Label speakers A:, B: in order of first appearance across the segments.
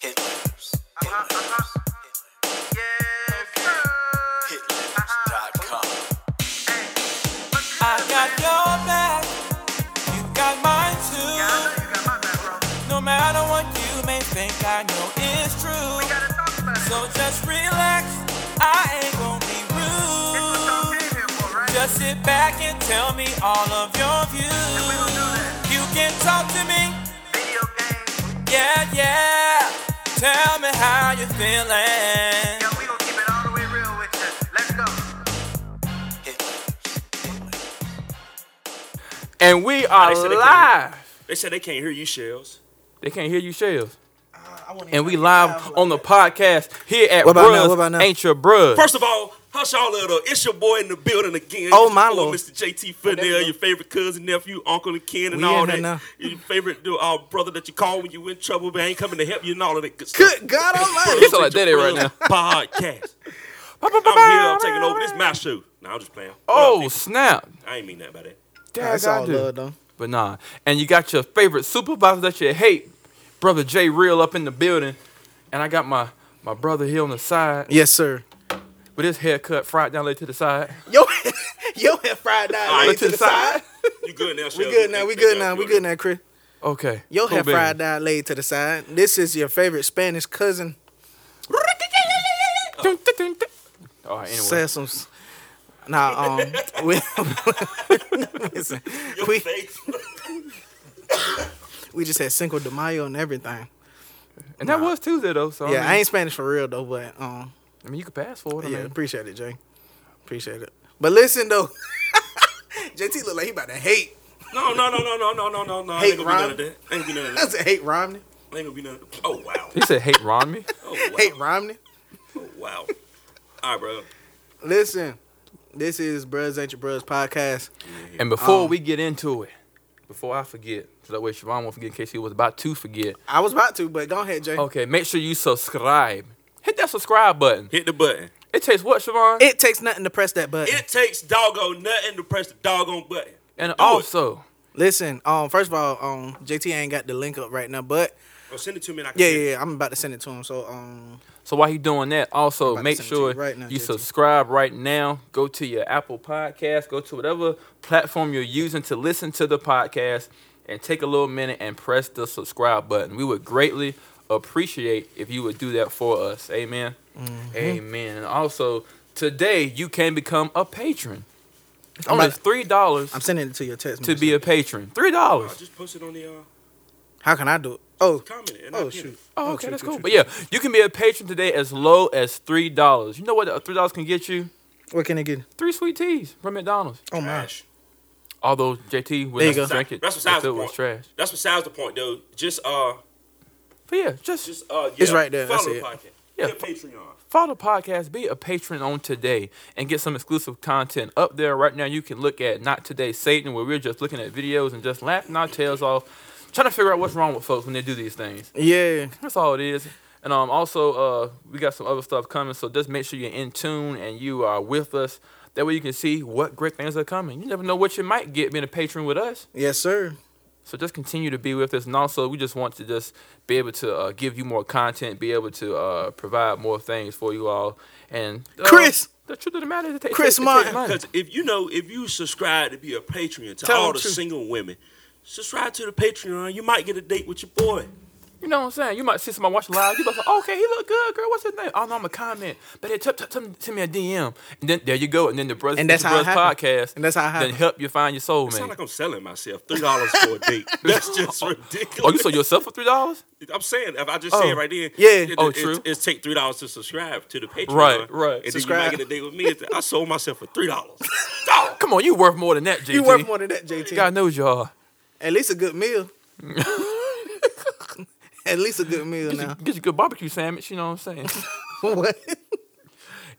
A: Hitlers.
B: Uh-huh, uh-huh. Yes, sir.
A: Hitlers.com.
B: Hey, what's
C: I
B: good,
C: got
B: man?
C: your back, you got mine
B: Yeah, I know
C: too.
B: you got my back, bro.
C: No matter what you may think, I know it's true.
B: We gotta talk about it.
C: So just relax, I ain't gonna be
B: This what y'all
C: rude.
B: came here for, right?
C: Just sit back and tell me all of your
B: We
C: views.
B: gonna do that.
C: You can talk to me,
B: Video games.
C: yeah, yeah. Tell me how you feeling.
B: Yeah, we gonna keep it all the way real with you. Let's go.
D: And we are
E: they said they can't
D: live.
E: They said they can't hear you, Shells.
D: They can't hear you, Shells. And we live on the podcast here at
F: What about now?
D: Bruhs
F: What about now?
D: Ain't Your Bruh.
E: First of all, hush all of the. It's your boy in the building again. It's
F: Oh,
E: your
F: my
E: boy,
F: lord.
E: Mr. JT Fidel, your favorite cousin, nephew, uncle, and kin, and
F: We
E: all
F: in here
E: that.
F: now.
E: Your favorite uh, brother that you call when you in trouble, but ain't coming to help you and all of that good stuff.
F: Good God Almighty!
D: You sound like Daddy right now.
E: Podcast. I'm here. I'm taking over. This my show. Nah, I'm just playing. What up,
D: Oh,
E: people?
D: snap.
E: I ain't mean that by that.
F: That's
D: Dag, I
F: all
D: do.
F: love though.
D: But nah. And you got your favorite supervisor that you hate, Brother J Real, up in the building. And I got my, my brother here on the side
F: Yes, sir.
D: with his haircut fried down laid to the side.
F: Yo, yo, had fried down
E: All right,
F: laid to the side.
E: You good now, Shells?
F: We good now. We
E: Thank
F: good
E: God
F: now. We
E: for
F: good
E: that.
F: now, Chris.
D: Okay.
F: Yo,
D: cool
F: had
D: beans.
F: fried down laid to the side. This is your favorite Spanish cousin.
D: All right, anyway.
F: Say some. s- Nah, um, we, listen,
E: Your
F: we
E: face.
F: we just had Cinco de Mayo and everything.
D: and that was Tuesday, though. So,
F: Yeah,
D: I, mean,
F: I ain't Spanish for real though, but um,
D: I mean, you could pass for it. I
F: yeah,
D: mean.
F: appreciate it, Jay. Appreciate it. But listen though, JT look like he about to hate.
E: No, no, no, no, no, no, no, no, no.
F: Hey,
E: Ain't gonna be none
F: Ron.
E: of that. Ain't gonna be none of that.
F: That's a hate Romney.
E: Ain't gonna be none of that. Oh wow.
D: He said, hate Ron me.
E: Oh
F: Hate
E: wow.
F: Romney.
E: Oh, wow. All right, bro.
F: Listen, this is Bruhs Ain't Your Bruhs podcast.
D: And before
F: Um,
D: we get into it, before I forget, so that way Siobhan won't forget in case he was about to forget.
F: I was about to, but go ahead, Jay.
D: Okay, make sure you subscribe. Hit that subscribe button.
E: Hit the button.
D: It takes what, Siobhan?
F: It takes nothing to press that button.
E: It takes doggone nothing to press the doggone button.
D: and
E: Do
D: also,
F: Listen, um, first of all, um, JT ain't got the link up right now, but
E: it. Or Oh, send it to me. And I can
F: yeah,
E: hit
F: yeah,
E: it.
F: yeah, I'm about to send it to him. So, um,
D: so while he doing that, also
F: to
D: make
F: send it to you
D: sure
F: right now,
D: you
F: JT.
D: subscribe right now. Go to your Apple Podcast, go to whatever platform you're using to listen to the podcast, and take a little minute and press the subscribe button. We would greatly appreciate if you would do that for us. Amen.
F: Mm-hmm.
D: Amen. And also, today you can become a patron. It's
F: I'm
D: only
F: about-
D: three dollars
F: I'm sending it to your text.
D: to be a patron. Three
E: I
D: dollars.
E: just post it on the uh,
F: How can I do it? Oh,
E: comment. And
F: oh
E: I
F: shoot.
D: Oh, okay,
F: true,
D: that's
F: true,
D: cool.
F: true,
D: But yeah, you can be a patron today as low as three dollars. You know what? Three dollars can get you
F: What can I get?
D: three sweet teas from McDonald's.
F: Oh my.
E: Trash.
D: Although JT
F: There you
D: would
F: go.
D: drink it,
E: That's what
D: and
E: size
D: thought it
E: the
D: was
E: point.
D: trash.
E: That's besides the point, though. Just uh,
D: But yeah, just
E: just uh, yeah.
F: It's right there.
E: Follow the
F: That's
E: podcast.
D: Yeah.
E: Hit Patreon.
D: follow the podcast, be a patron on today, and get some exclusive content up there right now. You can look at Not Today Satan, where we're just looking at videos and just laughing our tails off, trying to figure out what's wrong with folks when they do these things.
F: Yeah.
D: That's all it is. And um, also, uh, we got some other stuff coming, so just make sure you're in tune and you are with us. That way, you can see what great things are coming. You never know what you might get being a patron with us.
F: Yes, sir.
D: So just continue to be with us, and also we just want to just be able to uh, give you more content, be able to uh, provide more things for you all. And uh,
F: Chris!
D: the truth of the matter is, it takes,
F: Chris
D: it takes
F: Martin.
D: money.
E: Because if you know, if you subscribe to be a Patreon to
F: Tell
E: all
F: them
E: the
F: truth.
E: single women, subscribe to the Patreon. You might get a date with your boy.
D: You know what I'm saying? You might see somebody watching live. You might say, "Okay, he look good, girl. What's his name?" Oh no, I'm a comment, but it took t- t- send me a DM, and then there you go, and then the brothers
F: And that's
D: the
F: how it
D: brothers
F: happened.
D: podcast,
F: And that's how it
D: then
F: happened.
D: help you find your soul,
E: Sound
D: man.
E: like I'm selling myself. Three dollars for a date. That's just ridiculous.
D: Oh, you sold yourself for three dollars?
E: I'm saying if I just say
D: Oh,
E: it right then,
F: yeah.
E: it-
D: Oh,
E: it-
D: true.
E: It's take three dollars to subscribe to the Patreon,
D: Right, right.
E: And then
F: Subscribe.
E: you might get a date with me. It's- I sold myself for three dollars.
D: Come on, you worth more than that, JT.
F: You worth more than that, JT.
D: God knows you are.
F: At least a good meal. At least a good meal
D: Get you,
F: now.
D: get you a good barbecue sandwich. You know what I'm saying?
F: what?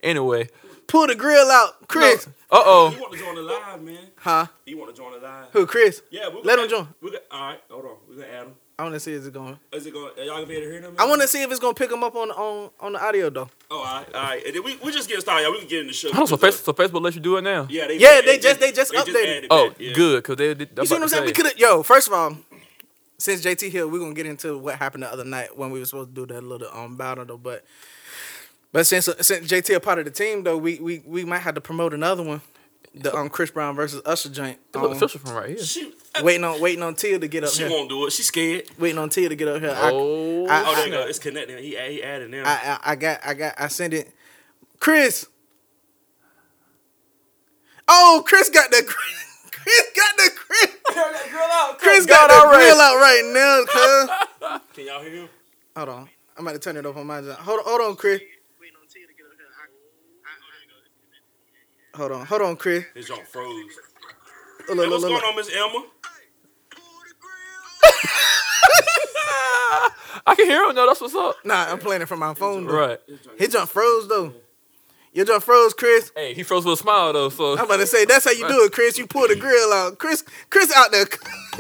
D: anyway,
F: Pull the grill out, Chris.
D: uh
E: He
D: oh.
E: want to join the live, man.
F: Huh?
E: He want to join the live.
F: Who, Chris?
E: Yeah, we
F: Let him join.
E: We got, all right, hold on. We gonna add him.
F: I want to see if it's going.
E: Is it going? to Y'all gonna be able to hear him?
F: I want to see if it's going to pick him up on on on the audio though.
E: Oh, all right, all right. And then we we just getting started. Y'all. We can get in the show.
D: I don't know, so,
E: because,
D: Facebook, so Facebook lets you do it now.
E: uh, Yeah, they
F: Yeah, they just- they just updated.
E: added
D: Oh,
E: that, yeah.
D: good, cause they. they
F: You see what I'm saying? We could have. Yo, first of all, since JT here, we're gonna get into what happened the other night when we were supposed to do that little um battle though. But but since uh, since JT a part of the team though, we we, we might have to promote another one. The um Chris Brown versus Usher joint.
D: Look,
F: Um,
D: official from right here.
E: She,
F: waiting on waiting on Tia to get up
E: she
F: here.
E: won't do it. She's scared.
F: Waiting on Tia to get up here. I-
D: Oh,
F: I,
E: Oh, there
F: I,
E: you go. It's connecting. He, he added now.
F: I, I, I got I got I sent it. Chris. Oh, Chris got the Chris got the Chris. Chris got
D: God,
F: the
D: alright.
F: grill out right now, cuz.
E: Can y'all hear him?
F: Hold on. I'm about to turn it off on my job. Hold on, hold on, Chris. Hold on, hold on, Chris.
E: His jaw froze.
F: Look,
E: Hey,
F: look,
E: what's
F: look,
E: going
F: look.
E: on, Miss Elma?
D: I can hear him though. That's what's up.
F: Nah, I'm playing it from my phone. Though.
D: Right.
F: His jump froze though. Your jump froze, Chris.
D: Hey, he froze with a smile though. So
F: I'm about to say that's how you do it, Chris. You pull the grill out. Chris, Chris out there.
D: that's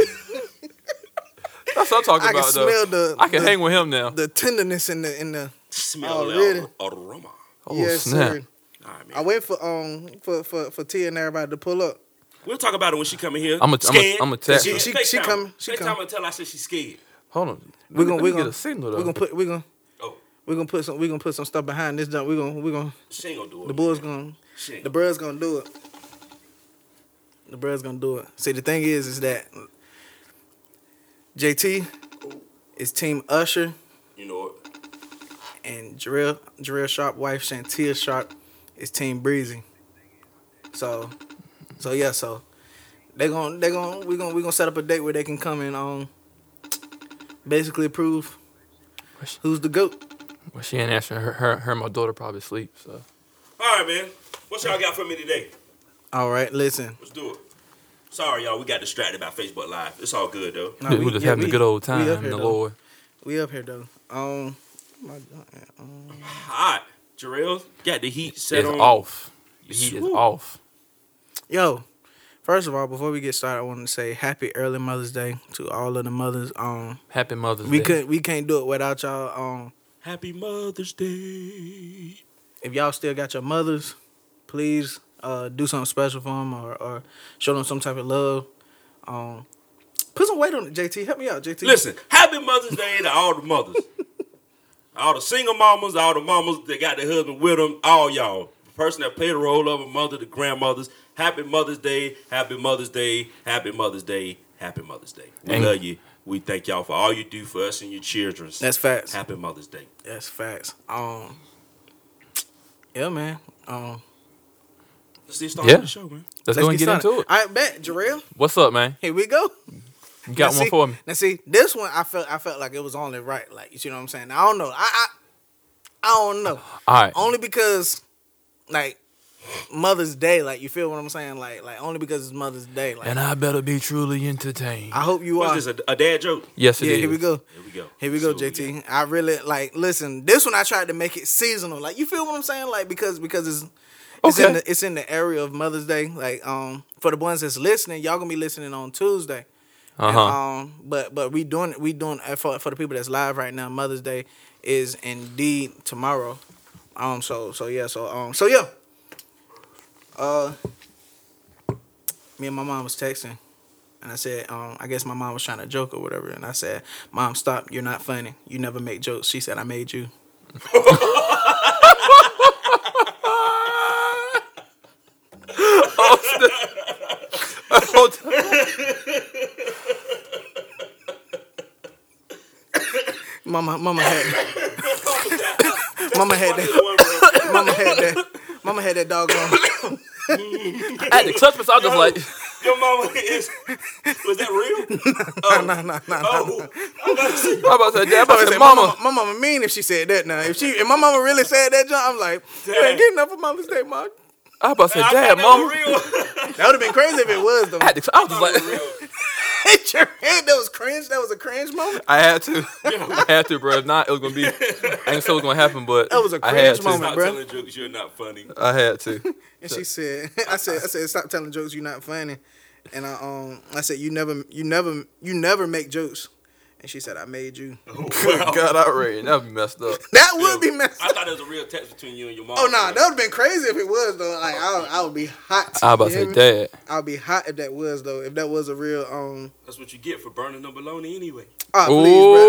D: what I'm talking
F: I can
D: about though.
F: smell the
D: I can
F: the,
D: hang with him now.
F: the tenderness in the in the
E: Smell
F: Oh,
E: that
F: really?
E: aroma.
D: oh
F: yes,
D: snap!
F: sir.
E: All right, man.
F: I wait for um for for for Tia and everybody to pull up.
E: We'll talk about it when she coming here.
D: I'm a- I'm a-
E: Scared.
D: I'm a text
F: She-
E: Yeah,
D: her.
F: she-
E: FaceTime
F: she
E: her.
F: come- she
E: FaceTime
F: come.
E: her and tell her I said she's scared.
D: Hold on.
F: We're gonna
D: Let
F: we're
D: me
F: gonna
D: get a signal though.
F: We're gonna put we're gonna
E: Oh,
F: we're gonna put some we're gonna put some stuff behind this jump. We're gonna we're gonna
E: she ain't gonna do it.
F: the boys gonna
E: She ain't
F: the bruh's gonna do it. The bruh's gonna do it. See the thing is is that JT is team Usher
E: You know what?
F: and Jarrell Jarrell Sharp wife Shantia Sharp is team Breezy. So so yeah, so they gonna they gonna we gonna we gonna set up a date where they can come and um basically prove who's the goat.
D: Well, she ain't answering. Her, her, her, and my daughter probably sleep. So
E: All right, man. What y'all got for me today?
F: All right, listen.
E: Let's do it. Sorry, y'all. We got distracted by Facebook Live. It's all good though.
F: No,
D: we, we just
F: yeah,
D: having a good old
F: we up
D: time in
F: here,
D: the
F: though.
D: Lord.
F: We up here though. Um, my God, um,
E: Hot. Jarrell got the heat set
D: It's
E: on.
D: off. The heat is
E: Woo.
D: off.
F: yo. First of all, before we get started, I want to say Happy Early Mother's Day to all of the mothers. Um,
D: Happy Mother's
F: we
D: Day.
F: could we can't do it without y'all. Um,
E: Happy Mother's Day.
F: if y'all still got your mothers, please uh do something special for them or, or show them some type of love. Um, put some weight on it, JT. Help me out, JT.
E: Listen, happy Mother's Day to all the mothers. all the single mamas, all the mamas that got their husband with them, all y'all. The person that played the role of a mother, the grandmothers. Happy Mother's Day, happy Mother's Day, happy Mother's Day, happy Mother's Day. We
D: And-
E: love you. We thank y'all for all you do for us and your children.
F: that's facts.
E: happy Mother's Day.
F: That's facts. Um, yeah, man. Um,
E: Let's get started
D: Yeah.
E: the show, man.
D: Let's, go and get
F: started.
D: into it.
F: I bet, Jarrell.
D: What's up, man?
F: Here we go.
D: You got
F: Now,
D: one
F: see-
D: for me.
F: Now see, this one I felt I felt like it was only right. Like you see what I'm saying? I don't know. I I, I don't know.
D: All right.
F: Only because like Mother's Day, like you feel what I'm saying? Like like only because it's Mother's Day. Like
D: and I better be truly entertained.
F: I hope you are.
E: What's this, a, a dad joke?
D: yes, it is.
F: yeah, here we go.
E: Here we go.
F: Here we go,
E: So,
F: JT. I really like listen. This one I tried to make it seasonal. Like you feel what I'm saying? Like because because it's it's
D: Okay.
F: in the, it's in the area of Mother's Day. Like um for the ones that's listening, y'all gonna be listening on Tuesday.
D: Uh huh.
F: And, um, but but we doing we doing uh, for for the people that's live right now. Mother's Day is indeed tomorrow. Um. So so yeah. So um. So yeah. Uh. Me and my mom was texting, and I said, um, I guess my mom was trying to joke or whatever, and I said, Mom, stop. You're not funny. You never make jokes. She said, I made you. Mama, mama had. mama had that. Mama had that. Mama had that dog on.
D: At
F: uh,
D: the clutch, I was just like,
E: Your mama is. Was that real?
F: Nah, nah, nah, nah.
E: Oh, I'm about to say,
D: I'm about to say, Dad, I'm about to
F: I
D: say,
F: said, my
D: Mama.
F: My mama mean if she said that now. If she if my mama really said that, John, I'm like, you ain't getting up for Mother's Day, mom.
D: I'm about to say,
E: I thought
D: Dad,
E: that
D: Mama.
E: was real.
F: That would have been crazy if it was though.
D: At the clutch, I was just
E: That was
D: like,
E: real.
F: that was cringe. That was a cringe moment.
D: I had to. I had to, bro. If not, it was gonna be. I didn't say it was gonna happen, but
F: That was a
D: I had
F: cringe
D: to.
F: moment.
E: Stop
F: bruh.
E: telling jokes. You're not funny.
D: I had to.
F: And she said, I said, I said, stop telling jokes. You're not funny. And I um, I said, you never, you never, you never make jokes. and she said, "I made you."
D: God, I already that'd be messed up.
F: That would be messed.
E: I thought there was a real text between you and your mom.
F: Oh nah, that would have been crazy if it was though. Like I, would- I would be hot.
D: I about
F: You
D: to say
F: hear me?
D: dad.
F: I'll be hot if that was though. If that was a real um.
E: That's what you get for burning the baloney anyway.
F: Oh please, bro.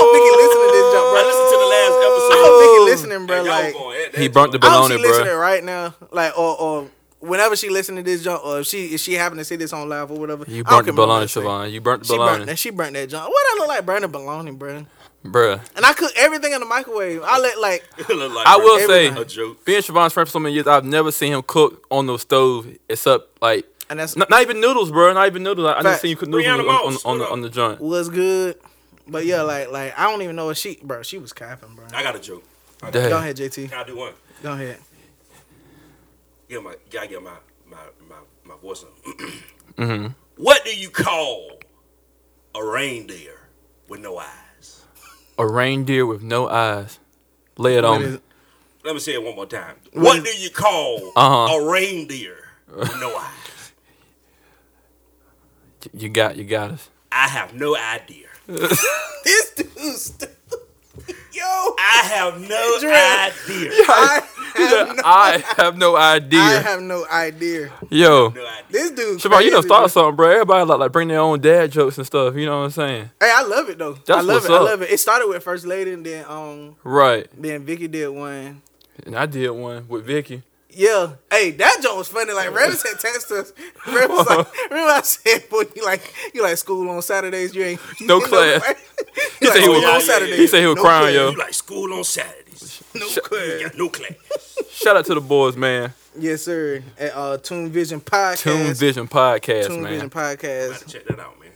F: I don't care what nobody say. I don't think. I don't think he listening to this jump,
E: I
F: bro.
E: listened to the last episode.
F: I don't think he listening, bro.
E: And y'all
F: Like
E: going at that
D: He burnt the
E: joint.
F: I don't see
D: baloney,
F: listening
D: bro.
F: right now. Like or or whenever she listening to this jump, or if she if she happen to see this on live or whatever.
D: You
F: I don't
D: burnt the
F: care what
D: bologna,
F: nobody say.
D: Siobhan. You burnt the
F: She burnt
D: bologna,
F: that. She burnt that jump. What I look like burning baloney, bro.
D: bruh.
F: And I cook everything in the microwave. I let like
E: It look like
D: I will
E: every-
D: say-
E: a joke.
D: Being Siobhan's friend for so many years, I've never seen him cook on the stove except like
F: and that's
D: not, not even noodles, bro. Not even noodles. I, I
F: Facts.
D: just seen you cook noodles on,
E: Brianna
D: the- on, on,
E: Moss,
D: on,
E: what
D: the,
E: up?
D: on the joint.
F: was good. But yeah, like like I don't even know if she bro. She was capping, bro.
E: I got a joke.
F: Go
D: Dad.
F: ahead, JT.
E: Can I do one?
F: Go ahead.
E: Get my, gotta get my my my, my voice on.
D: Mm-hmm.
E: What do you call a reindeer with no eyes?
D: A reindeer with no eyes. Lay it
F: What
D: on
F: is-
D: me.
E: Let me say it one more time. What do you call
D: Uh-huh.
E: a reindeer with no eyes?
D: You got, you got us.
E: I have no idea.
F: This dude's stupid. Yo,
E: I have no
F: Drill.
E: idea.
F: I have no,
D: I have no idea.
F: I have no idea.
E: No
D: Yo,
E: idea.
F: This dude,
D: Siobhan, you done
F: crazy,
D: thought
F: bro.
D: of something, bro. Everybody like, like bring their own dad jokes and stuff. You know what I'm saying?
F: Hey, I love it though. I
D: That's
F: love
D: what's
F: it. I
D: up.
F: love it. It started with first lady, and then um,
D: Right.
F: then Vicky did one.
D: And I did one with Vicky.
F: Yeah. Hey, that joke was funny. Like Revis had texted us. Revis was like, remember I said, "Boy, you like you like school on Saturdays? You ain't
D: No class."
F: he "Oh,
D: said he was-
E: yeah,
F: on
E: yeah,
F: Saturdays.
D: He said he was
F: No
D: crying,
F: class.
D: yo. Oh,
E: You like school on Saturdays.
F: No
D: Shut-
F: class.
E: You got no class.
D: Shout out to the boys, man.
F: Yes, sir. At uh, Toon Vision Podcast.
D: Tune Vision Podcast,
F: Toon
D: man.
F: Vision
E: Gotta
F: Podcast.
E: check that out, man.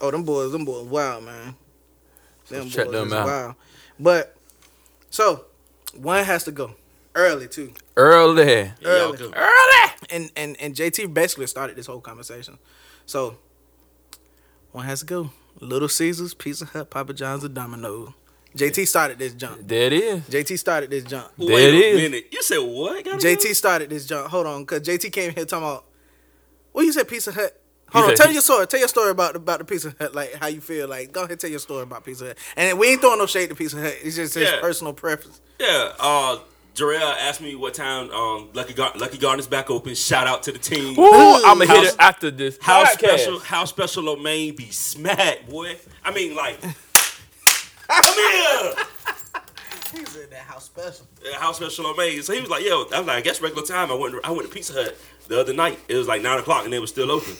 F: Oh, them boys, them boys, wild man. Them
D: check them
F: is
D: out.
F: Wild. But so one has to go early too.
D: Early.
E: Yeah, y'all
F: Early.
E: good.
F: and and and JT basically started this whole conversation. So one has to go. Little Caesars, Pizza Hut, Papa John's, or Domino. JT started this jump.
D: There it is.
F: JT started this jump.
E: Wait
D: There it
E: a
D: is.
E: minute. You said what? Gotta go?
F: JT started this jump. Hold on, cause JT came here talking about. Well, you said Pizza Hut. Hold
D: He
F: on,
D: said
F: tell
D: he-
F: your story. Tell your story about about the Pizza Hut, like how you feel. Like, go ahead, tell your story about Pizza Hut. And we ain't throwing no shade to Pizza Hut. It's just his
E: Yeah.
F: personal preference.
E: Yeah. Uh, Jarrell asked me what time um, Lucky Gar- Lucky Garden's back open. Shout out to the team.
D: Ooh, I'm gonna hit
E: House-
D: it after this.
E: How
D: podcast.
E: special? How special? Lomain be smacked, boy. I mean, like, uh, come here.
F: He's in that house special.
E: uh, how special I made. So he was like, "Yo," I was like, "I guess regular time." I went, I went to Pizza Hut the other night. It was like nine o'clock and they was still open.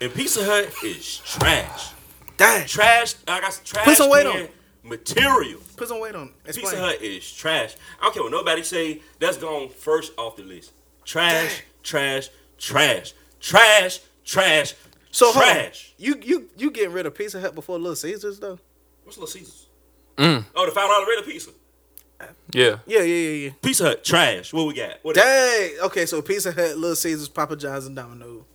E: And Pizza Hut is trash,
F: Dang,
E: trash. Like I said, trash.
F: Put some weight
E: can
F: on it.
E: material.
F: put some weight on it. Explain.
E: Pizza Hut is trash. I don't care what nobody say. That's gone first off the list. Trash, trash, trash, trash, trash,
F: So hold on.
E: trash.
F: You you you getting rid of Pizza Hut before Little Caesars though?
E: What's Little Caesars? Oh, the five dollar regular pizza.
D: Yeah.
F: Yeah, yeah, yeah, yeah.
E: Pizza Hut trash. What we got? What
F: Dang. Okay, so Pizza Hut, Little Caesars, Papa John's, and Domino.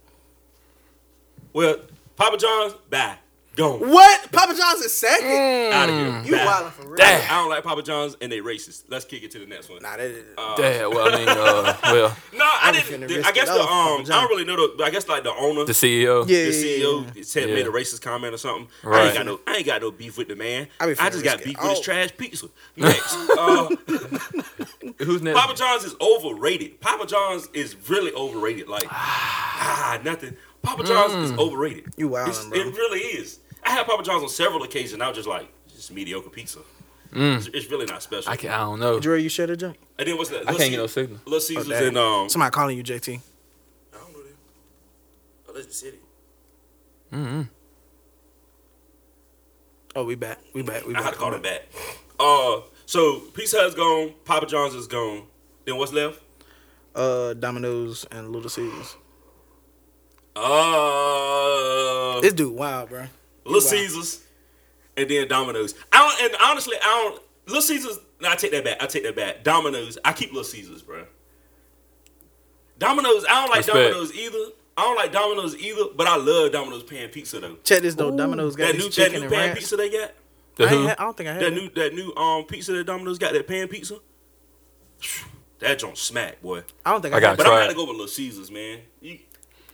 E: well, Papa John's. Bye. Gone.
F: What? Papa John's is second?
E: Out of here.
F: Mm. You
E: Bye.
F: wildin' for real?
D: Damn.
E: I don't like Papa John's and they racist. Let's kick it to the next one.
F: Nah, that is.
D: Dad. Well, I mean, uh, well,
E: no, I
F: I'm
E: didn't.
F: finna
E: the-
F: risk
E: I guess
F: it
E: the
F: all for
E: um,
F: Papa
E: I
F: John's.
E: don't really know the. but I guess like the owner,
D: the E CEO.
F: yeah,
E: the
F: yeah,
E: CEO said
D: Yeah.
E: made a racist comment or something. I
D: Right.
E: ain't got no. I ain't got no beef with the man.
F: I
E: I,
F: be finna
E: just got
F: risk it
E: beef with his
F: all.
E: trash pizza. Next, uh,
D: Who's next?
E: Papa John's is overrated. Papa John's is really overrated. Like ah, nothing. Papa John's is
D: Mm.
E: overrated.
F: You wildin',
E: It's-
F: bro.
E: It really is. I had Papa John's on several occasions. I was just like, it's just mediocre pizza. It's, it's really not special.
D: Mm. I can. I don't know.
F: Drew, you shared a joint?
E: And then what's that?
D: I can't get no signal.
E: Little Caesars
F: Oh, damn.
E: and um,
F: Somebody calling you, JT.
E: I don't know them. Oh, that's the city.
F: Oh, we back. We back. We
E: I
F: back.
E: had to call them back. Uh, so Pizza Hut's gone, Papa John's is gone. Then what's left?
F: Uh, Domino's and Little Caesars.
E: Uh,
F: This dude, wild, bro.
E: Little Caesars, and then Domino's. I don't, and honestly, I don't. Little Caesars. No, I take that back. I take that back. Domino's. I keep Little Caesars, bro. Domino's. I don't like
D: Respect.
E: Domino's either. I don't like Domino's either, but I love Domino's pan pizza though.
F: Check this though. Domino's got
E: That
F: this
E: new, that
F: chicken
E: new
F: and
E: pan
F: ranch.
E: pizza they got.
D: The
F: I, ain't
D: who?
F: had, I don't think I had
E: That
F: it.
E: new that new um pizza that Domino's got, that pan pizza. That joint smack, boy.
F: I don't think I,
D: I
F: got.
D: got
E: But I'm
F: Had
D: Try
E: gonna
D: it.
E: have to go with Little Caesars, man. You,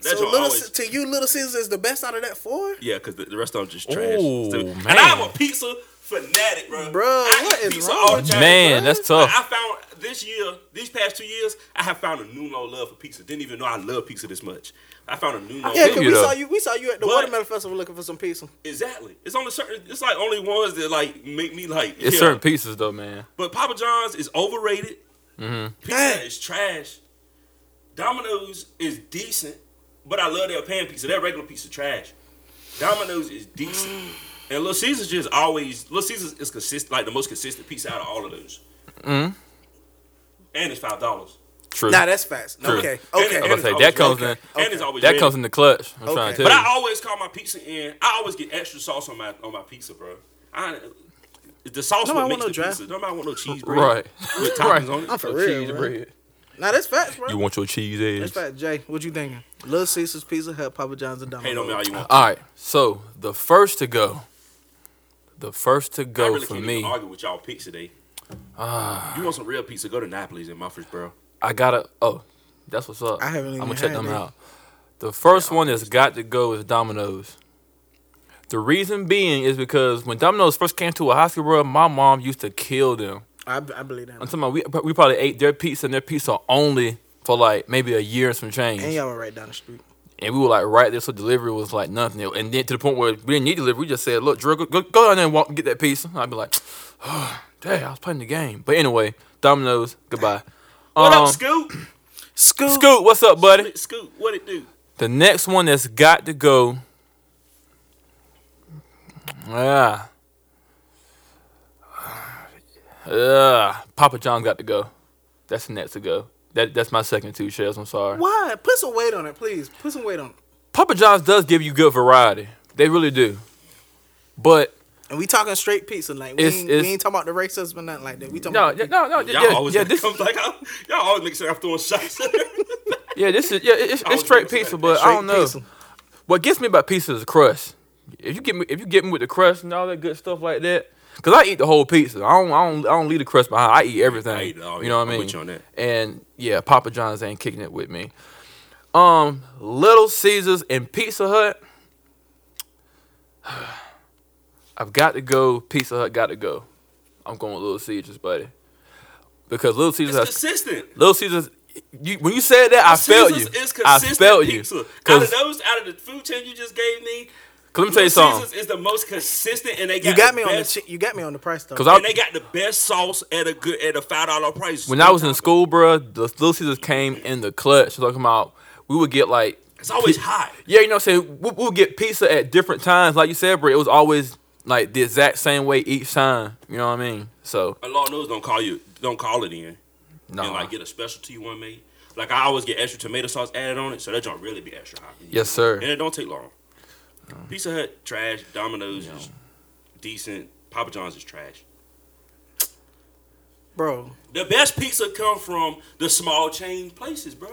E: That
F: so
E: joint
F: little
E: always-
F: Ca- to you, Little Caesars is the best out of that four.
E: Yeah, because the, the rest of them just trash.
D: Ooh,
E: and
D: man.
E: I'm a pizza fanatic, bro.
F: Bruh,
E: I eat
F: what is
E: pizza
F: wrong
E: all the
F: with
E: time,
D: Man, Oh.
E: bruh.
D: that's tough.
E: I, I found this year, these past two years, I have found a new low love for pizza. Didn't even know I love pizza this much. I found a new low.
F: Yeah,
E: love.
F: cause
D: you
F: we
D: though.
F: saw you. We saw you at the
E: But-
F: Watermelon Festival looking for some pizza.
E: exactly. It's only certain. It's like only ones that like make me like.
D: It's
E: yeah.
D: certain pieces though, man.
E: But Papa John's is overrated.
D: Mm-hmm.
E: Pizza Hut
F: Dang.
E: is trash. Domino's is decent, but I love their pan pizza. That regular pizza trash. Domino's is decent,
F: Mm.
E: and Little Caesars just always Little Caesars is consistent, like the most consistent pizza out of all of those.
D: Mm-hmm.
E: And it's five dollars.
D: True.
F: Nah, that's fast.
D: True.
F: Okay,
E: And
F: okay.
E: it-
D: I'm about to
E: it's
D: say,
E: always
D: that comes
E: ready.
D: in-
E: And it's always
D: that
E: ready.
D: comes in the clutch. I'm trying
F: Okay.
D: to
E: But
D: tell
E: I
D: you.
E: always call my pizza in. I always get extra sauce on my on my pizza, bro. I, the sauce
F: Nobody
E: what
F: want
E: makes
F: no
E: the
F: dry.
E: pizza. Nobody want no cheese bread
D: Right.
E: with
D: right.
E: toppings on it.
F: I'm for
D: Your
F: real.
D: cheese
F: bro.
D: bread.
F: Nah, that's facts, bro.
D: You want your cheese
F: that's
D: eggs.
F: facts. Jay, what you thinking? Little Caesars, Pizza Hut, Papa John's, and
E: Hate on me
F: Domino's.
E: all you want.
D: All right. So the first to go. The first to
E: I
D: go
E: really
D: Oh, for
E: can't
D: me. Ah.
E: even argue with y'all pizza day. you want some real pizza? Go to Napoli's in Murfreesboro.
D: I gotta. Oh, that's what's up.
F: I haven't even
D: I'm gonna check
F: had
D: them
F: it.
D: out. The first one that's got to go is Domino's. The reason being is because when Domino's first came to a high school, bro, my mom used to kill them.
F: I, I believe that.
D: I'm talking about we, we probably ate their pizza and their pizza only for like maybe a year and some change.
F: And y'all were right down the street.
D: and we were like right there, so delivery was like nothing. And then to the point where we didn't need delivery, we just said, "Look, Drew, go, go, go down there and walk and get that pizza." I'd be like, oh, "Dang, I was playing the game." But anyway, Domino's, goodbye.
E: What
D: um,
E: up, Scoop?
F: Scoop.
D: Scoot, what's up, buddy?
E: Scoop, what it do?
D: The next one that's got to go. Yeah. Yeah. Ah. Papa John's got to go. That's the next to go. That that's my second two shells. I'm sorry.
F: Why? Put some weight on it, please. Put some weight on it.
D: Papa John's does give you good variety. They really do. But
F: And we talking straight pizza, like we,
D: It's-
F: ain't,
D: it's-
F: we ain't talking about the racism or nothing like that. We talking
D: no,
F: about
D: yeah, no, no, yeah,
E: Y'all
D: yeah,
E: always
D: yeah,
E: make
D: this,
E: comes like I, y'all always make sure I'm throwing shots.
D: yeah, this is yeah, it- it's, it's
E: always
D: straight
E: make it
D: pizza,
E: like
D: but
F: straight
D: I don't know.
F: pizza.
D: What gets me about pizza is the crust. If you get me, if you get me with the crust and all that good stuff like that, cause I eat the whole pizza. I don't, I don't, I don't leave the crust behind. I eat everything.
E: I eat it all,
D: you
E: yeah.
D: know what I
E: I'm
D: mean?
E: with you on that.
D: And yeah, Papa John's ain't kicking it with me. Um, Little Caesars and Pizza Hut. I've got to go. Pizza Hut got to go. I'm going with Little Caesars, buddy. Because Little Caesars
E: it's
D: has
E: consistent.
D: Little Caesars. You, when you said that, I felt you.
E: Caesar's is
D: I
E: consistent
D: felt you.
E: pizza. Out of
D: Cause,
E: those, out of the food chain you just gave me,
D: cause let me tell
E: Little
D: you something.
E: Caesars is the most consistent, and they got
F: You got
E: the
F: me on the
E: best,
F: chi- you got me on the price though.
D: 'Cause I-
E: and they got the best sauce at a good at a five dollar price.
D: When I was in school, bro, the Little Caesars came in the clutch. Talking about, we would get like,
E: it's always hot.
D: yeah, you know, what I'm saying we, we would get pizza at different times. Like you said, bro, it was always like the exact same way each time. You know what I mean? So,
E: A lot of those don't call you, don't call it in.
D: no.
E: and like get a specialty one made. Like I always get extra tomato sauce added on it, so that joint really be extra hot.
D: yes, sir.
E: And it don't take long.
D: Uh-huh.
E: Pizza Hut trash, Domino's is decent, Papa John's is trash.
F: bro.
E: The best pizza come from the small chain places, bro.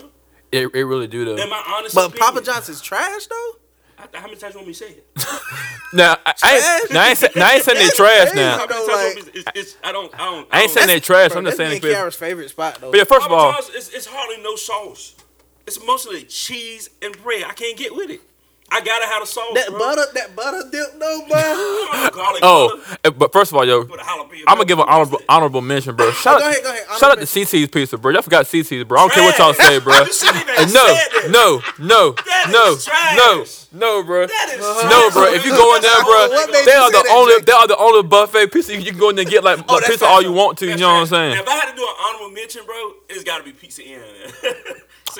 D: It, it really do though.
E: In my honest
F: But
E: opinion.
F: Papa John's is trash though.
E: I- how many times you want me to say it?
D: Now, I, I, ain't, now, I ain't, sa- now I ain't saying they trash
F: That's
D: now.
E: How many
F: No,
E: times you want
F: like-
E: me to- it's, it's, I don't. I don't.
D: I ain't
E: don't-
D: saying they trash.
F: Bro,
D: I'm just
F: that's
D: saying.
F: me and
D: it's-
F: Kiara's favorite spot though.
D: But yeah, first of
E: Papa
D: all,
E: John's is, it's hardly no sauce. It's mostly cheese and bread. I can't get with it. I gotta have the sauce.
F: that
E: bro.
F: butter, that butter dip though, bro.
E: I don't call it butter,
D: oh, eh, but first of all, yo,
E: but a jalapeno
D: I'm gonna give an
E: pepper.
D: honorable honorable mention, bro. Shout
F: Oh, Go
D: out,
F: ahead, go ahead.
D: shout out
F: Honorable
D: to CC's pizza, bro. Y'all forgot CC's, bro. I don't care what y'all
E: Trash.
D: say, bro.
E: I just shouldn't even have
D: And Uh, no,
E: said that.
D: no, no,
E: That
D: no,
E: is trash.
D: no, no, bro.
E: That is
D: No,
E: trash.
D: bro. If you go in there, bro,
F: What made
D: they
F: you
D: are
F: say
D: the
F: that,
D: only
F: Jake?
D: they are the only buffet pizza you you can go in there and
E: Oh,
D: get like, like
F: that's
D: pizza all
F: facts.
D: you want to. You know what I'm saying?
E: If I had to do an honorable mention, bro, it's got to be Pizza Inn.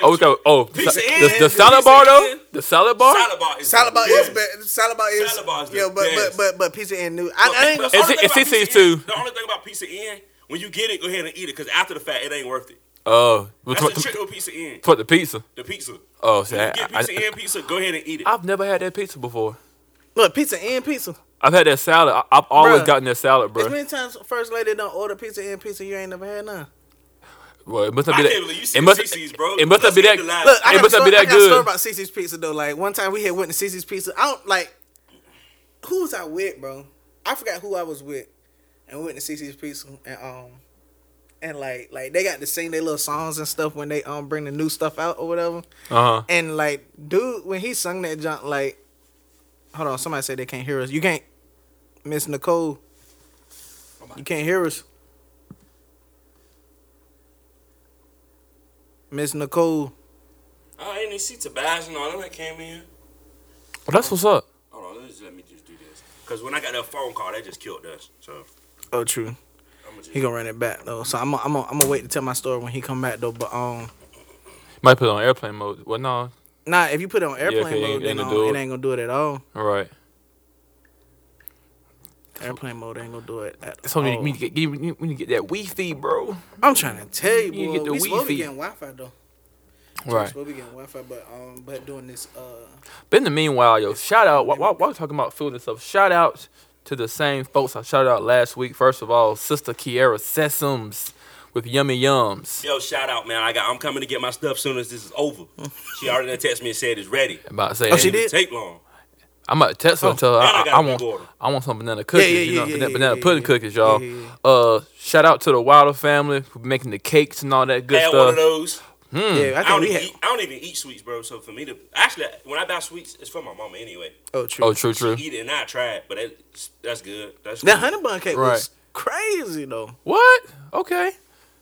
D: Oh, we got oh the,
E: Pizza
D: the,
E: Inn,
D: the salad
E: Pizza
D: bar though.
E: Inn.
D: The salad bar.
E: Salad bar is
F: Salad bar
E: the
F: is
E: best.
F: best. Salad bar is
E: Salad bar is the
F: yeah, but
E: best.
F: but but but pizza and new. I, I ain't
E: The
F: gonna
E: only thing
D: It's- it's
E: about
D: CC's
E: Pizza Inn-
D: too.
E: The only thing about Pizza Inn, when you get it, go ahead and eat it, because after the fact, it ain't worth it.
D: Oh, we
E: That's
D: talk-
E: the trick with Pizza Inn.
D: talk the pizza.
E: The pizza.
D: Oh, see, I,
E: Get
D: I-
E: Pizza Inn pizza, go ahead and eat it.
D: I've never had that pizza before.
F: look pizza and pizza.
D: I've had that salad. I, I've always
F: Bruh.
D: gotten that salad,
F: As
D: bro.
F: many times first lady don't order pizza and pizza, you ain't never had none.
D: Well, it must not
E: I
D: be
E: can't believe you
D: that.
E: said
D: It must.
E: CC's, bro.
D: It must
E: Let's
D: not be
E: get
D: that.
E: the line.
F: Look, I
D: It
F: got, a
D: must
F: story,
D: not be
F: I
D: that
F: got a story
D: good.
F: about CC's Pizza though. Like one time we had went to CC's Pizza. I don't like who was I with, bro? I forgot who I was with, and we went to CC's Pizza and um and like like they got to sing their little songs and stuff when they um bring the new stuff out or whatever.
D: Uh huh.
F: And like, dude, when he sung that junk, like, hold on, somebody said they can't hear us. You can't, Miss Nicole. You can't hear us. Miss Nicole.
E: I didn't even Oh, see Tobias and all them that came in.
D: Well, that's what's up.
E: Hold on, let me just, let me just do this. Cause when I got that phone call, that just killed us. So
F: Oh, true.
E: I'm gonna just.
F: He gonna run it back though. So I'm gonna I'm gonna I'm gonna wait to tell my story when he come back though. But um,
D: Might put it on airplane mode. Well, no.
F: nah, if you put it on airplane
D: it ain't-
F: mode,
D: ain't
F: then
D: gonna
F: um,
D: do
F: it
D: it.
F: ain't gonna do it at all.
D: All right.
F: Airplane mode ain't gonna do it at
D: So we need-
F: all.
D: we need to get we need- we need to get that Wi-Fi, bro.
F: I'm trying to tell you, boy.
D: You get the
F: we supposed to be
D: Wi-Fi.
F: getting Wi-Fi though. Right.
D: Right.
F: Supposed to be getting Wi-Fi, but um, but doing this uh.
D: But in the meanwhile, yo, shout out. While, while while we're talking about food and stuff, shout out to the same folks I shouted out last week. First of all, Sister Kiera Sesums with Yummy Yums.
E: Yo, shout out, man. I got. I'm coming to get my stuff soon as this is over. she already done text me and said it's ready.
D: I'm about to say,
F: Oh, she
E: It
F: did? Oh,
E: didn't take long.
D: I'm about to text her and tell her
E: and I
D: I,
E: got
D: I
E: a big
D: want
E: order.
D: I want some banana cookies,
F: yeah,
D: you
F: yeah,
D: know,
F: yeah,
D: banana,
F: yeah,
D: banana
F: yeah,
D: pudding
F: yeah.
D: cookies, y'all.
F: Yeah, yeah,
D: Uh, shout out to the Wilder family for making the cakes and all that good
E: Had one of
D: stuff.
E: those.
D: Hmm.
F: Yeah, I
E: I
F: think
E: don't
F: we
E: even.
F: had.
E: Eat, I don't even eat sweets, bro. So for me to actually, when I buy sweets, it's for my mama anyway.
F: Oh, true.
D: Oh, true, true.
E: Eat it and I try it, but that's that's good. That's
F: That
E: good.
F: honey bun cake
D: Right.
F: was crazy though.
D: What? Okay.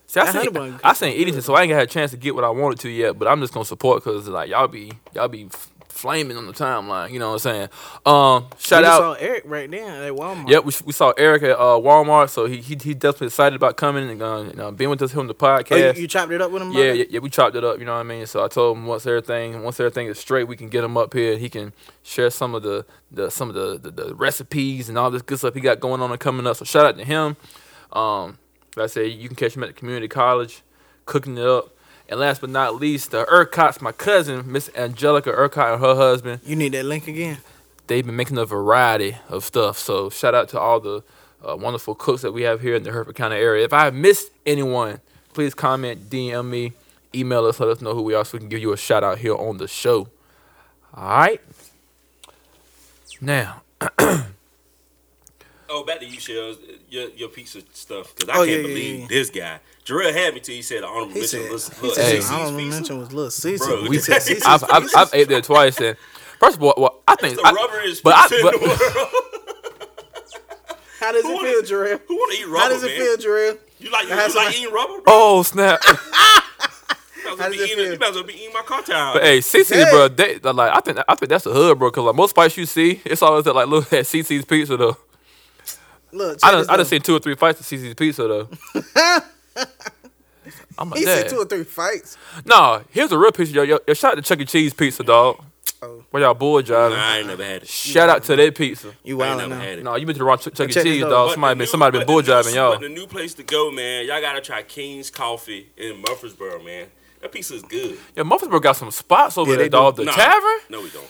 D: See, I
F: That honey
D: seen,
F: bun
D: I
F: cookie
D: seen eating, so I ain't got a chance to get what I wanted to yet. But I'm just gonna support because like y'all be y'all be f- flaming on the timeline. You know what I'm saying? Um, shout
F: we
D: out.
F: just saw Eric right there at Walmart.
D: Yep, we, we saw Eric at uh, Walmart, so he, he he definitely excited about coming and uh, you know, being with us here on the
F: Oh, you,
D: podcast.
F: you chopped it up with him.
D: yeah,
F: brother?
D: yeah, yeah, we chopped it up. You know what I mean? So I told him once everything once everything is straight, we can get him up here and he can share some of the, the some of the, the, the recipes and all this good stuff he got going on and coming up. So shout out to him. Um, like I said, you can catch him at the community college, cooking it up. And last but not least, the Urquharts, my cousin, Miss Angelica Urquhart and her husband
F: You need that link again.
D: they've been making a variety of stuff. So shout out to all the uh, wonderful cooks that we have here in the Hereford County area. If I have missed anyone, please comment, DM me, email us, let us know who we are so we can give you a shout out here on the show. All right. Now,
E: Oh, back to you, Shells. Your, your pizza stuff. Because I
F: Oh,
E: can't
F: yeah, yeah,
E: believe
F: yeah.
E: this guy. Jarrell had me till he said the honorable
F: He
E: mention
F: said,
E: was
F: he
E: look,
F: said
D: Hey.
F: his honorable mention was Lil
E: Bro,
F: Cece.
E: we-
F: He said Cece's
D: I've, I've, I've ate there twice, and first of all, well, I think
E: The
D: I-
E: rubber is
D: but I-
E: in
D: but-
E: the world.
F: How does
E: Who
F: it
E: would've-
F: feel, Jarrell?
E: Who want to eat rubber,
F: How does it
E: man?
F: feel, Jarrell?
E: You like, you
F: How does it
E: like
F: feel?
E: eating rubber, bro?
D: oh snap!
E: You might as
F: how
E: well be
F: does it
E: eating-
F: feel?
E: you might as well be eating my car tire.
D: But hey, Cece,
F: Hey.
D: bro, they, they're like I think I think that's the hood, bro. Cause like most fights you see, it's always at like look at Cece's Pizza though.
F: Look,
D: I
F: check
D: done,
F: this
D: I done
F: out.
D: seen two or three fights at CC's Pizza though. I'm like,
F: He said two
D: Dad.
F: or three fights.
D: Nah, here's a real picture, yo. Yo, yo shout out to Chuck E. Cheese Pizza, dog.
F: Oh.
D: Where y'all boy driving?
E: Nah, I ain't never had it.
D: Shout out to their pizza.
F: You
E: I ain't
F: wild
E: never
F: now.
E: had it.
D: Nah, you been to the wrong Chuck, Chuck E.
F: Check this
D: Cheese,
F: out.
D: dog.
E: But
D: Somebody
E: the
D: been
E: new-
D: somebody
E: but
D: been
E: the
D: bull
E: new-
D: driving y'all.
E: But the new place to go, man. Y'all gotta try King's Coffee in Murfreesboro, man. That pizza is good.
D: Yo, Muffinsburg got some spots over
F: Yeah,
D: there,
F: they do.
D: dog. The
E: Nah.
D: tavern,
E: No, we don't.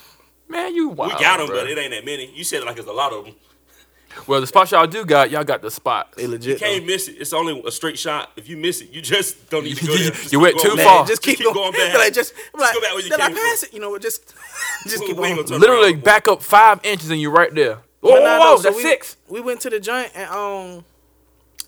D: man, you
E: We
D: wild.
E: got them,
D: bro.
E: but it ain't that many. You said like it's a lot of them.
D: Well, the spots y'all do got, y'all got the spots.
F: They
E: You
F: legit.
E: can't miss it. It's only a straight shot. If you miss it, you just don't need to go
D: You-
E: there.
D: you-
E: Just
D: you
E: keep
D: went
E: going
D: too
F: though.
E: back.
D: far.
F: Man, just keep
E: keep
F: going.
E: going back.
F: They're like, just, I'm like,
E: go back where you
F: did I
E: came
F: pass
E: from.
F: it? You know what? Just, just
E: We-
F: keep
E: we ain't
F: on.
E: gonna turn
D: Literally
E: around no
D: back up five inches and you're right there.
F: But
D: Whoa,
F: nah,
D: whoa, whoa,
F: though, so
D: that's
F: we,
D: six.
F: We went to the joint and um,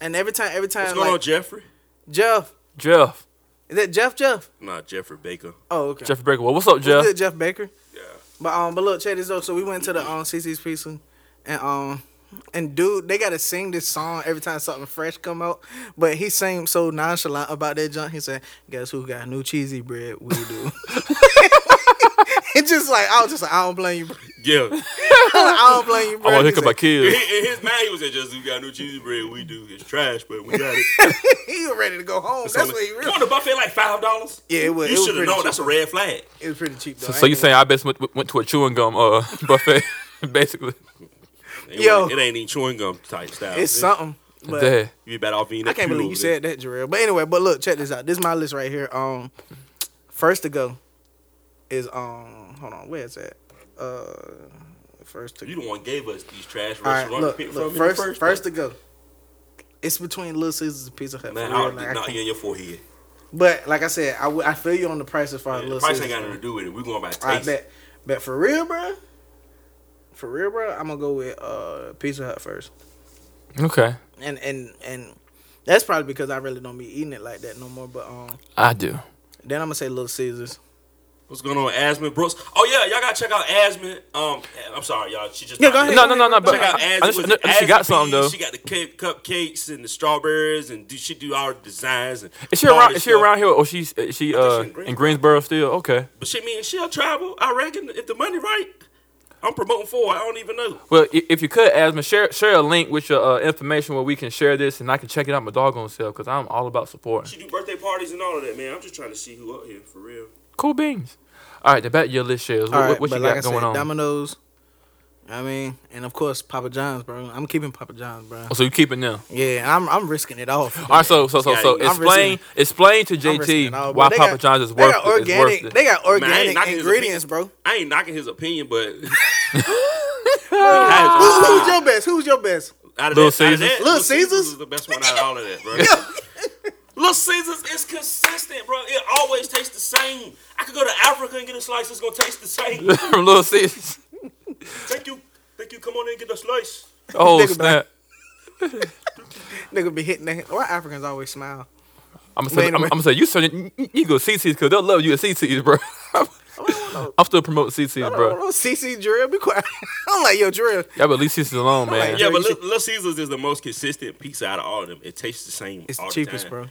F: and every time, every
E: more. What's
F: time,
E: going on,
F: like
E: Jeffrey?
F: Jeff,
D: Jeff,
F: is that Jeff? Jeff?
E: Nah, Jeffrey Baker.
F: Oh, okay.
D: Jeffrey Breaker. Well, what's up,
F: Jeff.
D: Jeff?
F: Good, Jeff Baker.
E: Yeah.
F: But um, but look, check this out. So we went to the um CC's Pizza, and um, and dude, they gotta sing this song every time something fresh come out. But he sang so nonchalant about that junk. He said, "Guess who got new cheesy bread? We do." It's just like I was just like I don't blame you. Bro.
E: Yeah.
F: I don't blame you. Bro.
D: I want
F: He
D: to hook up Oh, my
F: said-
E: In
D: kids.
E: his mind, he was at just, we got new cheesy bread. We do. It's trash, but we got it.
F: He was ready to go home. That's what he
E: Come on,
F: really.
E: the buffet like $5?
F: Yeah, it was.
E: You should
F: it was
E: have
F: pretty
E: known
F: cheap.
E: that's a red flag.
F: It was pretty cheap though.
D: So you saying I best went, went to a chewing gum uh buffet, basically?
E: It
F: Yo.
E: wasn't- It ain't even chewing gum type style.
F: it's something? But
D: Dad,
E: You be better off eating
F: I can't believe you said that, Jarrell. But anyway, but look, check this out. This is my list right here. Um, first to go is um, hold on, where is that? Uh, first to
E: You the one gave us these trash
F: All right,
E: restaurants
F: look,
E: to pick
F: look
E: from in the
F: first, first,
E: place.
F: to go. It's between Little Caesars and Pizza Hut. for
E: Man,
F: real,
E: I'll
F: like, I
E: knock
F: can't-
E: you in your forehead.
F: But like I said, I, would- I feel you on the price as far as
E: The
F: Little
E: price
F: Caesars.
E: ain't got nothing to do with it. We're going by
F: I
E: taste.
F: bet, but for real, bro, for real, bro, I'm gonna go with uh Pizza Hut first.
D: okay.
F: and and and That's probably because I really don't be eating it like that no more. But um,
D: I do.
F: then I'm gonna say Little Caesars.
E: What's going on, Asmin Brooks? Oh yeah, y'all gotta check out Asmin. Um, I'm sorry, y'all. She just
F: Yeah, go ahead.
D: No, no, no, no. But
E: Check out
D: I, I,
E: Asmin.
D: know she- I know she got something though.
E: She got the cake, cupcakes and the strawberries, and do, she do all the designs. And
D: Is she
E: all
D: around?
E: this
D: Is she
E: stuff.
D: around here, or she's is she uh
E: she in
D: in Greensboro still? Okay.
E: But she mean she'll travel. I reckon if the money right, I'm promoting for. her. I don't even know.
D: Well, i- if you could, Asma, share share a link with your uh, information where we can share this and I can check it out my doggone self because I'm all about supporting.
E: She do birthday parties and all of that, man. I'm just trying to see who up here for real.
D: Cool beans. All right, the back of your list shares. What,
F: All right,
D: what you
F: but like
D: got
F: I
D: going
F: said,
D: on?
F: Domino's. I mean, and of course Papa John's, bro. I'm keeping Papa John's, bro.
D: Oh, so you keeping them?
F: Yeah, I'm I'm risking it all. for
D: All right, so so so
E: Yeah,
D: so
E: I'm
D: explain
F: risking-
D: explain to
F: that. I'm risking
D: JT
F: it all, bro.
D: why
F: They
D: Papa
F: got-
D: John's is
F: they
D: worth
F: got
D: it- is
F: organic.
D: worth it.
F: They got
E: Man, I ain't
F: organic
E: knocking his
F: ingredients, bro.
E: opinion. I ain't knocking his opinion, but Who-
F: Who,
D: Ah.
F: who's your best? Who's your best?
E: out of
D: Little
E: that, out of
D: Caesars?
E: that,
F: Little
E: Little Caesars
F: Caesars?
E: is the best one out of all of that, bro. Little Caesars is consistent, bro. It always tastes the same. I could go to Africa and get a slice. It's gonna taste the same.
D: from Little Caesars.
E: Thank you, thank you. Come on in and get a slice.
D: Oh
F: Think about
D: snap!
F: Nigga be hitting that. Why Africans always smile?
D: I'm gonna say
F: Man,
D: I'm, I'm
F: man.
D: gonna say you certain you- you go CCs because they'll love you at CCs, bro. I'm still promoting CCs,
F: Bro,
D: bro.
F: oh, CC drill, be quiet. I'm like yo drill.
D: Y'all but leave CCs alone, man.
E: Yeah,
F: Yeah,
E: but
F: you
E: Little, Little Caesars is the most consistent pizza out of all of them. It tastes the same.
F: It's
E: all
F: cheapest,
E: the time.
F: bro.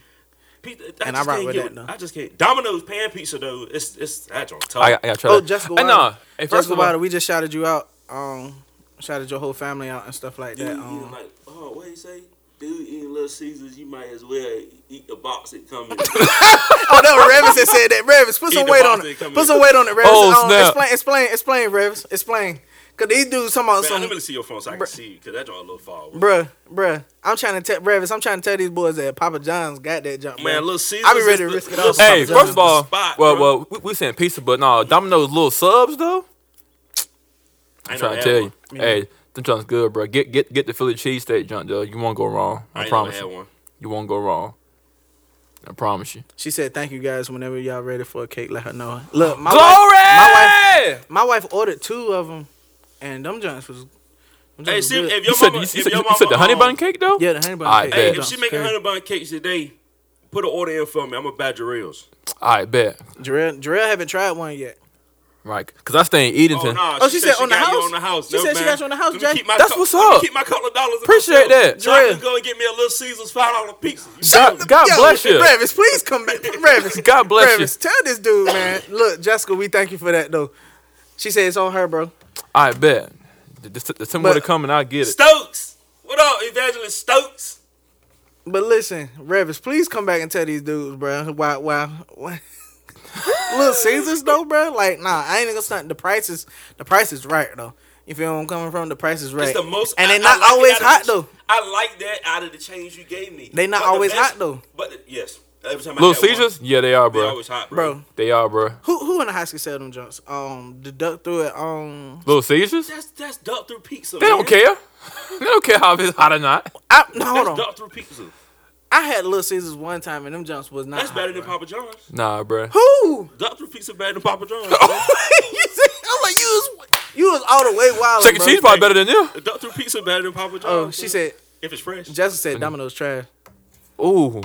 E: Pizza,
F: And I
E: just
F: rock
E: can't
F: with
E: get
F: that, though.
E: I just can't. Domino's pan pizza though. It's it's that's on top.
D: I got, I got to try
F: Oh,
D: that.
F: Jessica
D: Hey,
F: Wilder.
D: nah. Hey,
F: First
D: Jessica
F: of all, we just shouted you out. Um, shouted your whole family out and stuff like
E: Dude,
F: that.
E: you
F: Um,
E: like, oh, what you say? Dude, eating Little Caesars, you might as well eat the box that come in.
F: oh, that was Revis that said that. Revis, put
E: Eat
F: some
E: the
F: weight
E: box
F: on
E: and
F: it.
E: come
F: Put
E: in.
F: some weight on it, Revis.
D: Oh,
F: um,
D: snap.
F: Explain, explain, explain, Revis. Explain. Cause these dudes talking about
E: Man, let
F: some,
E: me see your phone so I can
F: Bruh.
E: see because that draw a little far. away.
F: bruh, bruh. I'm trying to tell Revis. I'm trying to tell these boys that Papa John's got that jump,
E: Man,
F: bro.
E: Little Caesars.
F: I be ready
E: is
F: to
E: the-
F: risk it
E: Little
F: all. for
D: Hey,
F: Papa
E: Caesars
D: first
E: is
D: of
E: the
D: all,
E: spot,
D: well,
E: bro.
D: well, we, we saying pizza, but nah, Domino's little subs though.
E: I
D: I'm
E: ain't
D: trying to
E: never
D: tell
E: had
D: you,
E: one.
D: hey, them joints good, bro. Get get get the Philly cheesesteak joint, though. You won't go wrong.
E: I,
D: I,
E: ain't
D: promise
E: never
D: you,
E: had one.
D: you won't go wrong. I promise you.
F: She said, "Thank you guys. Whenever y'all ready for a cake, let her know." Look, my
D: Glory!
F: wife, my wife, my wife ordered two of them, and them joints was. them
E: Hey,
F: joints
E: see, if
F: was
E: your
F: good.
D: you said,
E: mama,
D: you, said,
E: if
D: you
E: your
D: said
E: mama,
D: the honey
E: um,
D: bun cake though.
F: yeah, the honey bun
D: I
F: cake.
D: bet.
E: Hey,
F: them
E: if she
F: joints
E: making
F: was
E: honey bun cakes today, put an order in for me. I'm gonna buy Jarrell's.
D: I bet.
F: Jarrell, Jarrell haven't tried one yet.
D: Right, cause I stay in
E: Oh,
D: Edenton.
E: nah,
F: Oh, she said
E: she
F: on the
E: got you
F: house?
E: on the house.
F: She
E: no,
F: said
E: man.
F: she got you on the house,
E: Let me
F: Jay?
E: keep my
D: That's
E: cou-
D: what's
E: let me
D: up.
E: Keep my couple of dollars.
D: Appreciate that.
E: So I can
F: Jarrell.
E: go and get me a little Caesar's five dollar pizza. You
D: God,
E: feel me?
D: God
F: Yo,
D: bless you.
F: Revis, please come back. Revis.
D: God bless you.
F: Revis, tell this dude, man. Look, Jessica, we thank you for that, though. She said it's on her, bro.
D: I bet. The, the, the time
F: But-
D: to come and I get it.
E: Stokes, what up, Evangelist Stokes?
F: But listen, Revis, please come back and tell these dudes, bro. Why, why, why? Little Caesars, though, bro. Like, nah, I ain't gonna stunt. The price is, the price is right, though. You feel where I'm coming from? The price is right.
E: It's the most,
F: and
E: I-
F: they're
E: I
F: not
E: like it
F: always
E: out of
F: hot
E: the-
F: though.
E: I like that out of the change you gave me.
F: They not
E: But the
F: always
E: best-
F: hot, though.
E: But the- yes, every time I
D: Little
E: had one,
D: Caesars? Yeah, they are,
E: they
D: bro.
E: always hot, bro.
F: bro.
D: They are, bro.
F: Who, who in the high school sell them jumps? Um, the duck through it. Um,
D: Little Caesars?
E: That's that's duck through pizza.
D: They don't care. They don't care how it's hot or not.
F: I, no, hold
E: That's
F: on.
E: duck through pizza.
F: I had Little Caesars one time, and them jumps was not.
E: That's
F: hot,
E: better than
F: bro.
E: Papa John's.
D: Nah, bro.
F: Who?
E: Duck through pizza better than Papa John's. bro.
F: you said, I'm like you was you was all the way wild.
D: Chicken
F: bro.
D: E. cheese probably better than you.
E: The duck through pizza better than Papa John's.
F: Oh, she
E: bro.
F: said.
E: if it's fresh.
F: Jessica said Domino's trash.
D: Ooh.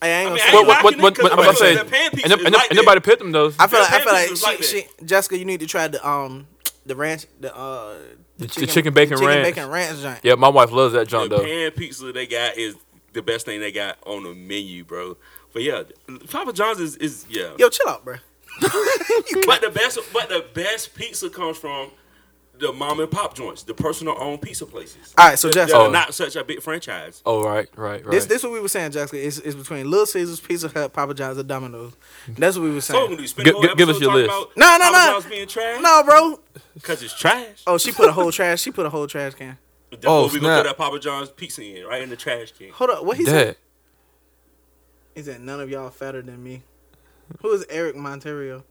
F: Hey, I ain't
E: I
F: gonna
E: mean,
F: say.
E: I-
D: What, what, what, what, I'm about to say,
E: That pan pizza
D: and, and,
E: is like
D: and nobody picked them those.
F: I feel
E: yeah,
F: like I feel
E: pan
F: like
E: pizza's
F: she,
E: like that.
F: she Jessica, you need to try the um the ranch the uh
D: The chicken bacon ranch.
F: chicken bacon ranch joint.
D: yeah, my wife loves that junk
E: The
D: though.
E: pan pizza they got is the best thing they got on the menu, bro. But yeah, Papa John's is, is yeah.
F: Yo, chill out, bro.
E: But the best, but the best pizza comes from the mom and pop joints, the personal owned pizza places.
F: All right, so
E: That
F: Jessica,
E: are
D: Oh.
E: not such a big franchise.
D: Oh, right, right, right.
F: this this what we were saying, Jessica. It's, it's between Little Caesars, Pizza Hut, Papa John's, and Domino's. That's what we were
E: So we're
F: saying.
E: gonna spend a
D: Gi-
E: whole
D: gi- give us
E: episode
D: your
E: talking about
D: list.
F: No, no,
E: Papa
F: no.
E: John's being trash.
F: No, bro.
E: because it's trash.
F: Oh, she put a whole trash. She put a whole trash can.
E: That's
D: Oh,
E: what we gonna
D: snap.
E: put that Papa John's pizza in right in the trash can.
F: Hold up, what he said?
D: Dad.
F: He said none of y'all fatter than me. Who is Eric Monterio?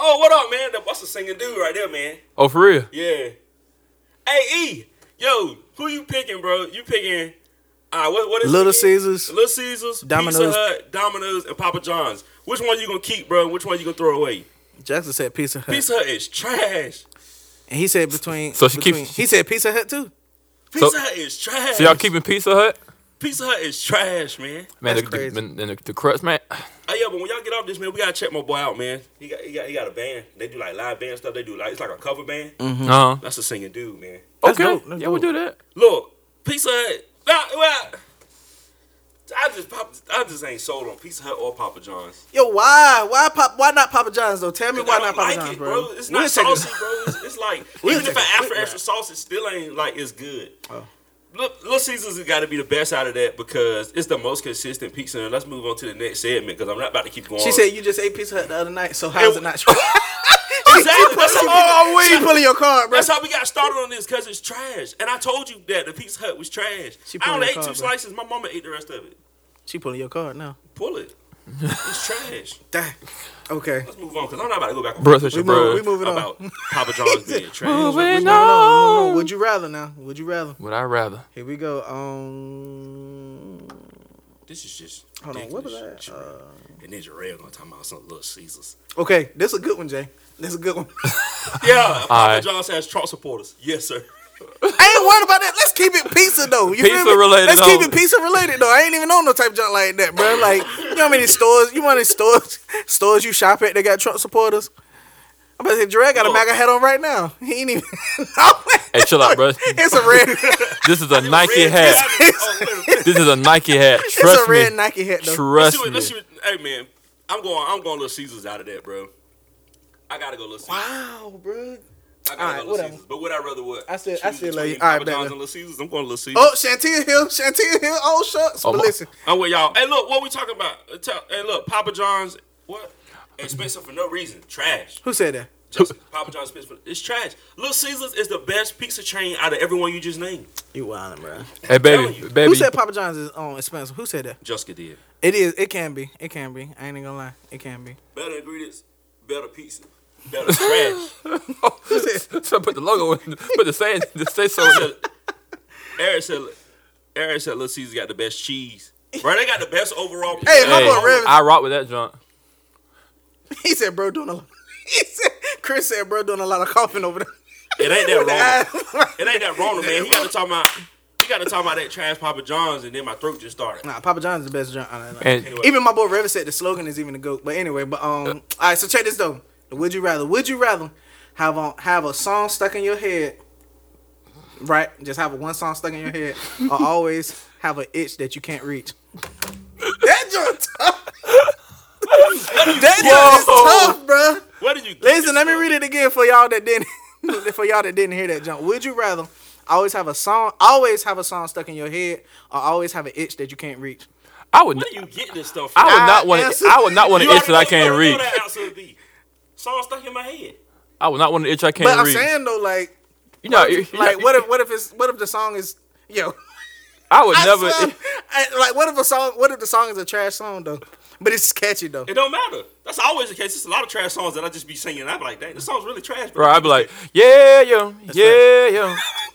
E: Oh, what up, man? That's a singing dude right there, man.
D: Oh, for real?
E: Yeah. Hey E, yo, who you picking, bro? You picking? Uh, what, what is it
F: Little
E: again?
F: Caesars,
E: Little Caesars, Domino's,
F: Domino's.
E: Pizza Hut, Domino's, and Papa John's. Which one you gonna keep, bro? and Which one you gonna throw away?
F: Jackson said Pizza Hut,
E: Pizza Hut is trash.
F: and he said between.
D: So she
F: between-
D: keeps-
F: He said Pizza Hut too.
E: Pizza
D: So-
E: Hut is trash.
D: So y'all keeping Pizza Hut?
E: Pizza Hut is trash, man.
D: Man, the,
F: That's
D: the,
F: crazy.
D: the, the- the crust, man.
E: Oh yeah, but when y'all get off this, man, we gotta check my boy out, man. He got he got he got a band. They do like live band stuff. They do like it's like a cover band.
D: Uh-huh.
E: That's a singing dude, man.
F: Mm-hmm. That's
D: Okay,
F: dope, that's
D: yeah, we'll do
F: dope.
D: that.
E: Look, Pizza Hut. Nah, well, I just pop, I just ain't sold on Pizza Hut or Papa John's.
F: Yo, why? Why pop? Why not Papa John's though? Tell me why
E: I
F: not
E: don't
F: Papa
E: like
F: John's,
E: it,
F: bro.
E: bro. It's
F: We'll
E: not
F: take a-
E: saucy, bro. It's, it's like
F: We'll
E: even if I
F: take a
E: ask for
F: quick
E: extra sauce, it still ain't like it's good.
F: Oh.
E: Look, Little Caesars has got to be the best out of that because it's the most consistent pizza. And let's move on to the next segment because I'm not about to keep going.
F: She said you just ate Pizza Hut the other night, so how's it,
E: It-
F: not trash?
E: Exactly. That's how, we,
F: oh, she pulling your card, bro.
E: that's how we got started on this because it's trash. And I told you that the Pizza Hut was trash.
F: She
E: I
F: pulling
E: only
F: your
E: ate two
F: card, bro.
E: slices. My mama ate the rest of it.
F: She pulling your card now.
E: Pull it. It's trash.
F: Dang. Okay.
E: Let's move on because I'm not about to go back on
D: Bro, such a
F: We move. We
D: bro.
F: moving on.
E: about Papa John's being trash.
F: No,
D: Moving
F: no, no,
D: on.
F: Would you rather now? Would you rather?
D: Would I rather?
F: Here we go. Um,
E: This is just.
F: hold on. What was
E: ridiculous.
F: that? Uh,
E: And then Jarrell gonna talk about some Little Caesars.
F: okay, this is a good one, Jay. This is a good one. I
E: Yeah, Papa
D: right.
E: John's has Trump supporters. Yes, sir.
F: ain't worried about that. Let's keep it pizza though. You feel
D: Pizza
F: me?
D: related,
F: Let's keep it
D: homie.
F: pizza related though. I ain't even on no type of junk like that, bro. Like you know how many stores? You know how many stores? Stores you shop at that got Trump supporters? I'm about to say, Dre got a
E: Look.
F: MAGA hat on right now. He ain't even.
D: Hey, chill out, bro.
F: it's a red.
D: This is a Nike
E: Red
D: hat.
E: Diamond. Oh, wait a minute.
D: This is a Nike hat.
F: it's
D: Trust
F: a red
D: me.
F: Nike hat though.
E: Let's
D: Trust
E: see what- let's see
D: me.
E: what- Hey man, I'm going. I'm going Little Caesars out of that, bro. I gotta go Little Caesars.
F: Wow, bro.
E: I gotta
F: Alright,
E: go Little
F: whatever.
E: Caesars. But would I rather what?
F: I said- I
E: Choose
F: said, like,
E: between
F: alright,
E: Papa John's
F: baby.
E: and Little Caesars. I'm going Little Caesars.
F: Oh, Chantilly Hill, Chantilly Hill. Oh, shucks.
D: Oh,
F: but
D: my-
F: listen,
E: I'm with y'all. Hey, look, what we talking about? Uh, Tell, hey, look, Papa John's. What? Expensive for no reason. Trash.
F: who said that?
E: Just Papa John's pizza. It's trash. Little Caesars is the best pizza chain out of everyone you just named.
F: You wildin', bro.
D: Hey,
E: telling
D: baby,
E: you.
F: Who
D: baby.
F: said Papa John's is um, expensive? Who said that?
E: Jessica did.
F: It is. It can be. It can be. I ain't even gonna lie. It can be.
E: Better ingredients, better pizza, better trash.
D: So put the logo in. Put the saying. The say so. in it.
E: Eric said, Eric said, Little Caesars got the best cheese. Bro, they got the best overall. Pizza.
F: Hey, my
D: Hey,
F: boy Rev.
D: I rock with that junk.
F: He said, bro, doing a. He said, Chris said, bro, doing a lot of coughing over
E: It ain't
F: there.
E: that wrong. It ain't that wrong, man. He got to talk about. He got to talk about that trash Papa John's, and then my throat just started.
F: nah, Papa John's is the best joint. I don't know.
D: And
F: Even my boy Rev said the slogan is even a goat. But anyway, but um, all right. So check this though. The Would you rather? Would you rather have a have a song stuck in your head? Right, just have a one song stuck in your head, or always have an itch that you can't reach. That joint tough. that joint is tough, bruh.
E: Where did you? Get
F: Listen, let me read it again for y'all that didn't for y'all that didn't hear that jump. Would you rather always have a song always have a song stuck in your head or always have an itch that you can't reach?
D: I would.
E: Where do you get this stuff?
D: I
E: from?
D: would not want.
F: answer.
D: to I would not want
E: You
D: an itch
E: already
D: that I
E: know-
D: can't
E: you already
D: reach.
E: know that answer would be. Song stuck in my head.
D: I would not want an itch I
F: But
D: can't
F: I'm
D: read.
F: saying though, like
D: you know, you- you
F: like
D: know,
F: what if what if it's what if the song is yo
D: I would
F: I
D: never.
F: swear, I- like what if a song what if the song is a trash song though? But it's catchy though.
E: It don't matter. That's always the case. It's a lot of trash songs that I just be singing. and I be like, dang, this song's really trash.
D: Bro, I'd be like, yeah, yo, yeah, yo. uh,
F: I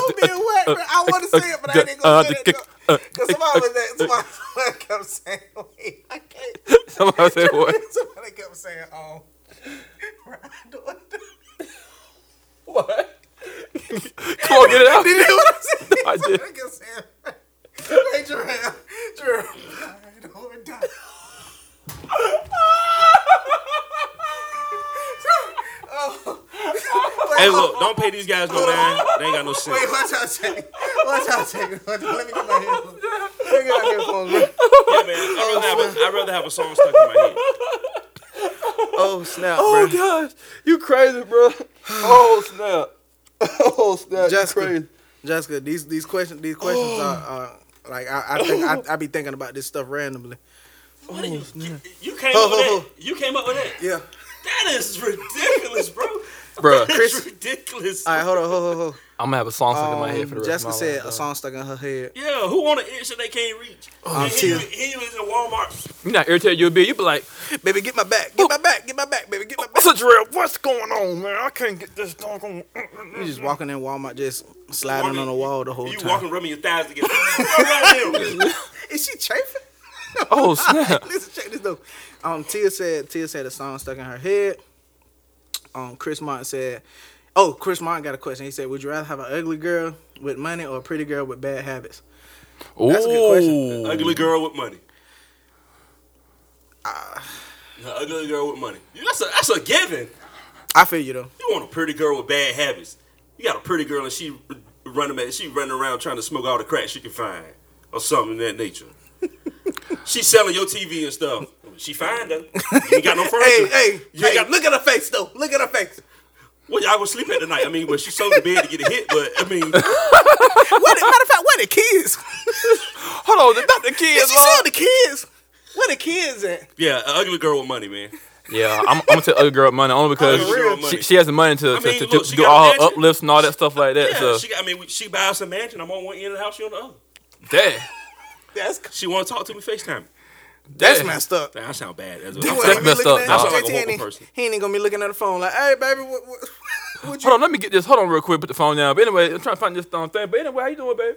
F: would be wet, bro. I want to say it, but I ain't gonna say it. though. Cause somebody was that somebody, somebody kept saying, wait, I can't.
D: Somebody said what?
F: Somebody kept saying, um, bro, I don't-
D: What? Come on, get it out.
F: You know what I'm saying?
D: I did.
F: Like I said, like Jarrell, Jarrell, ride or die.
E: hey, look, don't pay these guys no mind. They ain't got no sense.
F: Wait, watch out, Jay. Watch out, Jay. Watch out. Let me get my headphones. Let me get my headphones. man.
E: Yeah, man. I'd rather, have a, I'd rather have a song stuck in my head.
F: Oh snap,
D: Oh
F: bro.
D: gosh, you crazy, bro. Oh snap. Oh snap, you
F: Jessica.
D: crazy.
F: Jessica, these these questions these questions are, are like I, I think I, I be thinking about this stuff randomly.
E: What did you, you, you came
F: Ho,
E: up with
F: ho,
E: that. You came up with that.
F: Yeah.
E: That is ridiculous, bro.
D: Bro,
E: That's
F: Chris-
E: ridiculous.
F: All right, hold on, hold on, hold
D: I'm gonna have a song stuck
F: on.
D: in my head for the
F: Um,
D: rest
F: Jessica
D: of my
F: said
D: life.
F: a song stuck in her head.
E: yeah, who want an itch that they can't reach?
F: Oh, I'm
E: And he,
F: serious.
E: he was in Walmart.
D: You're not irritated, you'll be. You be like,
F: Baby, get my back. Get my back. Get my back, baby. Get my back.
D: "What's real? What's going on, man? I can't get this dog on."
F: You just walking in Walmart, just sliding on the wall the whole
E: you
F: time.
E: walking, rubbing your thighs together. Right there.
F: Is she chafing?
D: Oh snap!
F: Listen, check this though. Um, Tia said Tia said a song stuck in her head. Um, Chris Martin said, "Oh, Chris Martin got a question. He said, would you rather have an ugly girl with money or a pretty girl with bad habits?"
D: Ooh.
F: That's a good question.
E: Ugly girl with money.
F: Ah.
E: An ugly girl with money. You- That's a that's a given.
F: I feel you though.
E: You want a pretty girl with bad habits. You got a pretty girl and she running back, she running around trying to smoke all the crack she can find or something of that nature. she selling your TV and stuff. She find her. You ain't got no
F: Hey,
E: furniture.
F: hey,
E: you ain't
F: hey,
E: got
F: look at her face though. Look at her face.
E: Well, y'all gonna sleep at the night. I mean, well, she sold the bed to get a hit, but I mean,
F: What the, matter of fact, where the kids?
D: Hold on, not the kids.
F: she saw the kids. Where the kids at?
E: yeah, an ugly girl with money, man.
D: Yeah, I'm, I'm gonna tell other girl money only because
E: Ugly girl money.
D: she, she has the money to,
E: I
D: to,
E: mean,
D: to,
E: look,
D: to
E: she
D: do
E: got a
D: all her
E: mansion.
D: uplifts and all that stuff like that.
E: Yeah,
D: so,
E: she got. I mean, we- she buys some mansion. I'm on one end of the house, she on the other.
D: damn,
F: That's
E: She want to talk to me Facetime.
F: that's
D: damn.
F: messed up.
E: Damn, I sound bad. That's
F: You
E: what
F: ain't
D: That's
F: gonna
E: I'm
F: be looking at-
D: messed up. That's
F: JT
E: like a
F: ain't-
E: woke person.
F: He ain't gonna be looking at the phone like, "Hey, baby, what, what, what you?"
D: Hold on, let me get this. Hold on, real quick. Put the phone down. But anyway, I'm trying to find this um, thing. But anyway, how you doing, babe?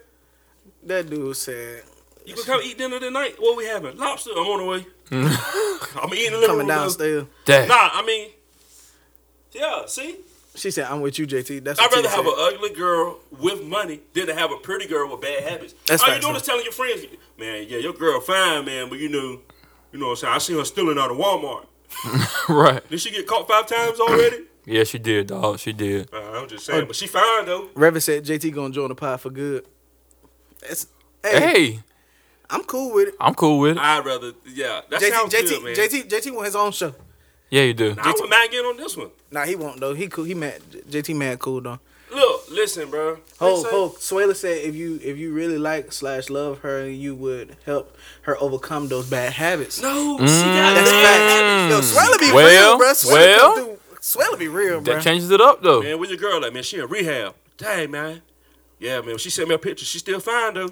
F: That dude said,
E: You can come eat dinner tonight. What we having? Lobster. I'm on the way. I'm eating a little.
F: "Coming downstairs."
D: Damn.
E: Nah, I mean, yeah. See,
F: She said, "I'm with you, JT." That's
E: I'd
F: what
E: rather
F: T
E: have
F: said.
E: an ugly girl with money than to have a pretty girl with bad habits.
F: That's
E: all you
F: facts,
E: doing
F: man.
E: is telling your friends, man, yeah, your girl fine, man, but you know, you know what I'm saying. I seen her stealing out of Walmart.
D: Right.
E: Did she get caught five times already?
D: Yeah, she did, dog. She did.
E: Uh, I'm just saying, but she fine though.
F: Reverend said, "JT gonna join the pod for good." That's hey,
D: Hey,
F: I'm cool with it.
D: I'm cool with it.
E: I'd rather, yeah. That
F: JT,
E: sounds
F: JT,
E: good, man.
F: JT, JT want his own show.
D: Yeah, you do.
E: Nah, I'm mad again on this one.
F: Nah, he won't though. He cool. He mad. JT mad cool though.
E: Look, listen, bro.
F: Ho,
E: Listen.
F: ho. Suela said, if you if you really like slash love her, you would help her overcome those bad habits.
E: No, she got
F: That's
E: bad habits.
F: facts. Yo, Suela be
D: Well,
F: real, bro. Suela,
D: well.
F: come through. Suela be real, bro.
D: That changes it up though.
E: Man, where your girl at, man? She in rehab. Dang, man. Yeah, man. She sent me a picture. She still fine though.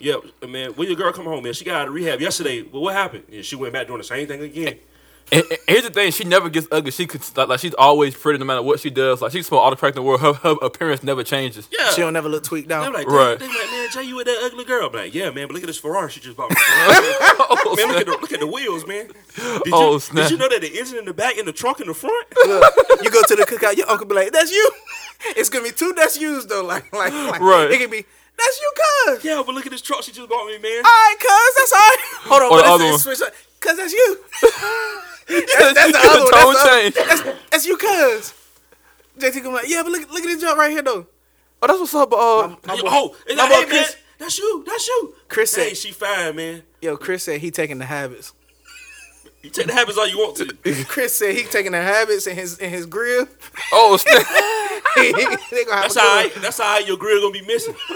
E: yeah, man. When your girl come home, man? She got out of rehab yesterday. Well, what happened? Yeah, she went back doing the same thing again.
D: And, and here's the thing: she never gets ugly. She could like, like she's always pretty no matter what she does. Like she can smoke all the crack in the world. Her, her appearance never changes.
E: Yeah.
F: She don't never look tweaked
E: I'm
F: out.
E: like,
D: Right.
E: right. they like, man, Jay, you with that ugly girl? I'm like, yeah, man, but look at this Ferrari she just bought. me. man, look at the look at the wheels, man. Did you,
D: Oh,
E: Did
D: snap.
E: you know that the engine in the back and the trunk in the front?
F: you go to the cookout, your uncle be like, "That's you." It's gonna be two that's yous though. Like, like, like
D: Right.
F: It can be that's you, cuz.
E: yeah, but look at this truck she just bought me, man.
F: All right, cuz that's all right. Hold on,
D: Or
F: but
D: the
F: that's-
D: other
F: it's
D: one.
F: switch up. Cuz that's you. that's, that's the
D: The
F: other one. That's,
D: tone
F: the other-
D: change.
F: that's, that's you, cuz. JT come like, yeah, but look, look at this jump right here though.
D: Oh, that's what's up. Uh,
E: Yeah, oh, and
F: my
E: like,
F: boy
E: hey, man,
F: Chris-
E: that's you, that's you.
F: Chris
E: hey,
F: said-
E: she fine, man.
F: Yo, Chris said he taking the habits.
E: You take the habits all you want to.
F: Chris said he taking the habits in his in his grill.
D: oh, snap.
F: they gonna have
E: That's
F: a good
E: all
F: one.
E: right. That's all right. Your grill gonna be missing.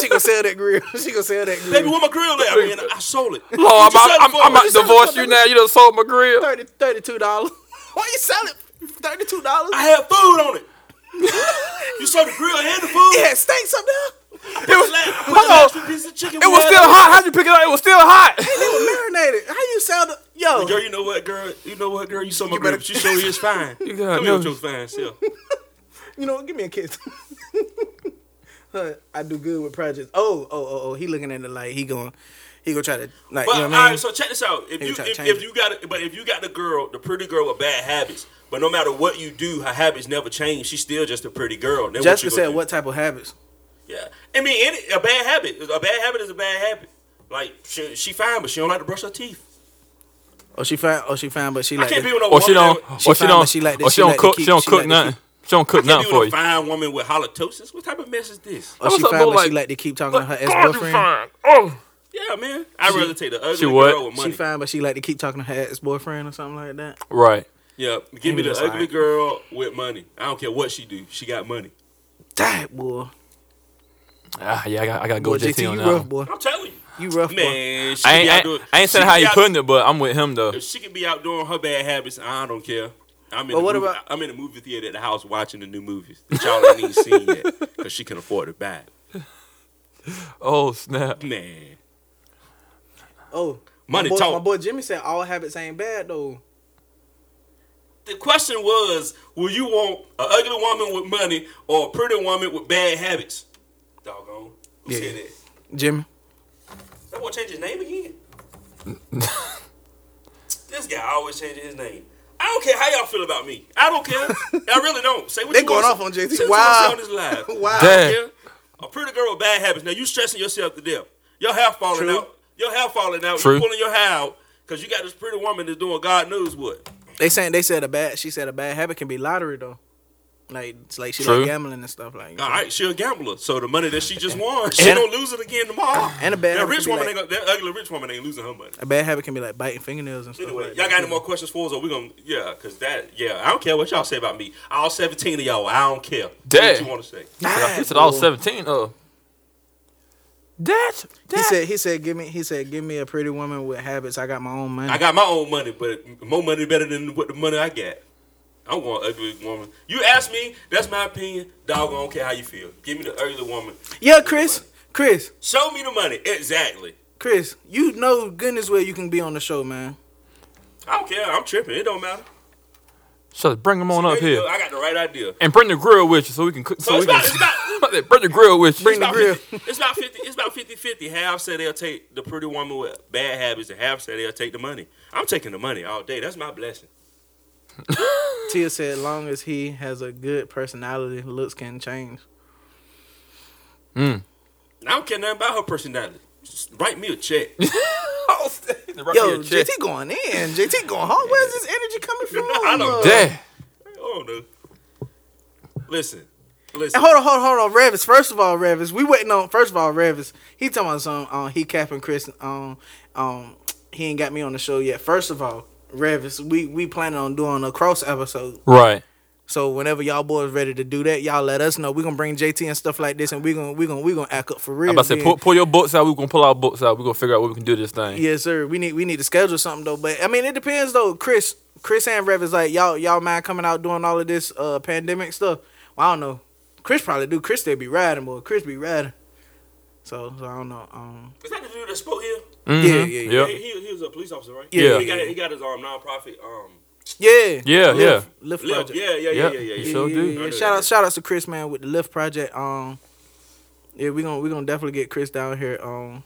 F: She gonna sell that grill. She gonna sell that grill.
E: Baby, where my grill at? I mean, I sold it. What
D: Lord, I'm,
E: you
D: out-
E: selling
D: I'm,
E: for? What
D: I'm about to
E: you selling
D: divorce
E: for,
D: you
E: baby?
D: now. You done sold my grill.
F: 30 32 dollars. Why you sell it? Thirty two dollars.
E: I had food on it. you sold the grill and the food.
F: Yeah, steaks up there.
E: It was. Hold
D: hold on.
E: Piece of chicken
D: It
E: we
D: was
E: had
D: still
E: on
D: hot. How'd you pick it up? It was still hot.
F: They were marinated. How you sell the yo?
E: Girl, you know what, girl? You know what, girl? You saw my grill.
F: better-
E: She sure is fine. you
D: gotta
E: Come here with
D: know.
E: your fine self.
F: You know, what? give me a kiss. Huh, I do good with projects. Oh, oh, oh, oh. He looking at the light. He going. He gonna try to like.
E: But
F: you know what
E: all
F: I mean?
E: right, so check this out. If
F: Maybe
E: you
F: try to
E: if,
F: change
E: if
F: it.
E: you got but if you got the girl, the pretty girl with bad habits, but no matter what you do, her habits never change. She's still just a pretty girl. Then what you
F: Jessica
E: gonna
F: said,
E: do?
F: "What type of habits?"
E: Yeah, I mean, any, a bad habit. A bad habit is a bad habit. Like she, she fine, but she don't like to brush her teeth.
F: Oh, she found. Oh, she found. But she like.
E: I can't be
F: this.
E: with no
D: Or
E: woman.
D: oh, she don't.
E: that-
F: She
D: Or she
F: fine,
D: don't.
F: but she like to-
D: Or
F: she
D: she don't
F: like to
D: cook. She
F: keep-
D: don't
F: she
D: cook
F: like to
D: nothing. She don't cook
E: Can't
D: nothing
E: be
D: for
E: with a
D: you.
E: fine woman with halitosis. What type of mess is this?
F: Oh, she
D: What's up,
F: found.
D: bro?
F: But she
D: Like-
F: like to keep talking to her ex
D: God, you
F: boyfriend.
D: fine. Oh.
E: Yeah, man. I'd rather take the ugly
D: she
E: girl
D: what?
E: with
F: She
E: money.
F: fine, but she like to keep talking to her ex boyfriend or something like that.
D: Right.
E: yeah, give me the
F: That's
E: ugly
F: alright.
E: girl with money. I don't care what she do. She got money.
F: That boy.
D: Ah, yeah, I got. I got to go
F: Boy,
D: JT,
F: JT,
D: on
F: you
D: that.
F: rough
D: one.
F: boy.
E: I'm telling you,
F: You rough boy.
E: man. She
D: I
E: could be
D: ain't,
E: out
D: I,
E: doing-
D: ain't- I ain't
E: she
D: saying
E: could
D: how
E: be
D: you
E: out-
D: putting it, but I'm with him though.
E: If she could be out doing her bad habits, I don't care. I'm in.
F: Well,
E: the
F: what
E: movie-
F: about-
E: I'm in the movie theater at the house watching the new movies that y'all ain't even seen yet because she can afford to buy.
D: Oh snap!
E: it. Man,
F: Oh,
E: Money
F: my boy,
E: talk.
F: My boy Jimmy said all habits ain't bad though.
E: the question was, will you want an ugly woman with money or a pretty woman with bad habits? Doggone. Who said
F: Yeah.
E: that?
F: Jimmy.
E: That boy changed his name again. this guy always changing his name. I don't care how y'all feel about me. I don't care. I really don't. Say what
F: They
E: you
F: going
E: want.
F: off on JT.
E: Say what you want to say
F: Wow.
E: on this live.
F: Wow.
D: Damn.
E: I don't care. A pretty girl with bad habits. Now you stressing yourself to death. Your hair falling
F: True.
E: out. Your hair falling out.
D: True.
E: You pulling your hair out because you got this pretty woman that's doing God knows what.
F: They saying they said a bad. She said a bad habit can be lottery though. Like it's like she
D: True.
F: like gambling and stuff like.
E: All right, she a gambler. So the money that she just won, she
F: And-
E: don't lose it again tomorrow.
F: And a bad
E: that
F: habit
E: rich
F: could be
E: woman,
F: like-
E: ain't gonna, that ugly rich woman ain't losing her money.
F: A bad habit can be like biting fingernails and stuff.
E: Anyway,
F: like
E: y'all
F: that,
E: got
F: too.
E: any more questions for us? Or we gonna yeah? Cause that yeah, I don't care what y'all say about me. All seventeen of y'all, I don't care. Say What
D: Damn.
E: you want to say?
F: Nah,
D: He said all
F: bro.
D: seventeen. Uh, that that.
F: He said he said give me he said give me a pretty woman with habits. I got my own money.
E: I got my own money, but more money better than what the money I got. I want an ugly woman. You ask me, that's my opinion. Dog, I don't care how you feel. Give me the ugly woman.
F: yeah, Chris, Chris,
E: Show me the money. Exactly.
F: Chris. You know goodness well you can be on the show, man.
E: I don't care. I'm tripping. It don't matter.
D: So bring him on up
E: There you
D: here
E: go. I got the right idea.
D: and bring the grill with you so we can cook. So,
E: So
D: we
E: it's about, it's
D: can.
E: about,
D: bring the grill with you.
E: it's
F: Bring the
E: about
F: grill.
E: 50, it's about 50 it's about 50 50 half say they'll take the pretty woman with bad habits and half say they'll take the money i'm taking the money all day that's my blessing
F: Tia said long as he has a good personality, looks can change.
E: and i don't care nothing about her personality Just write me a check
F: Yo, JT going in. JT going home. Where's this energy coming from?
E: I don't-
F: Uh,
D: Dad.
E: oh no listen listen
F: And hold on, hold on, hold on, Revis. First of all, Revis, we waiting on. First of all, Revis, he talking about some. Um, he capping Chris. Um, um, he ain't got me on the show yet. First of all, Revis, we we planning on doing a cross episode.
D: Right.
F: So whenever y'all boys ready to do that, y'all let us know. We gonna bring JT and stuff like this, and we gonna we gonna we gonna act up for real.
D: I'm about to say,
F: then.
D: pull, pull your books out. We're gonna pull our books out. We're gonna figure out what we can do this thing.
F: Yes, sir. We need we need to schedule something though. But I mean, it depends though. Chris, Chris and Rev is like y'all y'all mind coming out doing all of this uh pandemic stuff. Well, I don't know. Chris probably do. Chris they be riding, boy. Chris be riding. So, so I don't know. Um,
E: is that the dude that spoke here
D: Mhm.
F: yeah, yeah, yeah.
D: Yep.
E: he, he, he was a police officer right
F: Yeah.
E: he got, he got his um, non-profit um
F: yeah,
D: Yeah,
F: Lift-
D: yeah.
F: Lift
E: lift.
F: project.
E: yeah yeah yeah yeah
D: Yeah,
E: yeah, yeah,
D: he
E: yeah.
D: sure
F: yeah,
D: do.
F: yeah,
E: I
F: yeah.
E: know
F: Shout
E: that.
F: out, shout outs to Chris man with the Lift project. Um, yeah, we gonna we gonna definitely get Chris down here. Um,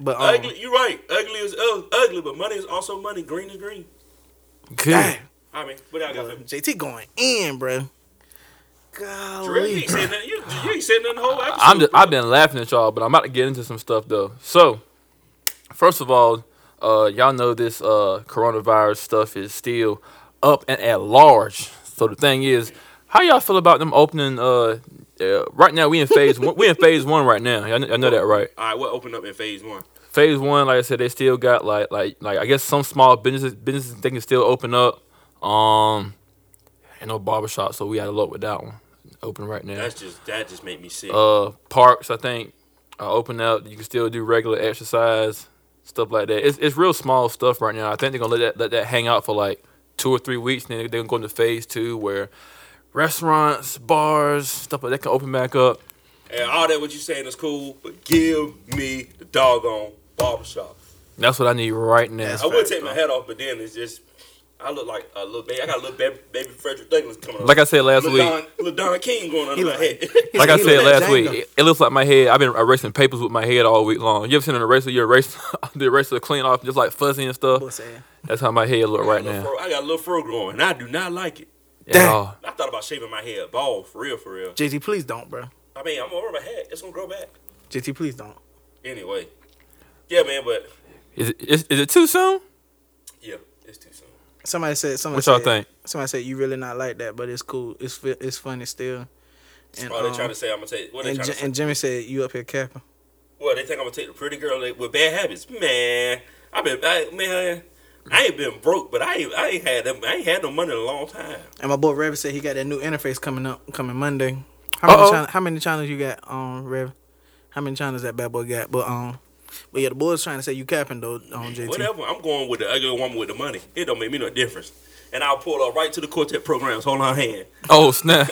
F: but um,
E: ugly you're right ugly is ug- ugly but money is also money green is green
D: Good.
E: i mean what y'all got for me?
F: JT going in, bro.
E: Really? You
F: Golly.
E: ain't said nothing. You, you ain't said nothing the whole episode.
D: I'm just, I've been laughing at y'all, but I'm about to get into some stuff though. So, first of all, uh, y'all know this uh, coronavirus stuff is still up and at large. So the thing is, how y'all feel about them opening? Uh, uh, right now we in phase one. We in phase one right now. I know, know that, right?
E: All right, what opened up in phase one?
D: Phase one, like I said, they still got like like like I guess some small businesses businesses they can still open up. Um, and no barbershop, so we had a lot with that one. Open right now.
E: That's just that just made me sick.
F: Oh.
D: uh parks i think are open up you can still do regular exercise stuff like that it's, it's real small stuff right now i think they're gonna let that let that hang out for like two or three weeks and then they're gonna go into phase two where restaurants bars stuff like that can open back up
E: and all that what you saying is cool, but give me the doggone barbershop.
D: that's what i need right now
E: I would take my hat off, but then it's just I look like a little baby. I got a little baby, baby Frederick Douglass coming. up.
D: like i said last
E: Lil
D: week
E: Don, Lil Don King going under
F: He
E: my
F: like-
E: head.
D: like I
F: He
D: said
F: look like
D: last
F: Django.
D: week, it, it looks like my head. I've been erasing papers with my head all week long. You ever seen an eraser? You erase the eraser clean off, just like fuzzy and stuff.
F: What's that?
D: That's how my head look right
E: Lil
D: now.
E: Fro- I got a little fro growing, and I do not like it.
D: At all.
E: I thought about shaving my head bald, for real, for real.
F: JT, please don't, bro.
E: I mean, I'm over my head. It's gonna grow back
F: JT, please don't.
E: anyway. Yeah, man, but
D: Is it, is, is it too soon?
E: yeah, it's too soon.
F: Somebody said. Somebody
D: What y'all
F: said-
D: think?
F: Somebody said you really not like that, but it's cool. It's fi- it's funny still. And,
E: Oh, they trying
F: um,
E: to say I'm gonna take. What they
F: and,
E: trying to
F: J-
E: say?
F: and Jimmy said you up here capping.
E: Well, they think I'm gonna take the pretty girl that- with bad habits. Man, I've been I, man, I ain't been broke, but I ain't, I ain't had them, I ainain't had no money in a long time.
F: And my boy Rev said he got that new interface coming up coming Monday. How many,
D: Uh-oh.
F: channel, how many channels you got on Rev? How many channels that bad boy got? But um, but yeah, the boys trying to say you capping though um, on JT.
E: Whatever, I'm going with the ugly woman with the money. It don't make me no difference. And I'll pull her right to the quartet programs. Hold her hand.
D: Oh snap!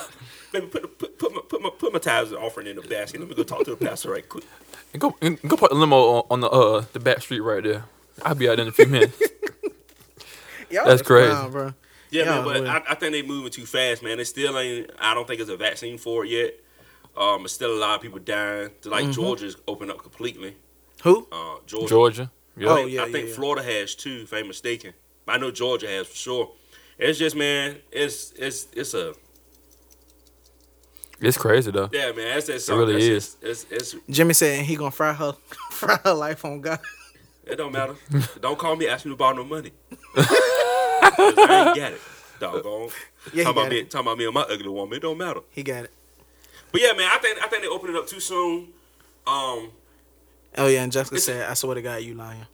E: Baby, put the, put put my put my put my tithes and offering in the basket. Let me go talk to the pastor right quick.
D: And Go and go park the limo on, on the uh the back street right there. I'll be out in a few minutes.
F: Y'all
D: That's
F: is
D: crazy.
F: wild, bro.
E: Yeah,
F: Y'all
E: man,
F: is
E: but
F: wild.
E: I, I think they moving too fast, man. It still ain't. I don't think it's a vaccine for it yet. Um, it's still a lot of people dying. Like Georgia's opened up completely.
F: who?
E: Uh, Georgia.
D: Georgia. Yep.
F: Oh,
E: think-
F: yeah,
E: I think
F: yeah, yeah.
E: Florida has too, if I'm mistaken. I know Georgia has for sure. It's just man, it's it's it's a
D: It's crazy though.
E: Yeah, man, that's that song.
D: really
E: that's,
D: is.
E: It's, it's, it's-
F: Jimmy said he gonna fry her, fry her life on God.
E: it don't matter. don't call me. Ask me about no money. 'Cause I ain't got it. Doggone.
F: Yeah, he
E: talking about
F: got
E: me,
F: it.
E: talking about me and my ugly woman. It don't matter.
F: He got it.
E: But yeah, man, I think I think they opened it up too soon. Um,
F: Oh yeah, and Jessica said, "I swear to God, you lying."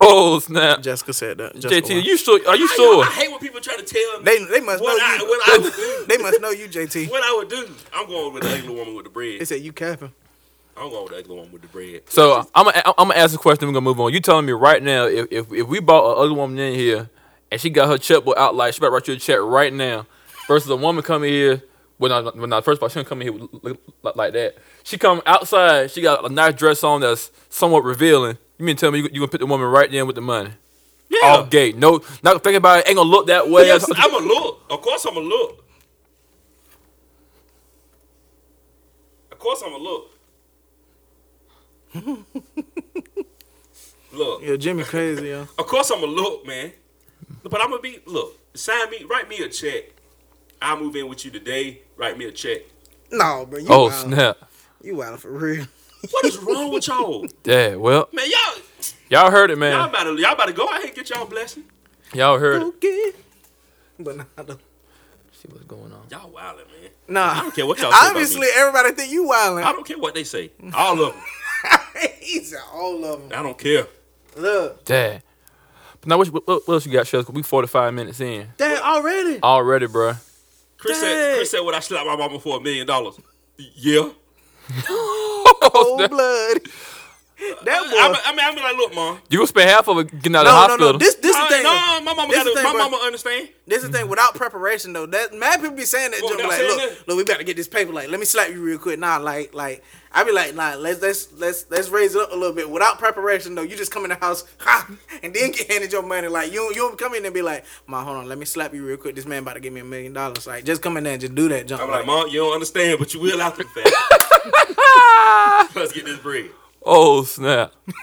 D: Oh snap!
F: Jessica said that. Jessica
D: JT,
F: lied.
D: you sure? Are you
E: I,
D: sure?
E: I hate when people try to tell me
F: They they must
E: what, I,
F: know you.
E: what I would do.
F: They must know you, JT.
E: What I would do. I'm going with the ugly woman with the
F: They
E: bread.
F: said you capping.
E: I'm going with the ugly woman with the bread.
D: So I'm gonna I'm gonna ask a question. We're gonna move on. You telling me right now if if, if we bought an ugly woman in here and she got her checkbook out like she about to write you a check right now, versus a woman coming here when I when I first bought she didn't come in here look like- like that. She come outside. She got a nice dress on that's somewhat revealing. You mean tell me you, you gonna put the woman right then with the money?
E: Yeah.
D: All gay. No, not thinking about it. Ain't gonna look that way.
E: Yes, I'm a look. Of course, I'm a look. Of course, I'm a look. look.
F: Yo, Jimmy crazy, yo.
E: Of course, I'm a look, man. But I'm gonna be look. Sign me. Write me a check. I move in with you today. Write me a check.
F: No, bro. You
D: oh
F: wild.
D: snap!
F: You wild for real.
E: What is wrong with y'all,
D: Yeah. Well,
E: man? Y'all,
D: y'all heard it,
E: y'all
D: man.
E: about to y'all about to go out here and get y'all blessing.
D: Y'all heard it.
F: Okay. But nah, I don't-
D: See what's going on.
E: Y'all wildin', man.
F: nah.
E: I don't care what y'all say about me.
F: Obviously, everybody think you
E: I
F: wilding.
E: don't care what they say. All of them.
F: He's all of them.
E: I don't care.
F: Look,
D: Dad. But now, what, what, what else you got, Shells? We 45 minutes in
F: that already.
D: already, bruh.
E: Chris said,
F: Dang.
E: Chris said, "Would I slap my mama for a million dollars?" Yeah.
D: Oh,
F: Cold blood. That
E: I,
F: boy.
E: I mean, I'm like, look, mom.
D: You gonna spend half of it getting out
F: No,
D: of the
F: no,
D: hospital.
F: no. This, this
E: I-
F: the thing. though.
E: no, my mama
F: This
E: got
F: the thing,
E: my
F: bro.
E: mama understand.
F: This is the thing without preparation though. That mad people be saying that
E: Well,
F: jump
E: that's
F: like,
E: it,
F: look,
E: man.
F: look, we gotta get this paper. Like, let me slap you real quick. Nah, like, like I be like, nah, let's let's let's let's raise it up a little bit without preparation though. You just come in the house, ha, and then get handed your money. Like you you don't come in and be like, ma, hold on, let me slap you real quick. This man about to give me a million dollars. Like, just come in there and just do that jump.
E: I'm
F: Like,
E: like, mom, you don't understand, but you will after the fact. Let's get this bread.
D: oh snap!
F: he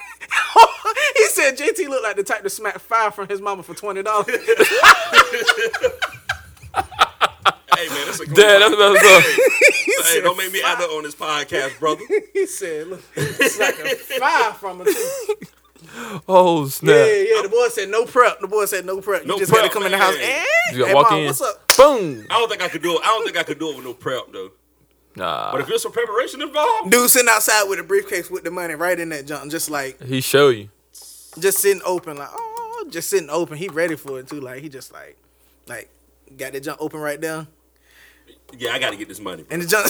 F: said JT looked like the type to smack five from his mama for twenty dollars.
E: Hey man, that's a cool
D: Dad, that's what's up.
E: Hey, don't make me out there on this podcast, brother.
F: he said, look, smack a five from him too.
D: Oh snap!
F: Yeah, yeah, yeah. The boy said no prep. The boy said no prep. You
E: No
F: just
E: prep,
F: gotta come in the
E: man.
F: house. Eh?
D: You gotta
F: Hey,
D: walk
F: Mom,
D: in.
F: What's up?
D: Boom!
E: I don't think I could do it. I don't think I could do it with no prep though.
D: Nah,
E: But if there's some preparation involved,
F: Dude sitting outside with a briefcase with the money right in that junk, just like
D: he show you.
F: just sitting open, like oh, just sitting open. He ready for it too. Like he just like like got the junk open right there,
E: yeah, I got to get this money.
F: and the junk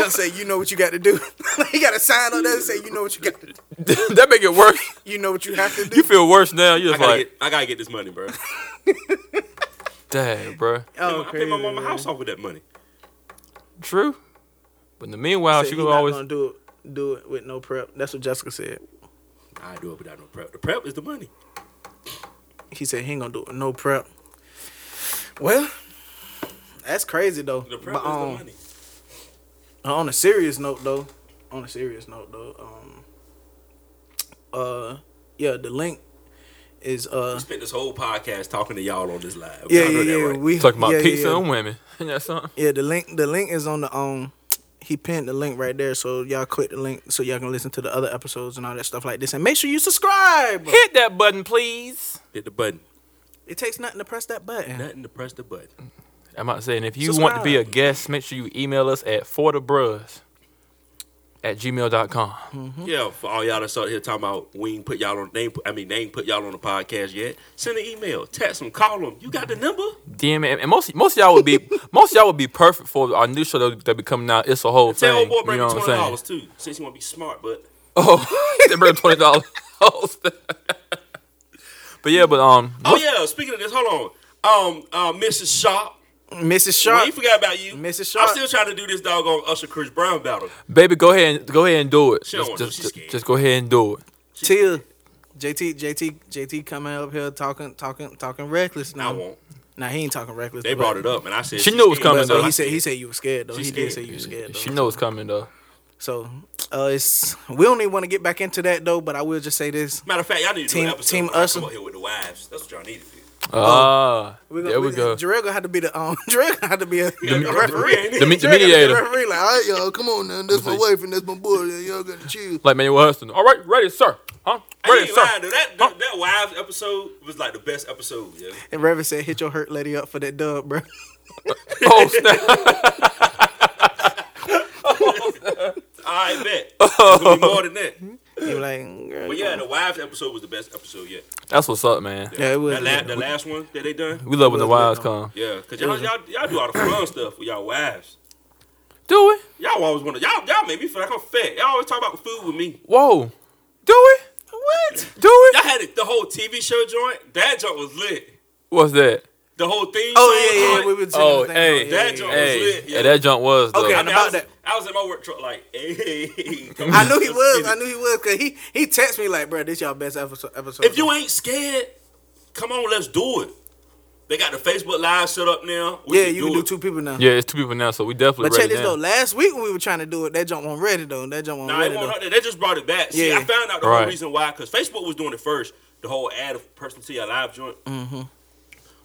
F: junk say you know what you got to do. he got a sign on there that say you know what you got to do.
D: that make it worse.
F: You know what you have to do.
D: You feel worse now. You
E: I
D: just
E: gotta
D: like,
E: get, I gotta get this money, bro.
D: dad, bruh.
F: oh,
E: I pay my mama
F: man.
E: house off with that money.
D: True. But in the meanwhile,
F: Said he
D: she gonna
F: not
D: always.
F: gonna do it. Do it with no prep. That's what Jessica said.
E: I do it without no prep. The prep is the money.
F: He said he ain't gonna do it with no prep. Well, that's crazy though.
E: The prep
F: But,
E: is
F: um,
E: the money.
F: On a serious note, though, on a serious note, though, um, uh, yeah, the link is uh,
E: spent this whole podcast talking to y'all on this live.
F: yeah,
E: Y'all know
F: yeah,
E: that,
F: yeah.
E: right?
F: We
D: Talking about
F: yeah, yeah,
D: pizza
F: yeah.
D: and women. Isn't that something?
F: Yeah, the link, the link is on the um, he pinned the link right there, so y'all click the link so y'all can listen to the other episodes and all that stuff like this, and make sure you subscribe.
D: Hit that button, please.
E: Hit the button.
F: it takes nothing to press that button.
E: Nothing to press the button.
D: I'm about to say, and if you want to be a
F: Subscribe.
D: guest, make sure you email us at forthebrus at gmail.com. Mm-hmm.
E: Yeah, for all y'all that's out here talking about we ain't put y'all on they ain't put, I mean they ain't put y'all on the podcast yet. Send an email, text them, call them. You got the number?
D: DM it. and most most of y'all would be most of y'all would be perfect for our new show that, that be coming out. It's a whole
E: Tell
D: thing.
E: old boy
D: you
E: bring
D: know
E: me
D: what
E: twenty
D: I'm saying?
E: dollars too. Since you wanna be smart, but
D: Oh, they bring twenty dollars. but yeah, but um,
E: Oh yeah, speaking of this, hold on. Um uh Mrs. Sharp.
F: Mrs.
E: We
F: Sharp,
E: ain't forgot about you.
F: Mrs.
E: I'm
F: Sharp.
E: still trying to do this doggone Usher Chris Brown battle.
D: baby, go ahead and go ahead and do it.
E: She don't
D: Just
E: wanna do it.
D: just,
E: She's scared.
D: just, just go ahead and do it.
F: Tia, JT, JT, JT coming up here talking, talking, talking reckless now.
E: I won't.
F: Now he ain't talking reckless.
E: They
F: but-
E: brought it up and I said
D: She knew it was
E: scared.
D: coming,
F: But,
D: though.
F: but he said he said you were scared though.
E: She
F: he
E: scared.
F: did say you were scared though.
D: She knows coming though.
F: So uh, it's we don't even want to get back into that though. But I will just say this:
E: Matter of fact, y'all need to do
F: Team-
E: an episode
F: Team
E: where I
F: Usher.
E: Come out here with the wives. That's what y'all need to do.
D: Ah,
F: We
D: there we go.
F: Jarrell gonna have to be the um. Jarrell gonna have to be a
E: The referee ain't
D: The,
E: it?
F: Jarrell gonna be
D: me- the
F: The
D: mediator,
F: referee, like, all right, y'all, come on, now. That's my
D: Like-
F: wife and that's my boy. and Y'all gotta chill.
D: like Manuel Huston. All right, ready, sir. Huh?
E: I
D: Ready,
E: ain't
D: sir.
E: lying, though. That, that, that Wives episode was like the best episode, yeah.
F: And Reverend said, hit your hurt lady up for that dub, bro.
D: Oh snap!
E: I bet. It's gonna be more than that.
F: He was like, girl,
E: But yeah, the Wives episode was the best episode yet.
D: That's what's up, man.
F: Yeah, it was
E: That la-
F: good.
E: the last one that they done.
D: We love when the
F: It was lit,
D: wilds
F: though.
D: come.
E: Yeah, cause y'all, y'all y'all do all the fun stuff with y'all wives.
D: Do we?
E: Y'all always wanna y'all y'all make me feel like I'm fat. Y'all always talk about food with me.
D: Whoa. Do we?
E: What?
D: Do we?
E: Y'all had it, the whole TV show joint. That joint was lit.
D: What's that?
E: The whole thing.
F: oh yeah, yeah,
E: joint.
F: we were singing
D: Oh,
F: the thing.
D: hey,
F: yeah,
E: that
F: yeah,
E: joint
F: yeah.
E: was
D: Hey,
E: lit.
D: yeah, that junk was though.
F: Okay,
E: I,
F: and
E: mean, I,
F: about
E: was,
F: that-
E: I was in my work truck like, hey. come
F: I
E: on,
F: knew he
E: let's
F: was.
E: get it.
F: I knew he was because he he texted me like, bro, this y'all best episode. episode
E: If you ain't scared, come on, let's do it. They got the Facebook Live set up now. We
F: yeah, you can do
E: it.
F: two people now.
D: Yeah, it's two people now, so we definitely
F: But check
D: ready
F: this
D: now.
F: though. Last week when we were trying to do it, that jump on ready though. That jump on
E: Nah, it
F: ready
E: won't
F: though.
E: hurt that. They just brought it back. See,
F: Yeah.
E: I found out the
D: Right.
E: whole reason why because Facebook was doing it first, the whole ad of personal to your live joint. Mm-hmm.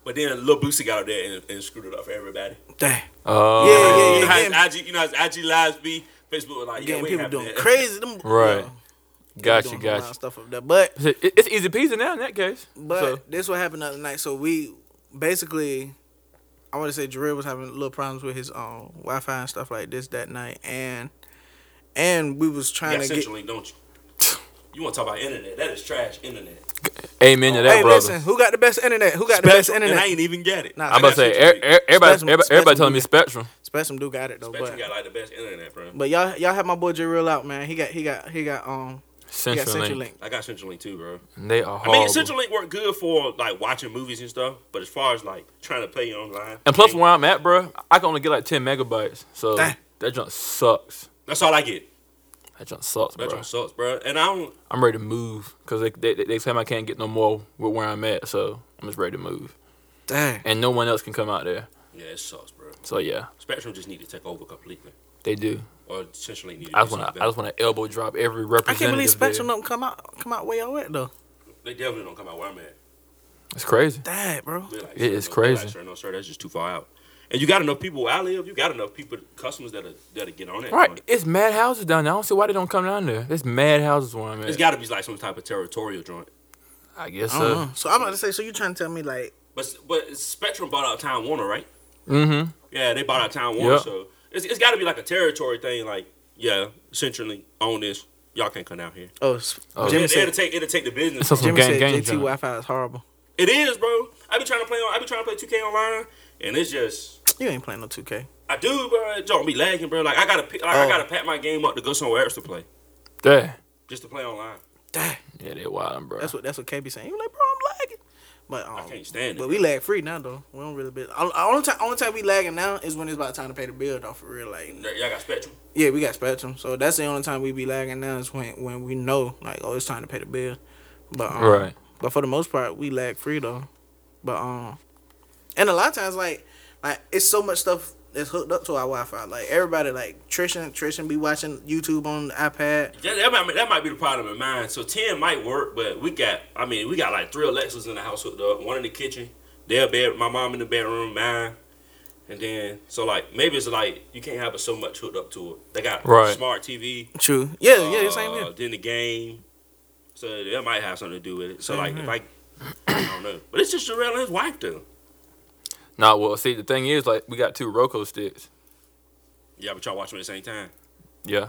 E: But then Lil Boosie got out there and, and screwed it up for everybody.
F: Damn.
D: Oh,
F: Yeah, yeah,
E: You know
F: yeah.
E: how
F: Getting,
E: his IG, you know, how his IG lives be. Facebook was like, yeah,
F: getting
E: we ain't
F: people
E: having
F: doing
E: that.
F: crazy. Them,
D: Right.
F: got
D: Gotcha,
F: you, got
D: gotcha.
F: you. Stuff up there. But
D: It- It's easy peasy now in that case.
F: but
D: So-
F: this what happened the other night. So we basically, I want to say Jarrell was having little problems with his um Wi-Fi and stuff like this that night, and and we was
E: You
F: trying
E: got
F: to get.
E: Central Link, don't you? You want to talk about internet? That is trash internet.
D: amen to that,
F: Hey,
D: brother.
F: listen, who got the best internet? Who got the best
E: Spectrum,
F: internet?
E: and I ain't even get it.
F: Nah,
E: I
D: I'm
E: got
D: about to say
E: Central
D: er,
E: Link.
D: er, everybody,
F: Spectrum-
D: everybody, everybody
F: Spectrum
D: telling me Spectrum.
F: Spectrum do got it though,
E: Spectrum
F: but
E: got like the best internet, bro.
F: but y'all y'all have my boy Jarrell out, man. He got he got he got um he got
D: Central,
F: Central
D: Link.
F: Link.
E: I got Central Link too, bro.
D: They are
E: I
D: horrible.
E: mean, Central Link worked good for like watching movies and stuff, but as far as like trying to play online,
D: and plus,
E: ain't-
D: where I'm at, bro, I can only get like 10 megabytes. So
F: Dang.
D: that junk sucks.
E: that's all I get.
D: That junk sucks,
E: That
D: bro.
E: joint sucks, bro. And I don't.
D: I'm ready to move because they, they, they, they claim I can't get no more with where I'm at. So I'm just ready to move.
F: Dang.
D: And no one else can come out there.
E: Yeah, it sucks, bro.
D: So yeah,
E: Spectrum just need to take over completely,
D: they do.
E: or Central Link need to.
D: I
E: do
D: just want
E: something
D: to I just want to elbow drop every
F: I
D: representative.
F: can't believe Spectrum
D: there.
F: don't come out come out where y'all at though.
E: better. They definitely don't come out where I'm at.
D: It's crazy.
F: Dad, bro.
E: They're like,
D: It is
E: no,
D: crazy.
E: they're like, sir, no, sir, that's just too far out. And you got enough people where I live. You got enough people, customers that are that are get on that.
D: Right,
E: joint.
D: it's mad houses down there. I don't see why they don't come down there. It's mad houses where I'm
E: It's
D: at.
E: got to be like some type of territorial joint.
D: I guess
F: I
D: so.
F: don't know. Uh-huh. So I'm about to say, so you trying to tell me like
E: But but Spectrum bought out Time Warner, right?
D: Mm-hmm.
E: Yeah, they bought out Time Warner,
D: Yeah.
E: so it's, it's got to be like a territory thing. Like, yeah, centrally own this. Y'all can't come out here.
F: oh, s-
D: Oh.
F: Jimmy
E: It,
F: said
E: it'll take it'll take the business.
D: It's on some
F: Jimmy
D: gang
F: said
D: gang
F: JT
D: junk.
F: Wi-Fi is horrible.
E: It is, bro. I be trying to play on. I be trying to play 2K online, and it's just
F: You ain't playing no 2K.
E: I do, bro. It Don't be lagging, bro. Like I gotta pick, like,
F: Oh.
E: I gotta pack my game up to go somewhere else to play,
D: Yeah,
E: just to play online.
F: Dad,
D: yeah, they wild, bro.
F: that's what that's what KB saying. You like, bro, I'm lagging. But um,
E: I can't stand it.
F: But we lag free now though. We don't really be. o- Only time only time we lagging now is when it's about time to pay the bill though. For real, like
E: Y'all got Spectrum.
F: Yeah, we got Spectrum, so that's the only time we be lagging now is when when we know like oh it's time to pay the bill, but um,
D: Right.
F: But for the most part, we lag free though, but um, and a lot of times like like it's so much stuff that's hooked up to our Wi-Fi. Like everybody like Trishan Trishan be watching YouTube on the iPad.
E: Yeah, that might, that might be the problem in mine. So ten might work, but we got I mean we got like three Alexas in the house hooked up. One in the kitchen, their bed, my mom in the bedroom, mine, and then so like maybe it's like you can't have it so much hooked up to it. They got
D: Right.
E: smart TV.
F: True. Yeah, yeah, same
E: uh,
F: here.
E: Then the game, so that might have something to do with it. So like if I, I don't know, but it's just Jarrell and his wife though.
D: Nah, well, see, the thing is, like, we got two Roku sticks.
E: Yeah, but y'all watch them at the same time.
D: Yeah.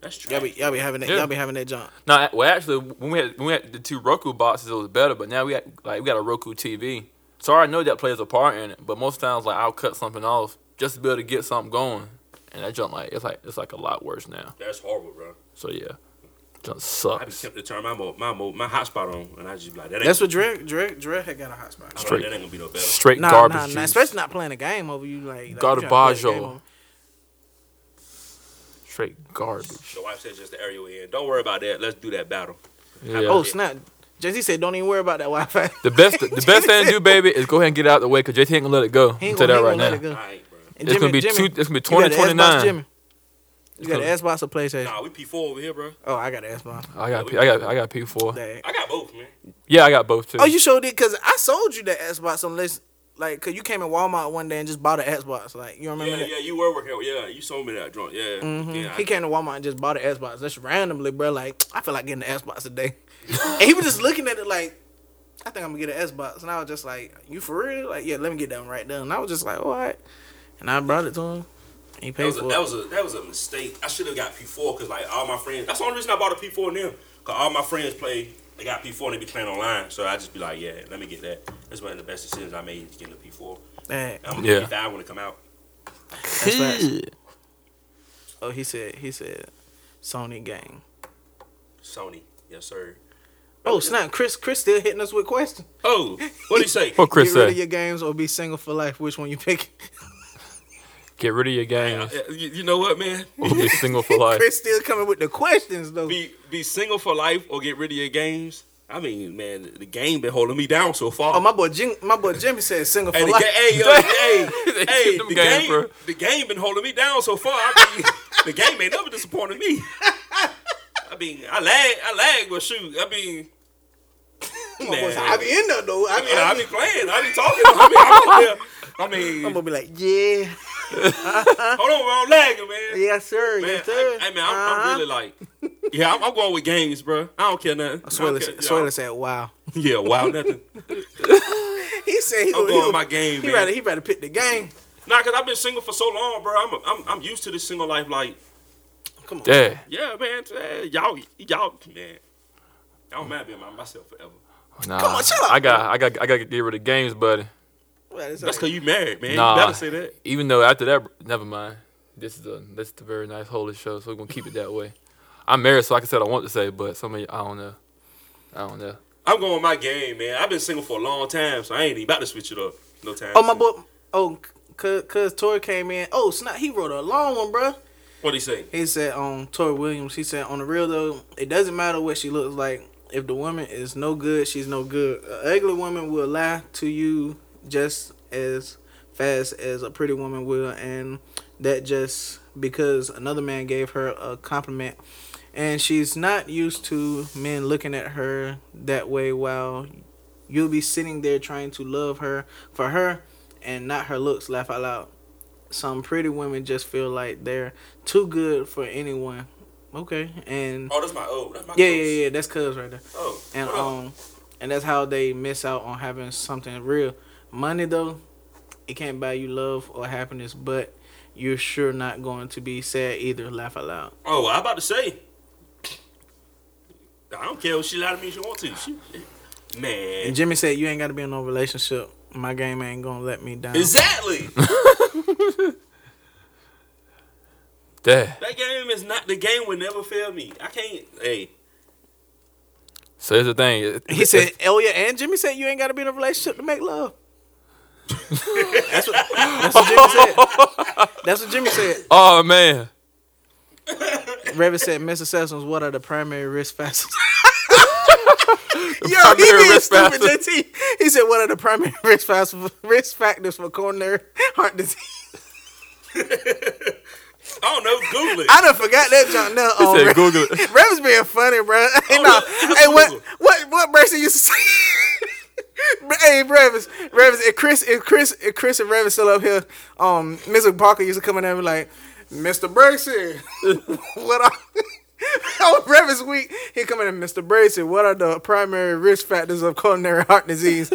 E: That's true.
F: Y'all be y'all be having that
D: Yeah.
F: y'all be having that junk.
D: No, a- well, actually, when we had when we had the two Roku boxes, it was better. But now we got like we got a Roku TV, so I know that plays a part in it. But most times, like I'll cut something off just to be able to get something going, and that jump like it's like it's like a lot worse now.
E: That's horrible, bro.
D: So yeah, jump
E: I be
D: sucks.
E: tempted to turn my mo- my mo- my hotspot on, and I just be like, that ain't,
F: That's what Dre Dre Dre had got a hot spot.
E: I don't know, that ain't gonna be no better.
D: Straight
F: Nah,
D: garbage
F: nah, nah,
D: juice.
F: especially not playing a game over you like, like you trying to play the
D: Garbaggio.
F: game over-
D: Straight garbage.
E: The wife said just the area we in. Don't worry about that. Let's do that battle.
D: Yeah.
F: Oh snap! Jay Z said, "Don't even worry about that Wi-Fi."
D: The best, the best thing to do, baby, is go ahead and get it out the way because JT ain't gonna let it go.
F: He ain't
D: I'll tell
F: gonna,
D: that
F: he
D: right
F: ain't gonna let it
D: now.
F: go.
E: All right, bro.
F: And
D: It's gonna be two- it's gonna be
F: You got an Xbox,
D: 2029.
F: you got an Xbox or PlayStation?
E: Nah, we P4 over here, bro.
F: Oh, I got an Xbox.
D: I got, P- I got, I got P four.
F: Dang.
E: I got both, man.
D: Yeah, I got both too.
F: Oh, you showed it because I sold you the Xbox unless like because you came in Walmart one day and just bought an Xbox. Like you remember
E: Yeah,
F: that?
E: yeah, you were working. Yeah, you sold me that drunk. Yeah, yeah. I-
F: Mm-hmm. He came to Walmart and just bought an Xbox. That's randomly, bro. Like I feel like getting an Xbox today. and he was just looking at it like. I think I'm gonna get an Xbox, and I was just like, "You for real? Like, yeah, let me get that one right there." And I was just like, "All right," and I brought it to him. and He
E: That
F: paid
E: was, a,
F: for
E: that
F: it.
E: was a that was a mistake. I should have got P four because like all my friends. That's the only reason I bought a P four now. Cause all my friends play. They got P four and they be playing online. So I just be like, yeah, let me get that. That's one of the best decisions I made is getting a P four.
F: Man,
E: I'm
D: Yeah.
E: gonna P five when it come out.
F: that's facts. Oh, he said, he said, Sony gang.
E: Sony, yes sir.
F: Oh snap! Chris, Chris still hitting us with questions.
E: Oh, what do you say?
D: What Chris
F: get rid of
D: said?
F: your games or be single for life. Which one you pick?
D: Get rid of your games.
E: Uh, you, you know what, man?
D: You'll be single for life.
F: Chris still coming with the questions though.
E: Be be single for life or get rid of your games. I mean, man, the game been holding me down so far.
F: Oh, my boy, Jim, my boy Jimmy said single for
E: Hey, the
F: life.
E: ga- hey, yo, hey,
D: They
E: hey,
D: keep them
E: the
D: games,
E: game,
D: bro.
E: the game been holding me down so far. I mean, the game ain't never disappointed me. I mean, I lag, I lag, but shoot, I mean,
F: My boy
E: man,
F: said, I be in there though. I be,
E: I be playing, I be talking. I mean, I'm in there. I
F: I'm
E: mean,
F: gonna be like, yeah,
E: hold on, bro, I'm lagging, man.
F: yes sir,
E: Man,
F: yes
E: I,
F: sir.
E: hey, man, I'm,
F: Uh-huh.
E: I'm really like, yeah, I'm, I'm going with games, bro. I don't care nothing. I don't
F: Swiller,
E: care-
F: said-
E: yeah,
F: Swiller said, wow.
E: yeah, wow, nothing.
F: He said he
E: I'm going
F: would- Oh, he would-
E: my game,
F: He
E: man.
F: rather he rather pick the game.
E: Nah, cause I've been single for so long, bro. I'm, I'm, I'm used to this single life, like.
D: Yeah.
E: Yeah, man. eh, Y'all, y'all, man. I don't mind being by myself forever.
D: Nah.
F: Come on, chill out,
D: I got, I got, I got to get rid of games, buddy.
F: Well, it's
E: That's
F: like,
E: because you married, man.
D: Nah.
E: You better say that.
D: Even though after that, never mind. This is a, this is a very nice holy show, so we're gonna keep it that way. I'm married, so like I said, I want to say, but some of you, I don't know. I don't know.
E: I'm going my game, man. I've been single for a long time, so I ain't even about to switch it up. No time.
F: oh my boy. Oh, cause, cause Tori came in. Oh snap, he wrote a long one, bruh.
E: What do you say?
F: He said um, Tori Williams. He said on the real though, it doesn't matter what she looks like. If the woman is no good, she's no good. A ugly woman will lie to you just as fast as a pretty woman will, and that just because another man gave her a compliment, and she's not used to men looking at her that way. While you'll be sitting there trying to love her for her and not her looks. Laugh out loud some pretty women just feel like they're too good for anyone. Okay, and
E: Oh, that's my oh, that's my
F: yeah,
E: close.
F: yeah, yeah, that's cuz right there.
E: Oh,
F: And
E: what up?
F: um, and that's how they miss out on having something real. Money though, it can't buy you love or happiness, but you're sure not going to be sad either. Laugh out loud.
E: oh, I'm about to say. I don't care what she lied to me. If she want to. She,
F: And
E: man.
F: Jimmy said, "You ain't got to be in no relationship. My game ain't gonna let me down."
E: Exactly.
D: Dad,
E: that game is not the game. Will never fail me. I can't. Hey,
D: so here's the thing. It-
F: he
D: it-
F: said, "Elia and Jimmy said you ain't got to be in a relationship to make love." that's, what, that's what Jimmy said. That's what Jimmy said.
D: "Oh man,
F: Revis said, Miss Assassins, what are the primary risk factors? Yo, he
D: primary
F: being
D: risk
F: stupid,
D: factors.
F: JT. He said, what are the primary risk factors, risk factors for coronary heart disease?
E: I don't know. Google it.
F: I done forgot that junk now.
D: he said
F: Um,
D: Google it.
F: Revis being funny, bro. Hey, no.
E: yeah,
F: hey what,
E: Google.
F: what, what Braxton used to say? Hey Revis, Revis, if Chris, if Chris, if Chris and Revis still up here, um, Mr. Parker used to come in there and be like, "Mr. Braxton, what are on Revis week, he come in, Mr. Brayson, what are the primary risk factors of coronary heart disease?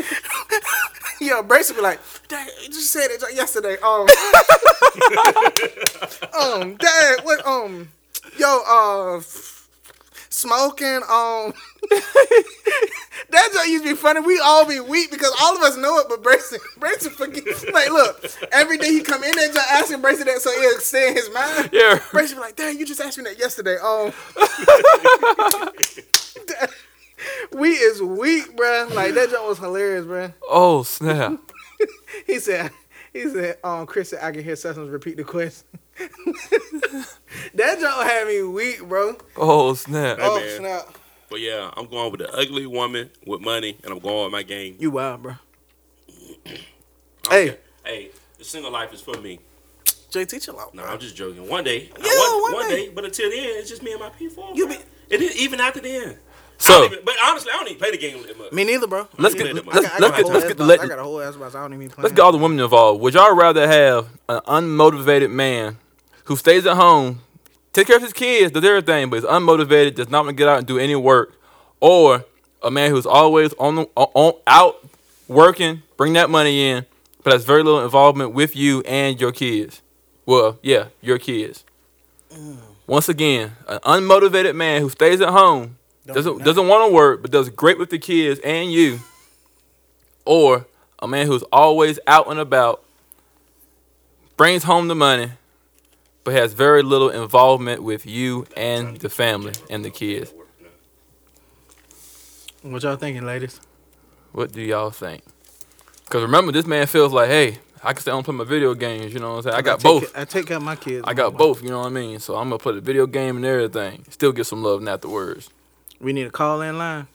F: Yo, Brayson be like, Dad, you just said it yesterday. Um, um, Dad, what, um, yo, uh, f- smoking, um, that just used to be funny. We all be weak because all of us know it, but Brayson, Brayson forget. Like, look, every day he come in there just asking Brayson that, so it'll stay in his mind.
D: Yeah,
F: Brace be like, "Dang, you just asked me that yesterday." Um, we is weak, bruh. Like that joke was hilarious, bruh.
D: Oh snap.
F: He said, he said, um, Chris said, "I can hear Sessions repeat the question." that joke had me weak, bro.
D: Oh snap.
F: oh
E: man.
F: snap!
E: But yeah, I'm going with the ugly woman with money, and I'm going with my game.
F: You wild, bro. hey,
E: Hey, the single life is for me.
F: JT, chill out.
E: No, I'm just joking. One day,
F: Yeah,
E: one,
F: one
E: one
F: day.
E: day. But until then, it's just me and my P4.
F: You
E: bro.
F: be-
E: it is even after then.
D: So
E: Even- But honestly, I don't even play the game that much.
F: Me neither, bro.
D: Let's
E: get-
F: I got-
E: let's-
F: I got
E: let's
F: a
E: get-
F: whole
D: let's get the
F: Xbox.
D: leg-
F: I got a whole Xbox. I don't even play.
D: Let's get all the women involved. Would y'all rather have an unmotivated man who stays at home, take care of his kids, does everything, but is unmotivated, does not want to get out and do any work, or a man who's always on the on, on out working, bring that money in, but has very little involvement with you and your kids? Well, yeah, your kids.
F: Mm.
D: Once again, an unmotivated man who stays at home,
F: Don't do
D: doesn't
F: nothing.
D: doesn't want to work, but does great with the kids and you, or a man who's always out and about, brings home the money, but has very little involvement with you and the family and the kids.
F: What y'all thinking, ladies?
D: What do y'all think? Because remember, this man feels like, hey, I can stay home and play my video games. You know what I'm saying? I got
F: take
D: both.
F: care- I take care of my kids.
D: I
F: mama.
D: got both. You know what I mean? So I'm gonna play the video game and everything. Still get some love afterwards.
F: We need a call in line.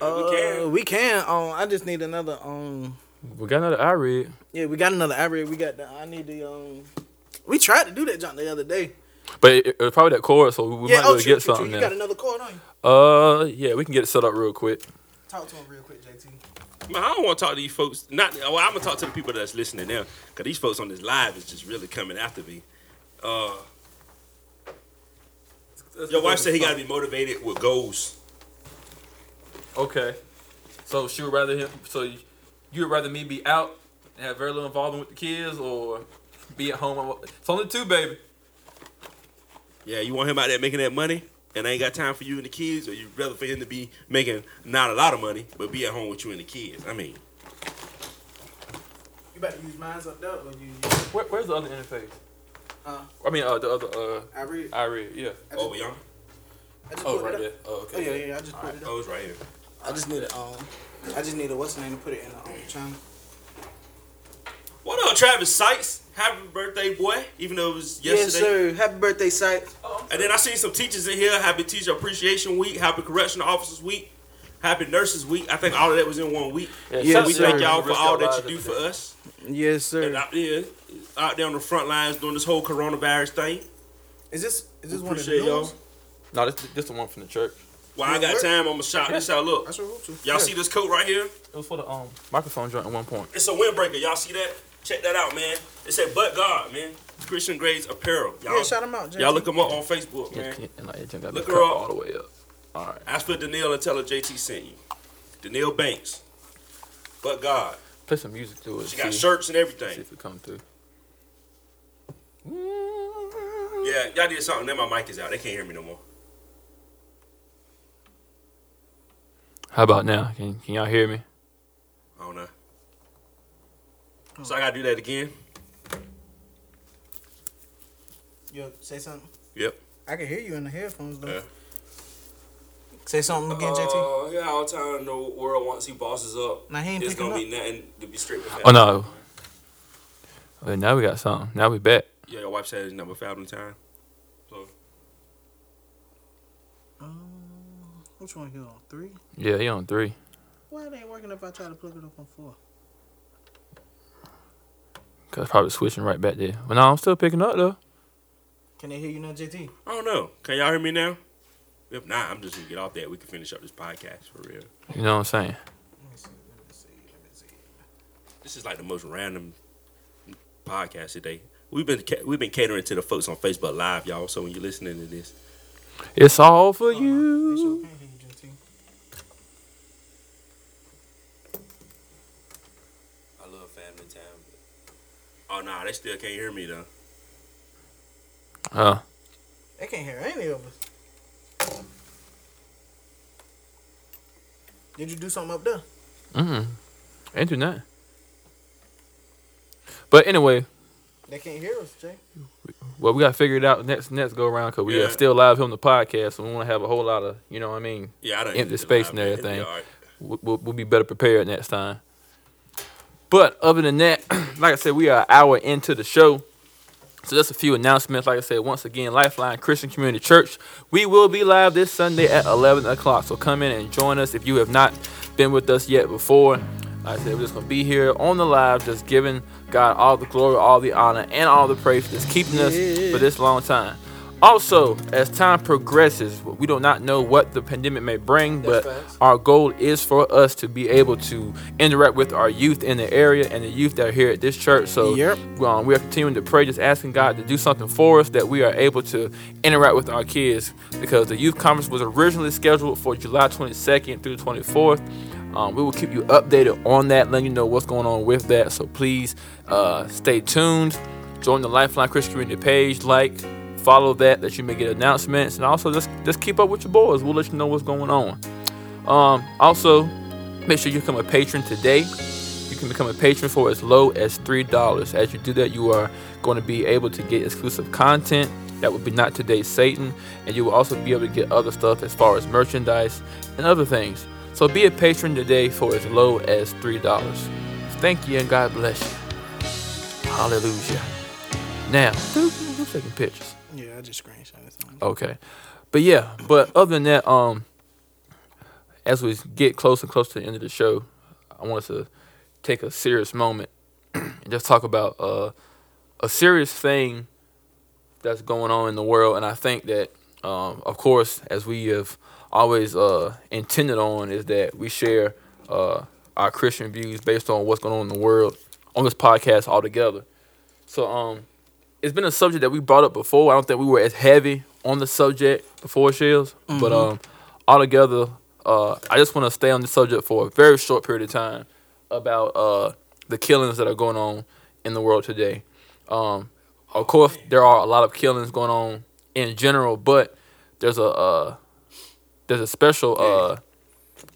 F: Uh, we
E: can.
F: can. We can. Um, I just need another. Um,
D: We got another I read.
F: yeah, we got another average. We got. The, I need the. Um, we tried to do that jump the other day.
D: But it, it was probably that chord, so we
F: yeah.
D: might be
F: Oh,
D: able to
F: true,
D: get
F: true, true.
D: something
F: You
D: now.
F: got another cord on you.
D: Uh, yeah, we can get it set up real quick.
F: Talk to him real quick, JT.
E: Man, I don't want to talk to these folks. Not well, I'm gonna talk to the people that's listening now, cause these folks on this live is just really coming after me. Uh, your wife said he gotta be motivated with goals.
D: Okay. So she would rather him. So you- you would rather me be out and have very little involvement with the kids, or be at home. It's only two, baby.
E: Yeah, you want him out there making that money, and ain't got time for you and the kids, or you rather for him to be making not a lot of money, but be at home with you and the kids. I mean,
F: You better use mine's up there, or you.
D: Where, where's the other interface?
F: Uh,
D: I mean, uh, the other uh,
F: I read.
D: I read. Yeah.
E: over yonder.
F: I just
D: Oh,
F: put
D: right
F: it
D: there.
F: up.
D: Oh,
F: Oh yeah,
D: okay.
F: yeah. I just put it up.
E: Oh, it's right here.
F: I just need a. Um, I just need a what's the name to put it in the um, channel.
E: What up, Travis Sykes? Happy birthday, boy! Even though it was yesterday.
F: Yes, sir. Happy birthday, site.
E: And then I seen some teachers in here. Happy Teacher Appreciation Week. Happy Correctional Officers Week. Happy Nurses Week. I think all of that was in one week.
F: Yeah,
E: we
F: sir.
E: thank y'all for all that you do for us.
F: Yes, sir.
E: And out there, out there on the front lines doing this whole coronavirus thing.
F: Is this is
E: We
F: this one of the
E: appreciate
F: new
E: y'all.
F: ones?
D: No, this this the one from the church.
E: While I got time, I'm gonna shout this out. Look,
F: That's what I hope to.
E: y'all see this coat right here?
D: It was for the um microphone joint at one point.
E: It's a windbreaker. Y'all see that? Check that out, man. It said "But God," man. It's Christian Grades Apparel. Y'all,
F: Yeah, shout them out. JT.
E: y'all look them up on Facebook, man.
D: Yeah, And like it just got
E: Look
D: Look
E: her
D: her
E: up.
D: all the way up. All right.
E: Ask for Danil and tell her JT sent you. Danil Banks. But God.
D: Play some music to it.
E: She got
D: see,
E: shirts and
D: see
E: everything.
D: if it come through.
E: Yeah, y'all did something. Then my mic is out. They can't hear me no more.
D: How about now? Can, can y'all hear me?
E: I don't know. So I gotta do that again.
F: Yo, say something.
E: Yep. Uh,
F: I can hear you in the headphones though.
E: Yeah.
F: Say something again, JT.
E: Uh, yeah, all time the world once he bosses up,
F: Nah, he ain't
E: it's
F: picking
E: gonna
F: up.
E: be nothing to be straight with
D: Oh no. Wait, now we got something. Now we back.
E: Yeah, your wife said it's number five in time. So
F: Um, Which one here on three?
D: Yeah, he on three.
F: Why it ain't working if I try to plug it up on four?
D: Cause probably switching right back there. But no, I'm still picking up though.
F: Can they hear you now, JT?
E: I don't know. Can y'all hear me now? If not, I'm just gonna get off that. We can finish up this podcast for real.
D: You know what I'm saying?
E: This is like the most random podcast today. We've been ca- we've been catering to the folks on Facebook Live, y'all. So when you're listening to this,
D: It's all for you.
F: They sure can hear you, JT.
E: I love family time. Oh nah, they still can't hear me though.
D: Huh?
F: They can't hear any of us. Did you do something up there?
D: Mm. Ain't do nothing. But anyway,
F: They can't hear us, Jay.
D: well, we gotta figure it out next next go around because we
E: Yeah.
D: are still live here on the podcast, so we want to have a whole lot of you know what I mean.
E: Yeah, I don't
D: Empty space and everything.
E: All right.
D: We'll, we'll, we'll be better prepared next time. But other than that, like I said, we are an hour into the show. So that's a few announcements. Like I said, once again, Lifeline Christian Community Church. We will be live this Sunday at 11 o'clock. So come in and join us if you have not been with us yet before. Like I said, we're just going to be here on the live, just giving God all the glory, all the honor, and all the praise for just keeping us for this long time.
G: Also, as time progresses, we do not know what the pandemic may bring, but
F: That's facts.
G: our goal is for us to be able to interact with our youth in the area and the youth that are here at this church. So
F: Yep.
G: um, we are continuing to pray, just asking God to do something for us that we are able to interact with our kids because the youth conference was originally scheduled for July 22nd through 24th. Um, we will keep you updated on that, letting you know what's going on with that. So please uh, stay tuned. Join the Lifeline Christian Community page, like, follow that, that you may get announcements, and also just just keep up with your boys. We'll let you know what's going on. Um, also, make sure you become a patron today. You can become a patron for as low as three dollars. As you do that, you are going to be able to get exclusive content that would be not today's Satan, and you will also be able to get other stuff as far as merchandise and other things. So be a patron today for as low as three dollars. Thank you and God bless you. Hallelujah. Now, who's taking pictures?
F: Yeah, I just screenshot it.
G: Okay. But yeah, but other than that, um, as we get close and close to the end of the show, I wanted to take a serious moment and just talk about uh, a serious thing that's going on in the world. And I think that, um, of course, as we have always uh, intended on, is that we share uh, our Christian views based on what's going on in the world on this podcast altogether. So, um, it's been a subject that we brought up before. I don't think we were as heavy on the subject before shells, but um, altogether, uh, I just want to stay on the subject for a very short period of time about uh the killings that are going on in the world today. Um, of course, there are a lot of killings going on in general, but there's a uh, there's a special uh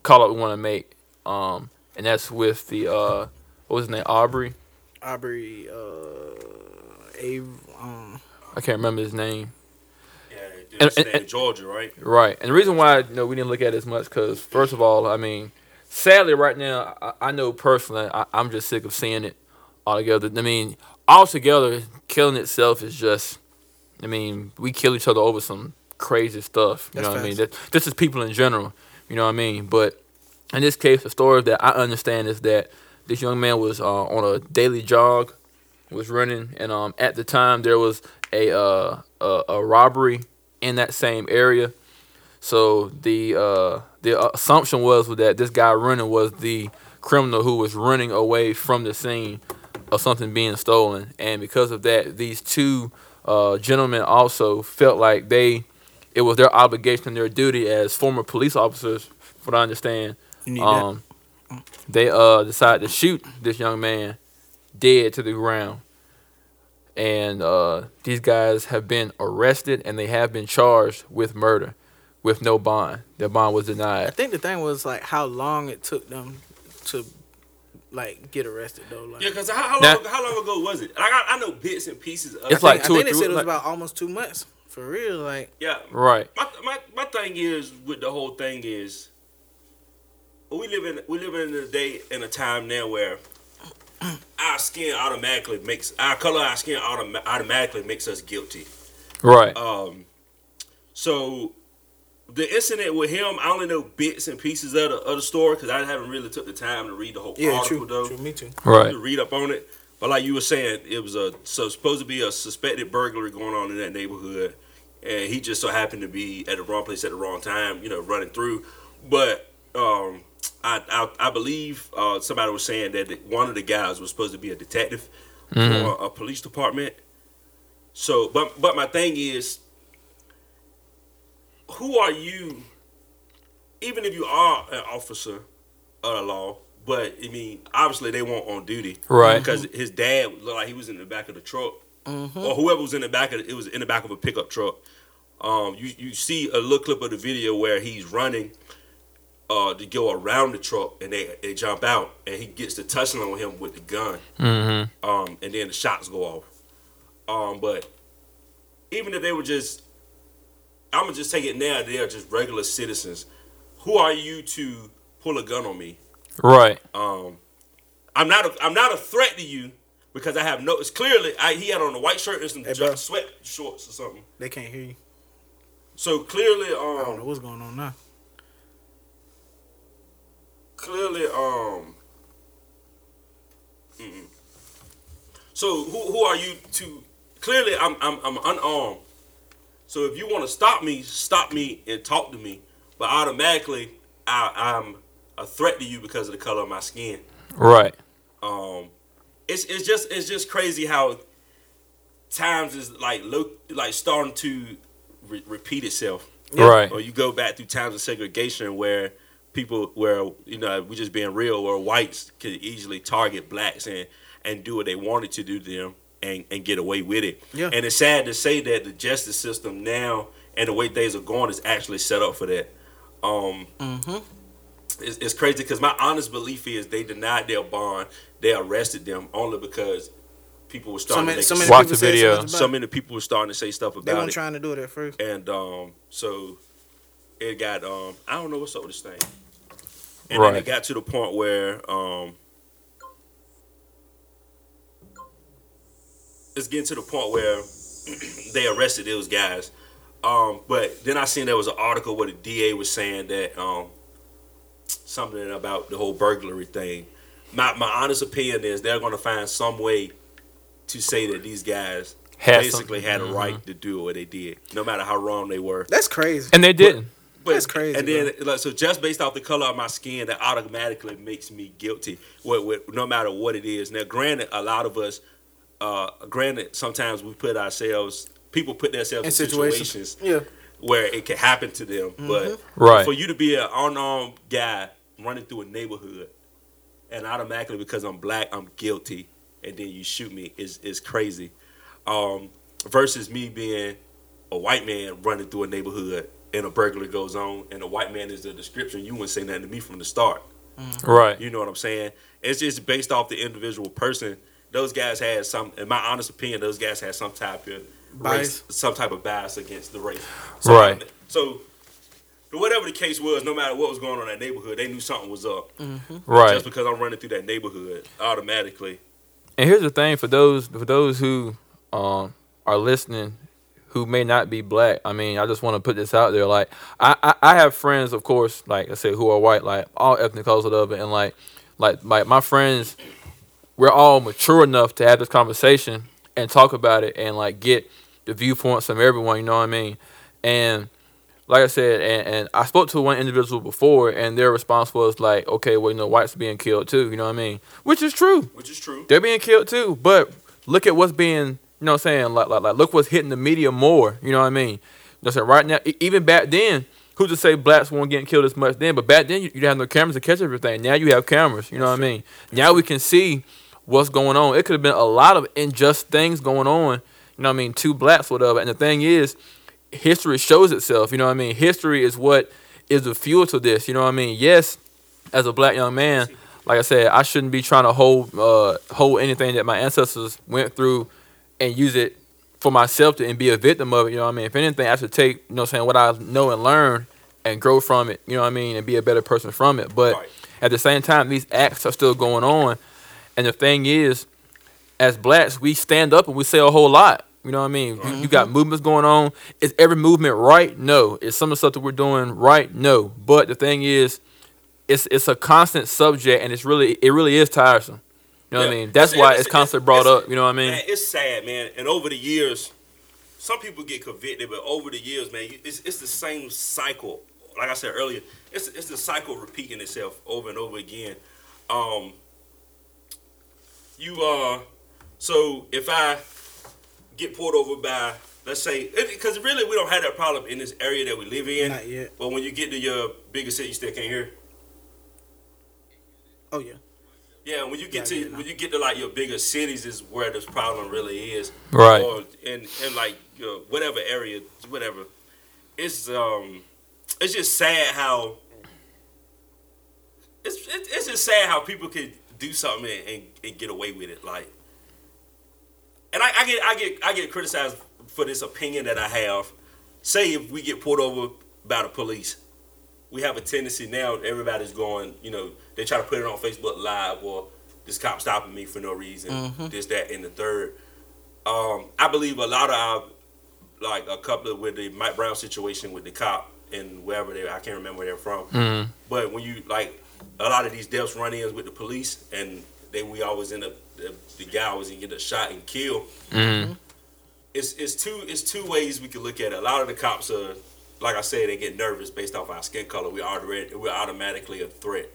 G: call out we want to make, um, and that's with the uh what was his name Aubrey.
F: Aubrey, uh, Av- um,
G: I can't remember his name.
E: Yeah,
G: And-
E: this
G: and-
E: in Georgia, right?
G: Right. And the reason why you know, we didn't look at it as much because, first of all, I mean, sadly, right now, I, I know personally, I, I'm just sick of seeing it altogether. I mean, altogether, killing itself is just, I mean, we kill each other over some crazy stuff. You
F: That's
G: know what I mean?
F: facts.
G: That, this is people in general. You know what I mean? But in this case, the story that I understand is that this young man was uh, on a daily jog, was running, and um, at the time there was a, uh, a a robbery in that same area. So the uh, the assumption was that this guy running was the criminal who was running away from the scene of something being stolen, and because of that, these two uh, gentlemen also felt like they it was their obligation and their duty as former police officers, from what I understand,
F: you need that.
G: um, they uh decided to shoot this young man dead to the ground, and uh, these guys have been arrested and they have been charged with murder, with no bond. Their bond was
F: I
G: denied.
F: think the thing was like how long it took them to like get arrested though. Like,
E: Yeah, because how, how,
G: Now-
E: long, how long ago was it? Like, I, I know bits and pieces of
G: It's
E: it.
F: I think-
G: like two
F: I
G: or
F: think they
G: three-
F: said it was
G: like-
F: about almost two months for real. Like,
E: yeah.
G: Right.
E: My, my, my thing is with the whole thing is we live in we live in a day in a time now where our skin automatically makes our color of our skin autom- automatically makes us guilty.
G: Right.
F: Uh,
E: Um, so the incident with him, I only know bits and pieces of the, of the story because I haven't really took the time to read the whole
F: yeah,
E: article
F: true,
E: though
F: true. Me too.
G: right.
E: to read up on it. But like you were saying, it was a so supposed to be a suspected burglary going on in that neighborhood, and he just so happened to be at the wrong place at the wrong time, you know, running through. But um, I, I I believe uh, somebody was saying that the- one of the guys was supposed to be a detective for a police department. So, but but my thing is, who are you? Even if you are an officer of the law, but I mean, obviously they weren't on duty,
G: Right.
E: Because his dad looked like he was in the back of the truck, or whoever was in the back of the, it was in the back of a pickup truck. Um, you you see a little clip of the video where he's running, uh, to go around the truck, and they they jump out, and he gets to tussling on him with the gun, mm-hmm. um, and then the shots go off. Um, but even if they were just, I'm gonna just take it now. They are just regular citizens. Who are you to pull a gun on me?
G: Right.
E: Um, I'm not. A, I'm not a threat to you because I have no. It's clearly I, he had on a white shirt and some
F: Hey,
E: ju-
F: bro.
E: sweat shorts or something.
F: They can't hear you.
E: So clearly,
F: I don't know
E: um,
F: what's going on now.
E: clearly, um. mm-mm. So who who are you to? Clearly, I'm I'm I'm unarmed. So if you want to stop me, stop me and talk to me. But automatically, I, I'm a threat to you because of the color of my skin.
G: Right.
E: Um, it's it's just it's just crazy how times is like look like starting to re- repeat itself.
G: Right.
E: Or you go back through times of segregation where people where you know we just being real where whites could easily target blacks and and do what they wanted to do to them and and get away with it.
F: Yeah.
E: And it's sad to say that the justice system now and the way things are going is actually set up for that. Um,
F: Mm-hmm.
E: it's, it's crazy because my honest belief is they denied their bond, they arrested them only because people were
F: So
E: starting
F: many,
E: to
F: so
E: make
F: many
G: Watch
F: people
G: the
F: said
G: video.
F: So much
E: so
F: about it.
E: many people were starting to say stuff
F: They
E: about
F: weren't
E: it,
F: trying to do it at first.
E: and um, so it got um, I don't know what's up with this thing, and then
G: Right.
E: it got to the point where um, it's getting to the point where they arrested those guys. Um, but then I seen there was an article where the DA was saying that um, something about the whole burglary thing. My my honest opinion is they're going to find some way to say that these guys
G: Had
E: basically had
G: something.
E: a right to do what they did, no matter how wrong they were.
F: That's crazy.
G: And they didn't.
E: But-
F: That's crazy,
E: And then, like, so just based off the color of my skin, that automatically makes me guilty. What, what, no matter what it is. Now, granted, a lot of us, uh, granted, sometimes we put ourselves, people put themselves in,
F: In
E: situations,
F: situations. Yeah.
E: where it can happen to them. But
G: Right.
E: for you to be an unarmed guy running through a neighborhood, and automatically because I'm black, I'm guilty, and then you shoot me is is crazy. Um, versus me being a white man running through a neighborhood and a burglary goes on, and a white man is the description. You wouldn't say nothing to me from the start.
G: Right.
E: You know what I'm saying? It's just based off the individual person. Those guys had some, in my honest opinion, those guys had some type of
F: Bias.
E: race, some type of bias against the race.
G: Right.
E: So, whatever the case was, no matter what was going on in that neighborhood, they knew something was up.
G: Right.
E: Just because I'm running through that neighborhood, automatically.
G: And here's the thing for those for those who um are listening who may not be black. I mean, I just want to put this out there. Like I, I, I have friends, of course, like I said, who are white, like all ethnic colors of it, and like like like my friends we're all mature enough to have this conversation and talk about it and like get the viewpoints from everyone, you know what I mean? And like I said, and, and I spoke to one individual before and their response was like, Okay, well, you know, whites being killed too, you know what I mean? Which is true
E: Which is true.
G: they're being killed too. But look at what's being, you know what I'm saying? Like, like, like look what's hitting the media more. You know what I mean? You know what I'm saying? Right now, e- even back then, who to say blacks weren't getting killed as much then? But back then, you, you didn't have no cameras to catch everything. Now you have cameras. You know what I mean? Now we can see what's going on. It could have been a lot of unjust things going on. You know what I mean? Two blacks, whatever. And the thing is, history shows itself. You know what I mean? History is what is the fuel to this. You know what I mean? Yes, as a black young man, like I said, I shouldn't be trying to hold uh, hold anything that my ancestors went through and use it for myself to, and be a victim of it. You know what I mean? If anything, I should take you know what I'm saying what I know and learn and grow from it. You know what I mean? And be a better person from it. But
E: Right.
G: at the same time, these acts are still going on. And the thing is, as blacks, we stand up and we say a whole lot. You know what I mean? You, you
E: Mm-hmm.
G: got movements going on. Is every movement right? No. Is some of the stuff that we're doing right? No. But the thing is, it's it's a constant subject, and it's really it really is tiresome. You know what I
E: Yeah.
G: mean? That's why it's constantly brought
E: it's-
G: up. You know what I mean?
E: Man, it's sad, man. And over the years, some people get convicted, but over the years, man, you- it's, it's the same cycle. Like I said earlier, it's it's the cycle repeating itself over and over again. Um, you uh, so if I get pulled over by, let's say, because really we don't have that problem in this area that we live in.
F: Not yet.
E: But when you get to your bigger city, you still can't hear.
F: Oh yeah.
E: Yeah, when you get
F: Yeah,
E: to
F: yeah, no.
E: when you get to like your bigger cities is where this problem really is.
G: Right.
E: Or in in like your whatever area, whatever. It's um, it's just sad how. It's it, it's just sad how people can do something and, and, and get away with it. Like, and I, I get I get I get criticized for this opinion that I have. Say if we get pulled over by the police, we have a tendency now everybody's going you know they try to put it on facebook live or this cop stopping me for no reason this that and the third um, i believe a lot of our like a couple of with the mike brown situation with the cop and wherever they i can't remember where they're from but when you like a lot of these deaths run ins with the police and they we always end up the, the guy always gonna get shot and killed it's it's two it's two ways we can look at it. A lot of the cops are, like I said, they get nervous based off our skin color. We already we're automatically a threat.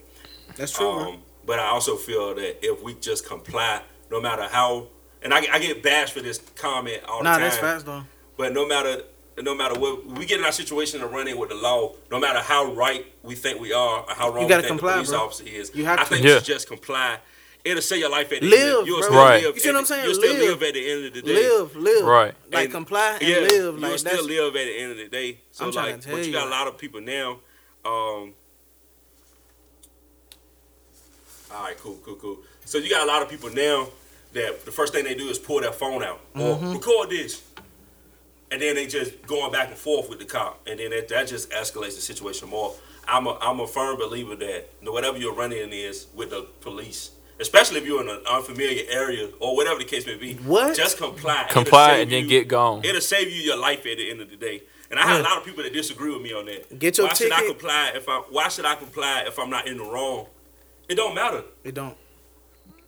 F: That's true. man.
E: Um, but I also feel that if we just comply, no matter how, and I, I get bashed for this comment all the
F: nah,
E: time.
F: that's fast though.
E: But no matter no matter what we get in our situation of running with the law, no matter how right we think we are or how wrong we
F: gotta
E: think
F: comply,
E: the police
F: bro.
E: officer is,
F: You have
E: I
F: to.
E: think
D: Yeah.
E: you should just comply. It'll save your life at the end.
F: Live,
E: You'll
F: bro.
E: still
D: Right.
E: live
F: You see what
E: at
F: I'm
E: the-
F: saying?
E: You'll still
F: Live.
E: live. at the end of the day.
F: Live, live.
D: Right.
F: Like
E: And-
F: comply and
E: yeah,
F: live.
E: you'll
F: Like
E: still
F: that's
E: live at the end of the day. So
F: I'm trying
E: like,
F: to tell
E: but you
F: you.
E: got a lot of people now. Um, all right, cool, cool, cool. So you got a lot of people now that the first thing they do is pull their phone out or
F: Mm-hmm.
E: record this, and then they just going back and forth with the cop, and then that, that just escalates the situation more. I'm a I'm a firm believer that whatever you're running is with the police. Especially if you're in an unfamiliar area or whatever the case may be,
F: What?
E: just comply. It'll
D: Comply
E: save
D: and then
E: you-
D: get gone.
E: It'll save you your life at the end of the day. And I had a
F: Yeah.
E: lot of people that disagree with me on that.
F: Get your
E: why should I
F: ticket.
E: comply if I why should I comply if I'm not in the wrong? It don't matter.
F: It don't.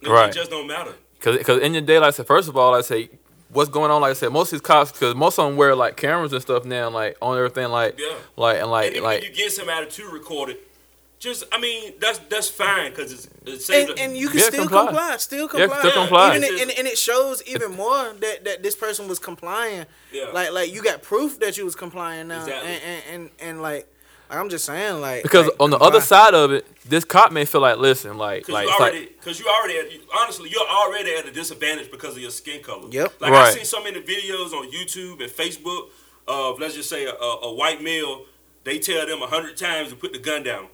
E: It,
D: Right.
E: it just don't matter.
D: Cause, cause in the day, like I said, first of all, I say, what's going on? Like I said, most of these cops, cause most of them wear like cameras and stuff now, like on everything, like,
E: Yeah.
D: like and
E: And
D: like,
E: even
D: like,
E: if you get somebody to record it, just I mean, that's that's fine because it's it saves
F: And,
E: the-
F: and you can
D: Yeah,
F: still
D: comply.
F: comply. Still
D: Yeah,
F: comply.
D: still comply.
F: Even it, and, and it shows even more that, that this person was complying.
E: Yeah.
F: Like like you got proof that you was complying now.
E: Exactly.
F: And, and, and and like I'm just saying like
D: because
F: like,
D: on the
F: comply.
D: other side of it, this cop may feel like, listen, like,
E: Cause
D: like,
E: you
D: it's
E: already,
D: like,
E: cause you already, at, honestly, you're already at a disadvantage because of your skin color.
F: Yep.
E: Like
D: Right.
E: I've seen so many videos on YouTube and Facebook of let's just say a, a white male, they tell them a hundred times to put the gun down,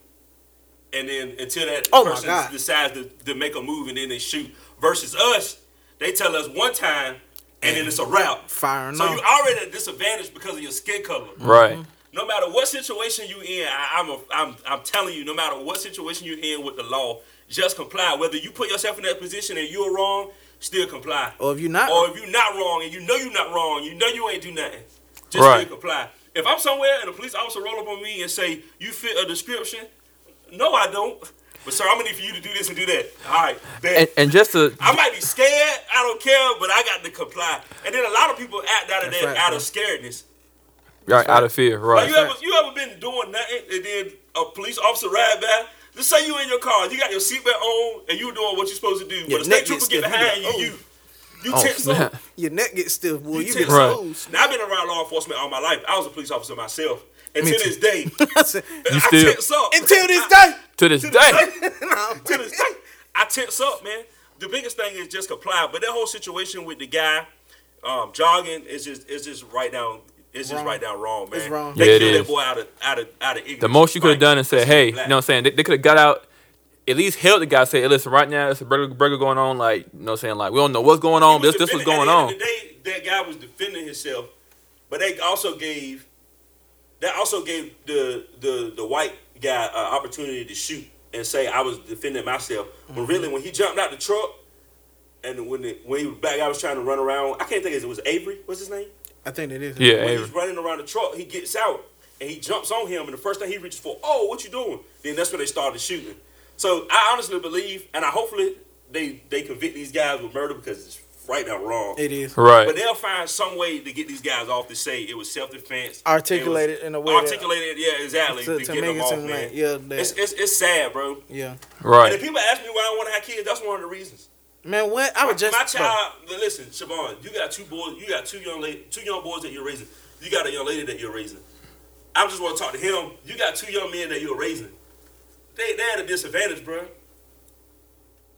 E: and then until that
F: Oh my
E: person
F: God.
E: decides to, to make a move and then they shoot. Versus us, they tell us one time and then it's a wrap.
F: firing
E: So
F: off.
E: you already at a disadvantage because of your skin color.
D: right,
E: No matter what situation you in, I, I'm, a, I'm I'm telling you, no matter what situation you're in with the law, just comply. Whether you put yourself in that position and you're wrong, still comply.
F: or if you not
E: Or if you're not wrong and you know you're not wrong, you know you ain't do nothing, just
D: Right.
E: still comply. If I'm somewhere and a police officer roll up on me and say you fit a description, no, I don't. But sir, I'm gonna need for you to do this and do that. All right, bet.
D: and, and just to,
E: I might be scared. I don't care, but I got to comply. And then a lot of people act out of
F: That's
E: that,
F: right,
E: out
F: bro.
E: of scaredness.
D: right, out of fear,
E: Like you
D: right,
E: ever you ever been doing nothing and then a police officer ride by? Just say you in your car, you got your seatbelt on, and you doing what you're supposed to do.
F: Your
E: but a
F: neck
E: state trooper
F: gets
E: get
F: stiff.
E: behind
F: You
E: you,
F: go,
E: you you
D: Oh,
E: tense up.
D: snap.
F: your neck gets stiff, boy, you,
E: You
F: get
E: tense
D: Right.
F: exposed.
E: Now I've been around law enforcement all my life. I was a police officer myself, and
F: Me
E: to
F: too.
E: this day, I
D: still-
E: tense up.
F: Until this
E: I-
F: day.
D: to this
E: to
D: day,
E: this day. to this day. I tense up, man. The biggest thing is just comply. But that whole situation with the guy um, jogging is just is just right down is just
F: Wrong.
E: right down wrong, man.
F: It's wrong.
E: They
D: Yeah, it
E: killed
D: is.
E: that boy out of out of out of ignorance.
D: the most you could have
E: Like,
D: done is said,
E: that's
D: hey, you know
E: black.
D: what I'm saying? They, they could have got out, at least held the guy, say, hey, listen, right now it's a burger, burger going on, like, you know what I'm saying? Like, we don't know what's going on,
E: He
D: this, this was
E: defending-
D: going
E: at the end
D: on.
E: of the day, that guy was defending himself, but they also gave that also gave the the the white guy an opportunity to shoot and say I was defending myself.
D: Mm-hmm.
E: But really, when he jumped out the truck and when the, when he was back, I was trying to run around. I can't think. It was Avery. What's his name?
F: I think it is.
D: Yeah,
E: When
D: Avery.
E: he's running around the truck, he gets out and he jumps on him, and the first thing he reaches for, oh, what you doing? Then that's when they started shooting. So I honestly believe, and I hopefully they they convict these guys with murder because it's right now wrong.
F: It is.
D: right.
E: But they'll find some way to get these guys off to say it was self defense.
F: Articulated in a way that-
E: Articulated, yeah, exactly.
F: To-
E: To,
F: to
E: get
F: make
E: them
F: it
E: off,
F: seem
E: man.
F: like, yeah, that-
E: it's, it's, it's sad, bro.
F: Yeah.
E: And if
D: right.
E: people ask me why I want to have kids, that's one of the reasons.
F: Man, what? I was just
E: My child, listen, Siobhan, you got two boys, you got two young la- two young boys that you're raising. You got a young lady that you're raising. I just want to talk to him. You got two young men that you're raising. They they at a disadvantage, bro.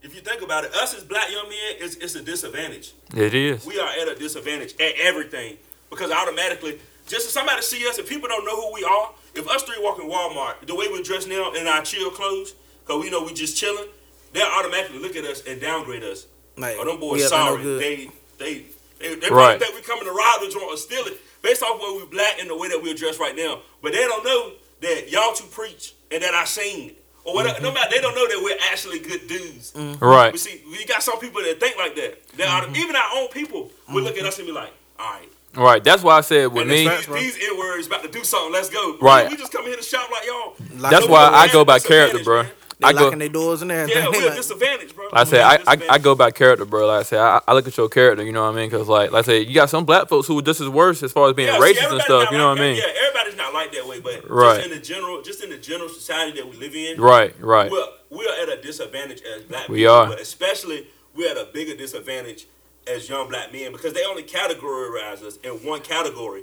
E: If you think about it, us as black young men, it's, it's a disadvantage.
D: It is.
E: We are at a disadvantage at everything because automatically, just if somebody see us, if people don't know who we are, if us three walk in Walmart the way we're dressed now in our chill clothes, because we know we just chilling, they'll automatically look at us and downgrade us.
F: Like,
E: oh, them
F: we
E: boys
F: up and no
E: sorry.
F: good.
E: they they they, they probably
D: Right.
E: think we coming to rob the joint or steal it based off where we black and the way that we're dressed right now. But they don't know that y'all two preach and that I sing or
F: Mm-hmm.
E: whatever. No matter, they don't know that we're actually good dudes. But
D: Right. Mm-hmm.
E: see, we got some people that think like that. That are, even our own people would look at us and be like, "All right,
D: Right. That's why I said with
E: and
D: me,
E: these, these it words about to do something. Let's go."
D: Right.
E: We just come here to shop like y'all.
F: Like
D: that's
F: That's
D: why
E: what
D: I
E: we
D: go
E: at.
D: by
E: That's
D: character,
E: advantage,
D: bro.
E: man.
F: They
D: I go-
F: locking their doors and everything.
E: Yeah,
F: They
E: we're at
F: like-
E: disadvantage, bro.
D: Like I said,
E: We're
D: I,
E: at
D: I, I
E: disadvantage.
D: go by character, bro. Like I said, I, I look at your character, you know what I mean? Because, like, like I said, you got some black folks who are just as worse as far as being
E: Yeah, see,
D: racist and
E: everybody's
D: stuff,
E: not
D: you know
E: like
D: what I mean?
E: that. Yeah, everybody's not like that way, but
D: Right.
E: just in the general, just in the general society that we live in,
D: Right, right.
E: we're we are at a disadvantage as black
D: We
E: people,
D: are.
E: but especially we're at a bigger disadvantage as young black men because they only categorize us in one category.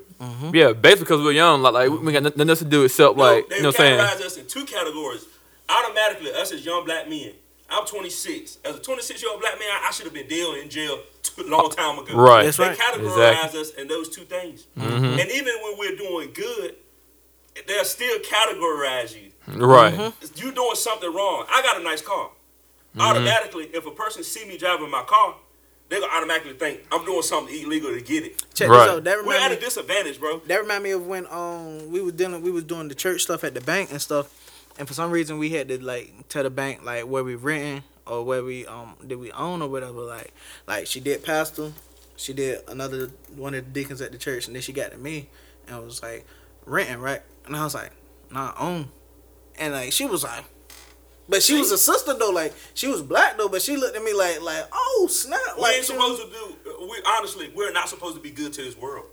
D: Yeah, basically because we're young. Like, like we- we got nothing else to do except,
E: No,
D: like,
E: they
D: you know what I'm saying?
E: categorize us in two categories. Automatically, us as young black men. I'm 26. As a 26 year old black man, I should have been dead in jail a long time ago.
D: Right.
F: That's
E: they
F: right.
E: categorize
D: Exactly. Mm-hmm.
E: us in those two things. And even when we're doing good, they'll still categorize you.
D: Right.
F: Mm-hmm.
E: You doing something wrong. I got a nice car.
D: Mm-hmm.
E: Automatically, if a person see me driving my car, they gonna automatically think I'm doing something illegal to get it.
F: Check
D: Right.
F: this out. That
E: We're at a
F: reminds me.
E: disadvantage, bro.
F: That remind me of when um we was dealing we was doing the church stuff at the bank and stuff, and for some reason we had to like tell the bank like where we renting or where we um did we own or whatever. Like like she did pastor, she did another one of the deacons at the church, and then she got to me and was like renting right, and I was like nah own, and like she was like. But she was a sister though, like she was black though. But she looked at me like, like, oh snap!
E: We
F: like
E: ain't supposed to do. We honestly, we're not supposed to be good to this world.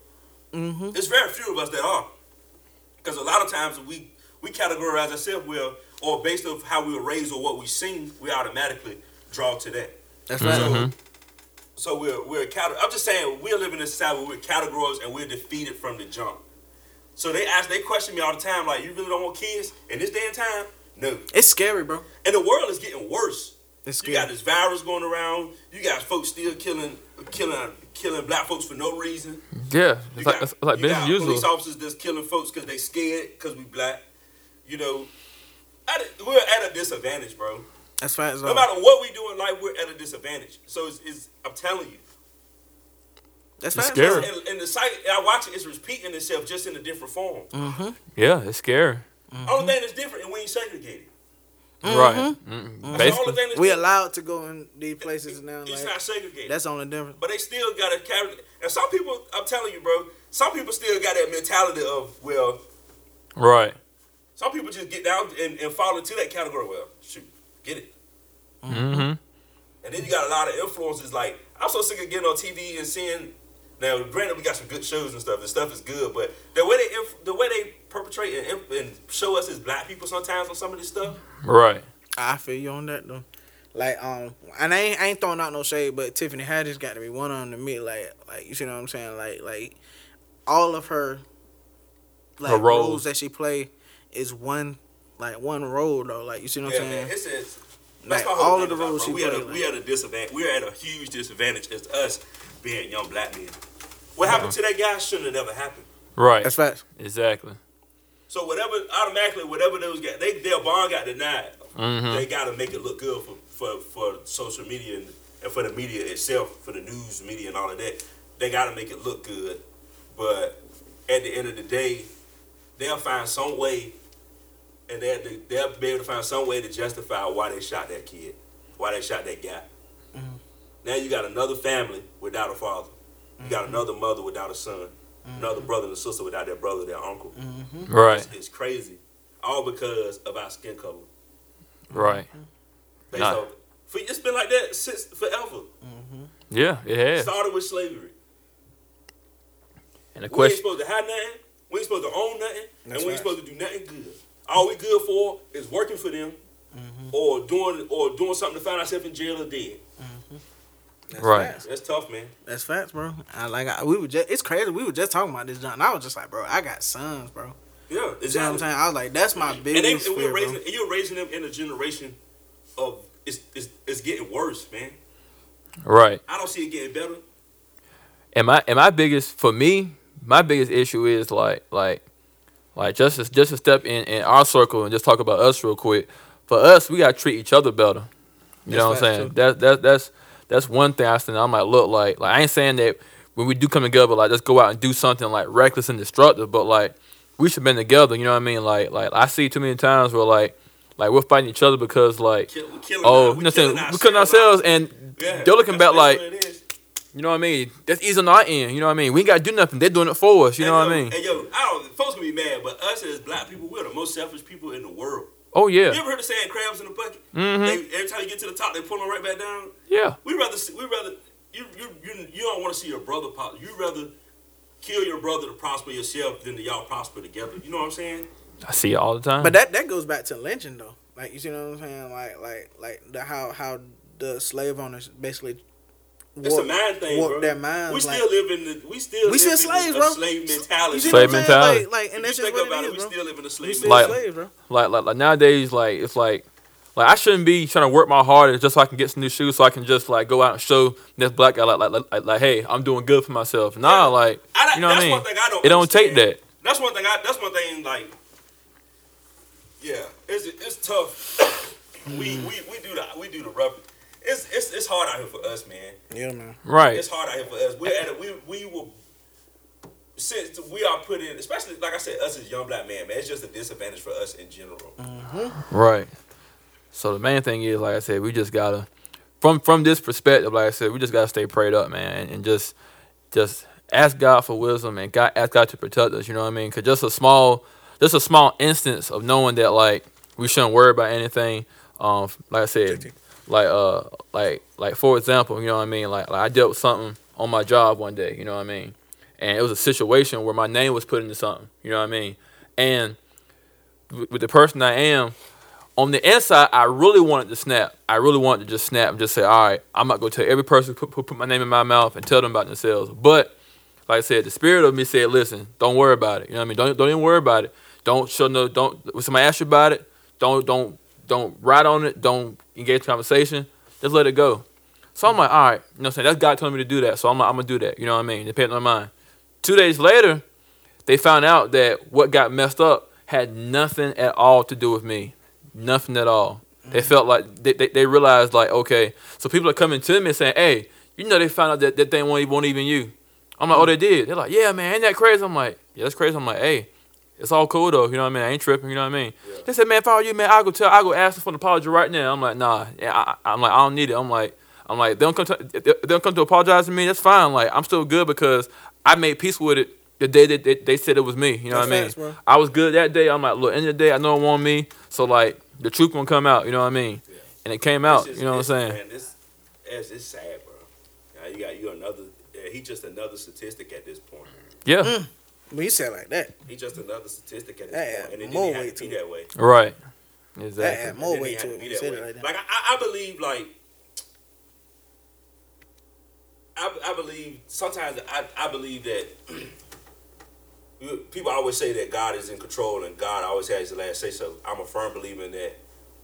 E: Mm-hmm. It's very few of us that are, because a lot of times we we categorize ourselves well, or based off how we were raised or what we seen, we automatically draw to that.
F: That's right.
E: Mm-hmm.
F: Mm-hmm.
E: So we're we're cate- I'm just saying we're living in a society where we're categories and we're defeated from the jump. So they ask, they question me all the time, like, "You really don't want kids in this day and time?" No.
F: It's scary, bro.
E: And the world is getting worse.
F: It's
E: You
F: scary.
E: got this virus going around. You got folks still killing, killing, killing black folks for no reason.
D: Yeah.
E: You
D: It's like,
E: got-
D: it's like
E: you
D: business
E: got
D: as
E: Police
D: usual.
E: officers that's killing folks because they scared because we black. You know, at a- we're at a disadvantage, bro.
F: That's right.
E: No matter what we do in life, we're at a disadvantage. So it's, it's I'm telling you,
F: That's
D: It's
F: facts,
D: scary.
F: bro.
E: and, and the site I watch it, it's repeating itself just in a different form.
D: Mm-hmm. Yeah, it's scary.
E: Only thing that's different, and we ain't segregated.
D: Right.
E: That's
D: mm
E: the only
D: Basically.
E: thing that's
F: We
E: different.
F: allowed to go in these places now.
E: It's
F: Like,
E: not segregated.
F: that's the only difference.
E: But they still got a character. And some people, I'm telling you, bro, some people still got that mentality of, well,
D: Right.
E: some people just get down and, and fall into that category. Well, shoot, get it.
D: Mm-hmm.
E: And then you got a lot of influences. Like, I'm so sick of getting on TV and seeing. Now, granted, we got some good shows and stuff, and stuff is good, but the way they inf- the way they perpetrate and, inf- and show us as black people sometimes on some of this stuff,
D: Right.
F: I feel you on that though. Like um, and I ain't, I ain't throwing out no shade, but Tiffany Haddish got to be one on to me. Like like you see what I'm saying? Like like all of her like
D: Her roles.
F: roles that she play is one like one role though. Like you see what
E: yeah,
F: I'm saying?
E: man, it's, it's
F: Like,
E: that's my whole
F: all
E: thing
F: of the
E: about,
F: roles
E: bro.
F: she
E: we at a,
F: played,
E: we at a disadvantage. We're at a huge disadvantage as us being young black men. What happened to that guy shouldn't have never happened.
D: Right.
F: That's facts.
D: Exactly.
E: So whatever, automatically, whatever those got, they their bond got denied. They got to make it look good for, for, for social media and, and for the media itself, for the news media and all of that. They got to make it look good, but at the end of the day, they'll find some way, and they'll, they'll be able to find some way to justify why they shot that kid, why they shot that guy. Now you got another family without a father. You got another mother without a son. Another brother and sister without their brother, their uncle.
D: Right.
E: It's crazy. All because of our skin color.
D: Right.
E: Based
D: Nah.
E: off, for, it's been like that since forever.
D: Yeah, it has.
E: Started with slavery.
D: And
E: We
D: the
E: ain't
D: question,
E: supposed to have nothing. We ain't supposed to own nothing. and
F: That's
E: we
F: right.
E: ain't supposed to do nothing good. All we good for is working for them
F: Mm-hmm.
E: or doing or doing something to find ourselves in jail or dead.
F: That's
D: Right.
F: Facts.
E: That's tough, man.
F: That's facts, bro. I like I, we were just it's crazy. We were just talking about this, John. I was just like, bro, I got sons, bro.
E: Yeah,
F: You know what I'm
E: exactly.
F: saying? I was like, that's my
E: and, they,
F: biggest
E: and
F: fear,
E: we're
F: bro.
E: raising, and you're raising them in a generation of it's, it's, it's getting worse, man.
D: right?
E: I don't see it getting better.
D: And my and my biggest for me, my biggest issue is like like like just to, just to step in in our circle and just talk about us real quick. For us, we gotta treat each other better. You know what
F: That's
D: I'm
F: facts,
D: saying?
F: too.
D: That that that's that's one thing I think I might look like. Like I ain't saying that when we do come together, like let's go out and do something like reckless and destructive, but like we should been together. You know what I mean? Like like I see too many times where like like we're fighting each other because like
E: Kill, we're killing our-
D: oh you know
E: we're
D: what I'm saying
E: killing
D: we're killing ourselves and
E: Yeah,
D: they're looking
E: that's
D: back like.
E: basically what it is.
D: You know what I mean? That's easy on our end. You know what I mean? We ain't got to do nothing. They're doing it for us. You know
E: And
D: what I
E: yo-
D: mean?
E: And yo, I don't. Folks gonna be mad, but us as black people, we're the most selfish people in the world.
D: Oh yeah,
E: You ever heard the saying crabs in the bucket?
D: Mhm.
E: They, every time you get to the top, they pull them right back down.
D: yeah.
E: We rather see, we rather you you you, you don't want to see your brother pop. You rather kill your brother to prosper yourself than to y'all prosper together. You know what I'm saying?
D: I see it all the time.
F: But that that goes back to lynching though. Like you see what I'm saying? Like like like the how how the slave owners basically
E: It's a mind thing, bro.
F: warped their minds.
E: we
F: like,
E: still live in the we still
F: we still
E: live in
F: slaves,
E: a
F: bro.
E: slave mentality.
F: You see
D: Slave
F: what I'm saying?
D: mentality.
F: Like, like, and
E: If
F: that's
E: you think
F: just what
E: about
F: it
E: it,
F: is,
E: we
F: bro.
E: still live in a
F: We
E: slave
F: still
E: mentality.
D: Like-
F: slaves, bro.
D: like, like like nowadays, like it's like like I shouldn't be trying to work my hardest just so I can get some new shoes so I can just like go out and show this black guy like like like, like, like, hey I'm doing good for myself. Nah,
E: Yeah.
D: like
E: I don't-
D: you know what I
E: that's
D: mean.
E: one thing I don't
D: it don't take
E: understand.
D: that.
E: That's one thing. I, that's one thing. Like, yeah, it's it's tough. we,
D: Mm-hmm.
E: we we do the we do the rough. It's it's it's hard out here for us, man.
F: Yeah, man.
D: Right.
E: It's hard out here for us. We're at a, we we will since we are put in, especially like I said, us as young black man, man. It's just a disadvantage for us in general.
D: Oh, Right. So the main thing is, like I said, we just gotta from from this perspective, like I said, we just gotta stay prayed up, man, and, and just just ask God for wisdom and God ask God to protect us. You know what I mean? Cause just a small just a small instance of knowing that like we shouldn't worry about anything. Um, like I said, like uh, like like for example, you know what I mean? Like, like I dealt with something on my job one day. You know what I mean? And it was a situation where my name was put into something. You know what I mean? And with with the person I am, on the inside, I really wanted to snap. I really wanted to just snap and just say, all right, I'm not going to tell every person who put, who put my name in my mouth and tell them about themselves. But like I said, the spirit of me said, listen, don't worry about it. You know what I mean? Don't don't even worry about it. Don't show no. Don't when somebody asks you about it, don't don't don't write on it. Don't engage in conversation. Just let it go. So I'm like, all right, you know what I'm saying? That's God telling me to do that. So I'm like, I'm gonna do that. You know what I mean? Depending on mine. Two days later, they found out that what got messed up had nothing at all to do with me. Nothing at all. They felt like they, they, they realized like, okay, so people are coming to me and saying, Hey, you know they found out that that thing won't even, won't even you. I'm like, Oh they did. They're like, Yeah, man, ain't that crazy? I'm like, Yeah, that's crazy. I'm like, hey, it's all cool though, you know what I mean? I ain't tripping, you know what I mean? They said, Man, if I were you, man, I'll go tell I'll go ask them for an apology right now. I'm like, nah, yeah, I, I- I'm like, I don't need it. I'm like, I'm like, they don't come to if they they don't come to apologize to me. That's fine. Like I'm still good because I made peace with it the day that they, they said it was me. You know
F: That's
D: what I mean?
F: facts, bro.
D: I was good that day. I'm like, look, end of the day, I know it wasn't me. So like, the truth gonna come out. You know what I mean? And it came out.
E: It's just-
D: you know what I'm
E: it's- Man,
D: saying?
E: this, it's, it's sad, bro. Now you got you another. Yeah, he just another statistic at this point.
D: Yeah.
F: When you say it like that,
E: He just another statistic at this
F: That
E: point,
F: add
E: and it
F: more
E: didn't have
F: weight
E: to
F: to
E: be
F: it.
E: that way.
D: Right.
F: that
D: Exactly.
F: add more
E: It
F: weight
E: didn't
F: to
E: have be
F: it. when You
E: that
F: said it
E: way.
F: like that.
E: Like I, I believe, like I, I believe sometimes I, I believe that people always say that God is in control and God always has the last say. So I'm a firm believer in that.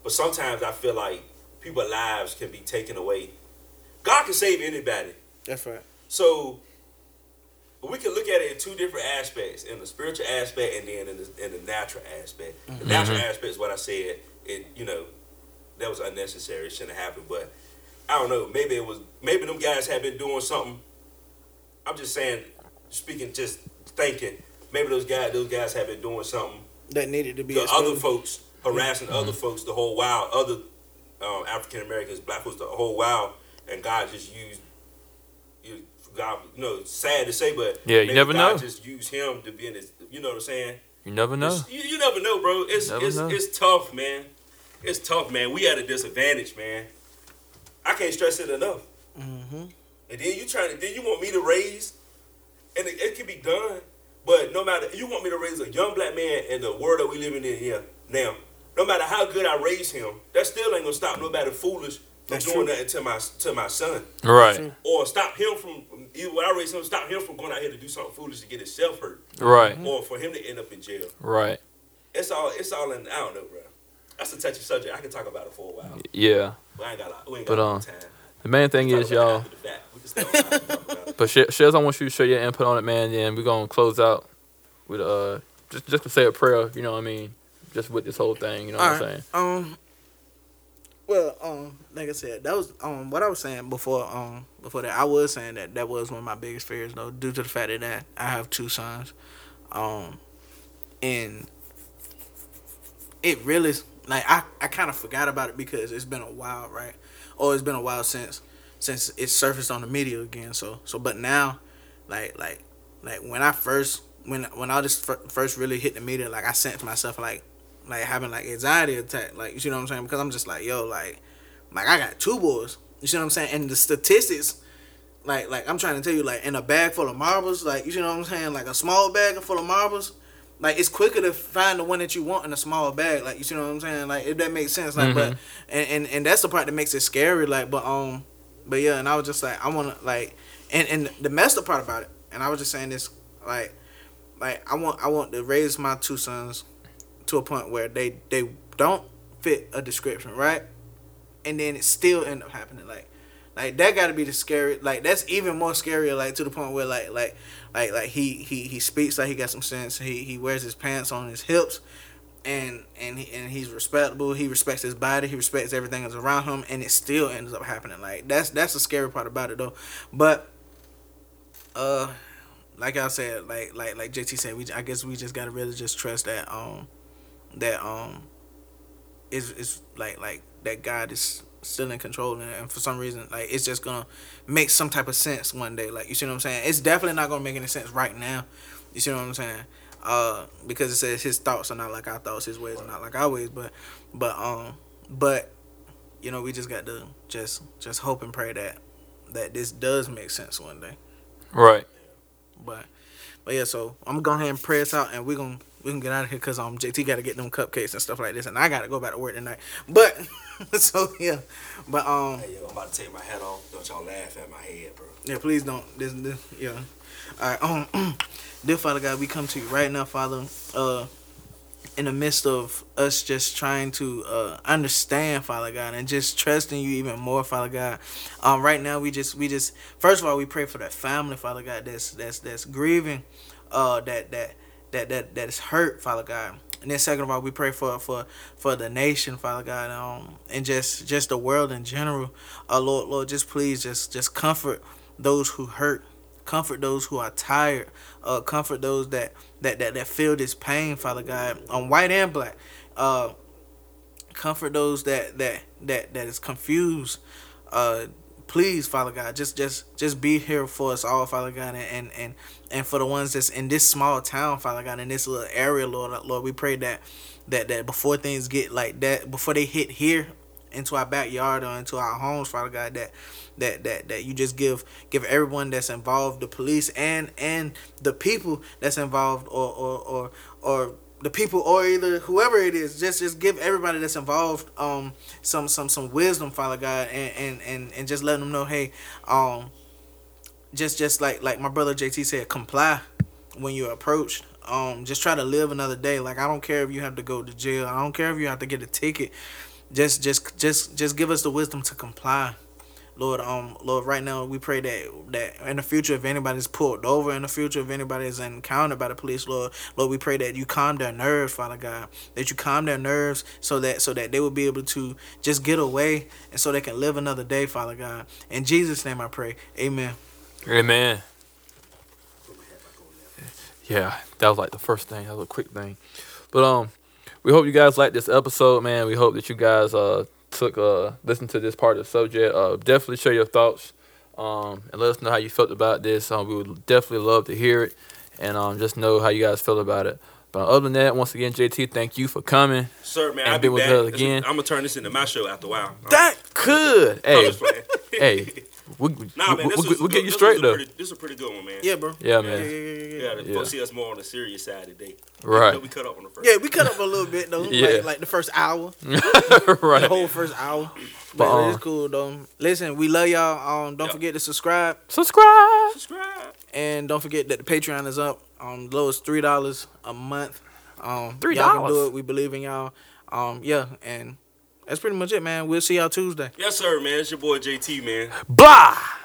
E: But sometimes I feel like people's lives can be taken away. God can save anybody.
F: That's right.
E: So we can look at it in two different aspects: in the spiritual aspect, and then in the, in the natural aspect. The natural aspect is what I said. It you know that was unnecessary; it shouldn't have happened. But I don't know. Maybe it was. Maybe them guys had been doing something. I'm just saying, speaking, just thinking. Maybe those guys, those guys have been doing something.
F: That needed to be
E: The other
F: exposed. Mm-hmm.
E: folks harassing other folks the whole while, other um, African Americans, black folks the whole while, and God just used you. God, you know, sad to say, but
D: Yeah, you
E: maybe
D: never
E: God
D: know.
E: Just used him to be in his. You know what I'm saying?
D: You never know.
E: It's- You, you never know, bro. It's
D: Never
E: it's
D: know.
E: it's tough, man. It's tough, man. We at a disadvantage, man. I can't stress it enough. And then you trying to then you want me to raise, and it, it can be done. But no matter you want me to raise a young black man in the world that we living in here now. No matter how good I raise him, that still ain't gonna stop nobody foolish from
F: That's
E: doing
F: true.
E: nothing to my to my son
D: Right.
E: or stop him from either when I raise him, stop him from going out here to do something foolish to get himself hurt,
D: Right.
E: or for him to end up in jail.
D: Right.
E: It's all it's all in I don't know, bro. That's a touchy subject. I can talk about it for a while.
D: Yeah.
E: But I ain't got a lot. We ain't
D: But,
E: got a lot of
D: um,
E: time.
D: The main thing
E: Talk
D: is,
E: about it
D: y'all.
E: after the fact. We can stay on and talk about it.
D: But Sh- Shiz, I want you to share your input on it, man. Then we're gonna close out with uh just just to say a prayer. You know what I mean? Just with this whole thing. You know what I'm saying?
F: Um. Well, um, like I said, that was um what I was saying before. Um, before that, I was saying that that was one of my biggest fears, though, due to the fact that I- I have two sons. Um, and it really like I I kind of forgot about it because it's been a while, right? Or it's been a while since since it surfaced on the media again. So so, but now, like like like when I first when when all this fir- first really hit the media, like I sent to myself like like having like anxiety attack. Like you see what I'm saying? Because I'm just like, yo, like, like I got two boys. You see what I'm saying? And the statistics, like, like I'm trying to tell you, like in a bag full of marbles, like you see what I'm saying? Like a small bag full of marbles. Like it's quicker to find the one that you want in a small bag, like you see what I'm saying, like if that makes sense, like but and, and and that's the part that makes it scary, like but um, but yeah, and I was just like I want to like, and and the messed up part about it, and I was just saying this like like I want I want to raise my two sons to a point where they they don't fit a description, right? And then it still end up happening. Like like that gotta be the scary like that's even more scarier, like to the point where like like like like he he he speaks like he got some sense, he he wears his pants on his hips and and he, and he's respectable, he respects his body, he respects everything that's around him and it still ends up happening. Like that's that's the scary part about it though. But uh like I said, like like like JT said, we I guess we just gotta really just trust that um that um is is like like that God is still in control and, and for some reason like it's just gonna make some type of sense one day. Like you see what I'm saying? It's definitely not gonna make any sense right now. You see what I'm saying? Uh because it says his thoughts are not like our thoughts, his ways are not like our ways, but but um but you know, we just got to just just hope and pray that that this does make sense one day.
D: Right.
F: But but yeah, so I'm gonna go ahead and pray us out, and we're gonna we can get out of here because um JT gotta get them cupcakes and stuff like this, and I gotta go back to work tonight. But so yeah, but um
E: Hey, yo, I'm about to take my hat off. Don't y'all laugh at my head, bro.
F: yeah, please don't this this yeah. All right, um, dear Father God, we come to you right now, Father. Uh, in the midst of us just trying to uh, understand father god and just trusting you even more father god um, right now we just we just first of all we pray for that family father god that's that's that's grieving uh, that that that that that is hurt father god and then second of all we pray for for for the nation father god um, and just just the world in general uh, lord lord just please just just comfort those who hurt comfort those who are tired uh comfort those that that that, that feel this pain father god on white and black uh comfort those that that that that is confused uh please father god just just just be here for us all father god and and and, and for the ones that's in this small town father god in this little area lord lord we pray that that that before things get like that before they hit here into our backyard or into our homes, Father God, that that that that you just give give everyone that's involved, the police and and the people that's involved or or or or the people or either whoever it is, just just give everybody that's involved um some some some wisdom, Father God, and and and, and just let them know, hey, um just just like like my brother JT said, comply when you're approached. Um, just try to live another day. Like I don't care if you have to go to jail. I don't care if you have to get a ticket. Just just just just give us the wisdom to comply. Lord, um, Lord, right now we pray that that in the future, if anybody's pulled over, in the future, if anybody's encountered by the police, Lord, Lord, we pray that you calm their nerves, Father God, that you calm their nerves so that so that they will be able to just get away and so they can live another day, Father God. In Jesus' name, I pray, Amen.
D: Amen. Yeah, that was like the first thing. That was a quick thing. But um, we hope you guys liked this episode, man. We hope that you guys uh took uh listened to this part of the subject. Uh, definitely share your thoughts. Um, and let us know how you felt about this. Um, we would definitely love to hear it, and um, just know how you guys feel about it. But uh, other than that, once again, JT, thank you for coming.
E: Sir, man,
D: And
E: I'll
D: be
E: be
D: with
E: back.
D: us again.
E: I'm gonna turn this into my show after a while.
D: That could,
E: I'm
D: hey,
E: just playing.
D: hey, we we,
E: Nah, man,
D: we,
E: this
D: we-
E: was a
D: we
E: good-
D: get you
E: this
D: straight
E: was a
D: though.
E: pretty- This is a pretty good one, man.
F: Yeah, bro.
D: Yeah, man.
F: yeah, yeah, yeah, yeah.
E: Yeah,
D: Yeah.
E: to see us more on the serious side today.
D: Right.
E: We cut up on the first.
F: Yeah, we cut up a little bit though.
D: Yeah.
F: Like, like the first hour, the
D: right.
F: whole first hour. But,
D: But, uh,
F: it's cool though. Listen, we love y'all. Um, don't
E: Yeah.
F: forget to subscribe
D: Subscribe.
E: Subscribe.
F: and don't forget that the Patreon is up. Um, lowest three dollars a month. Um,
D: $3.
F: Y'all can do it. We believe in y'all. Um, yeah, and that's pretty much it, man. We'll see y'all Tuesday.
E: Yes, sir, man. It's your boy JT, man.
D: Bye.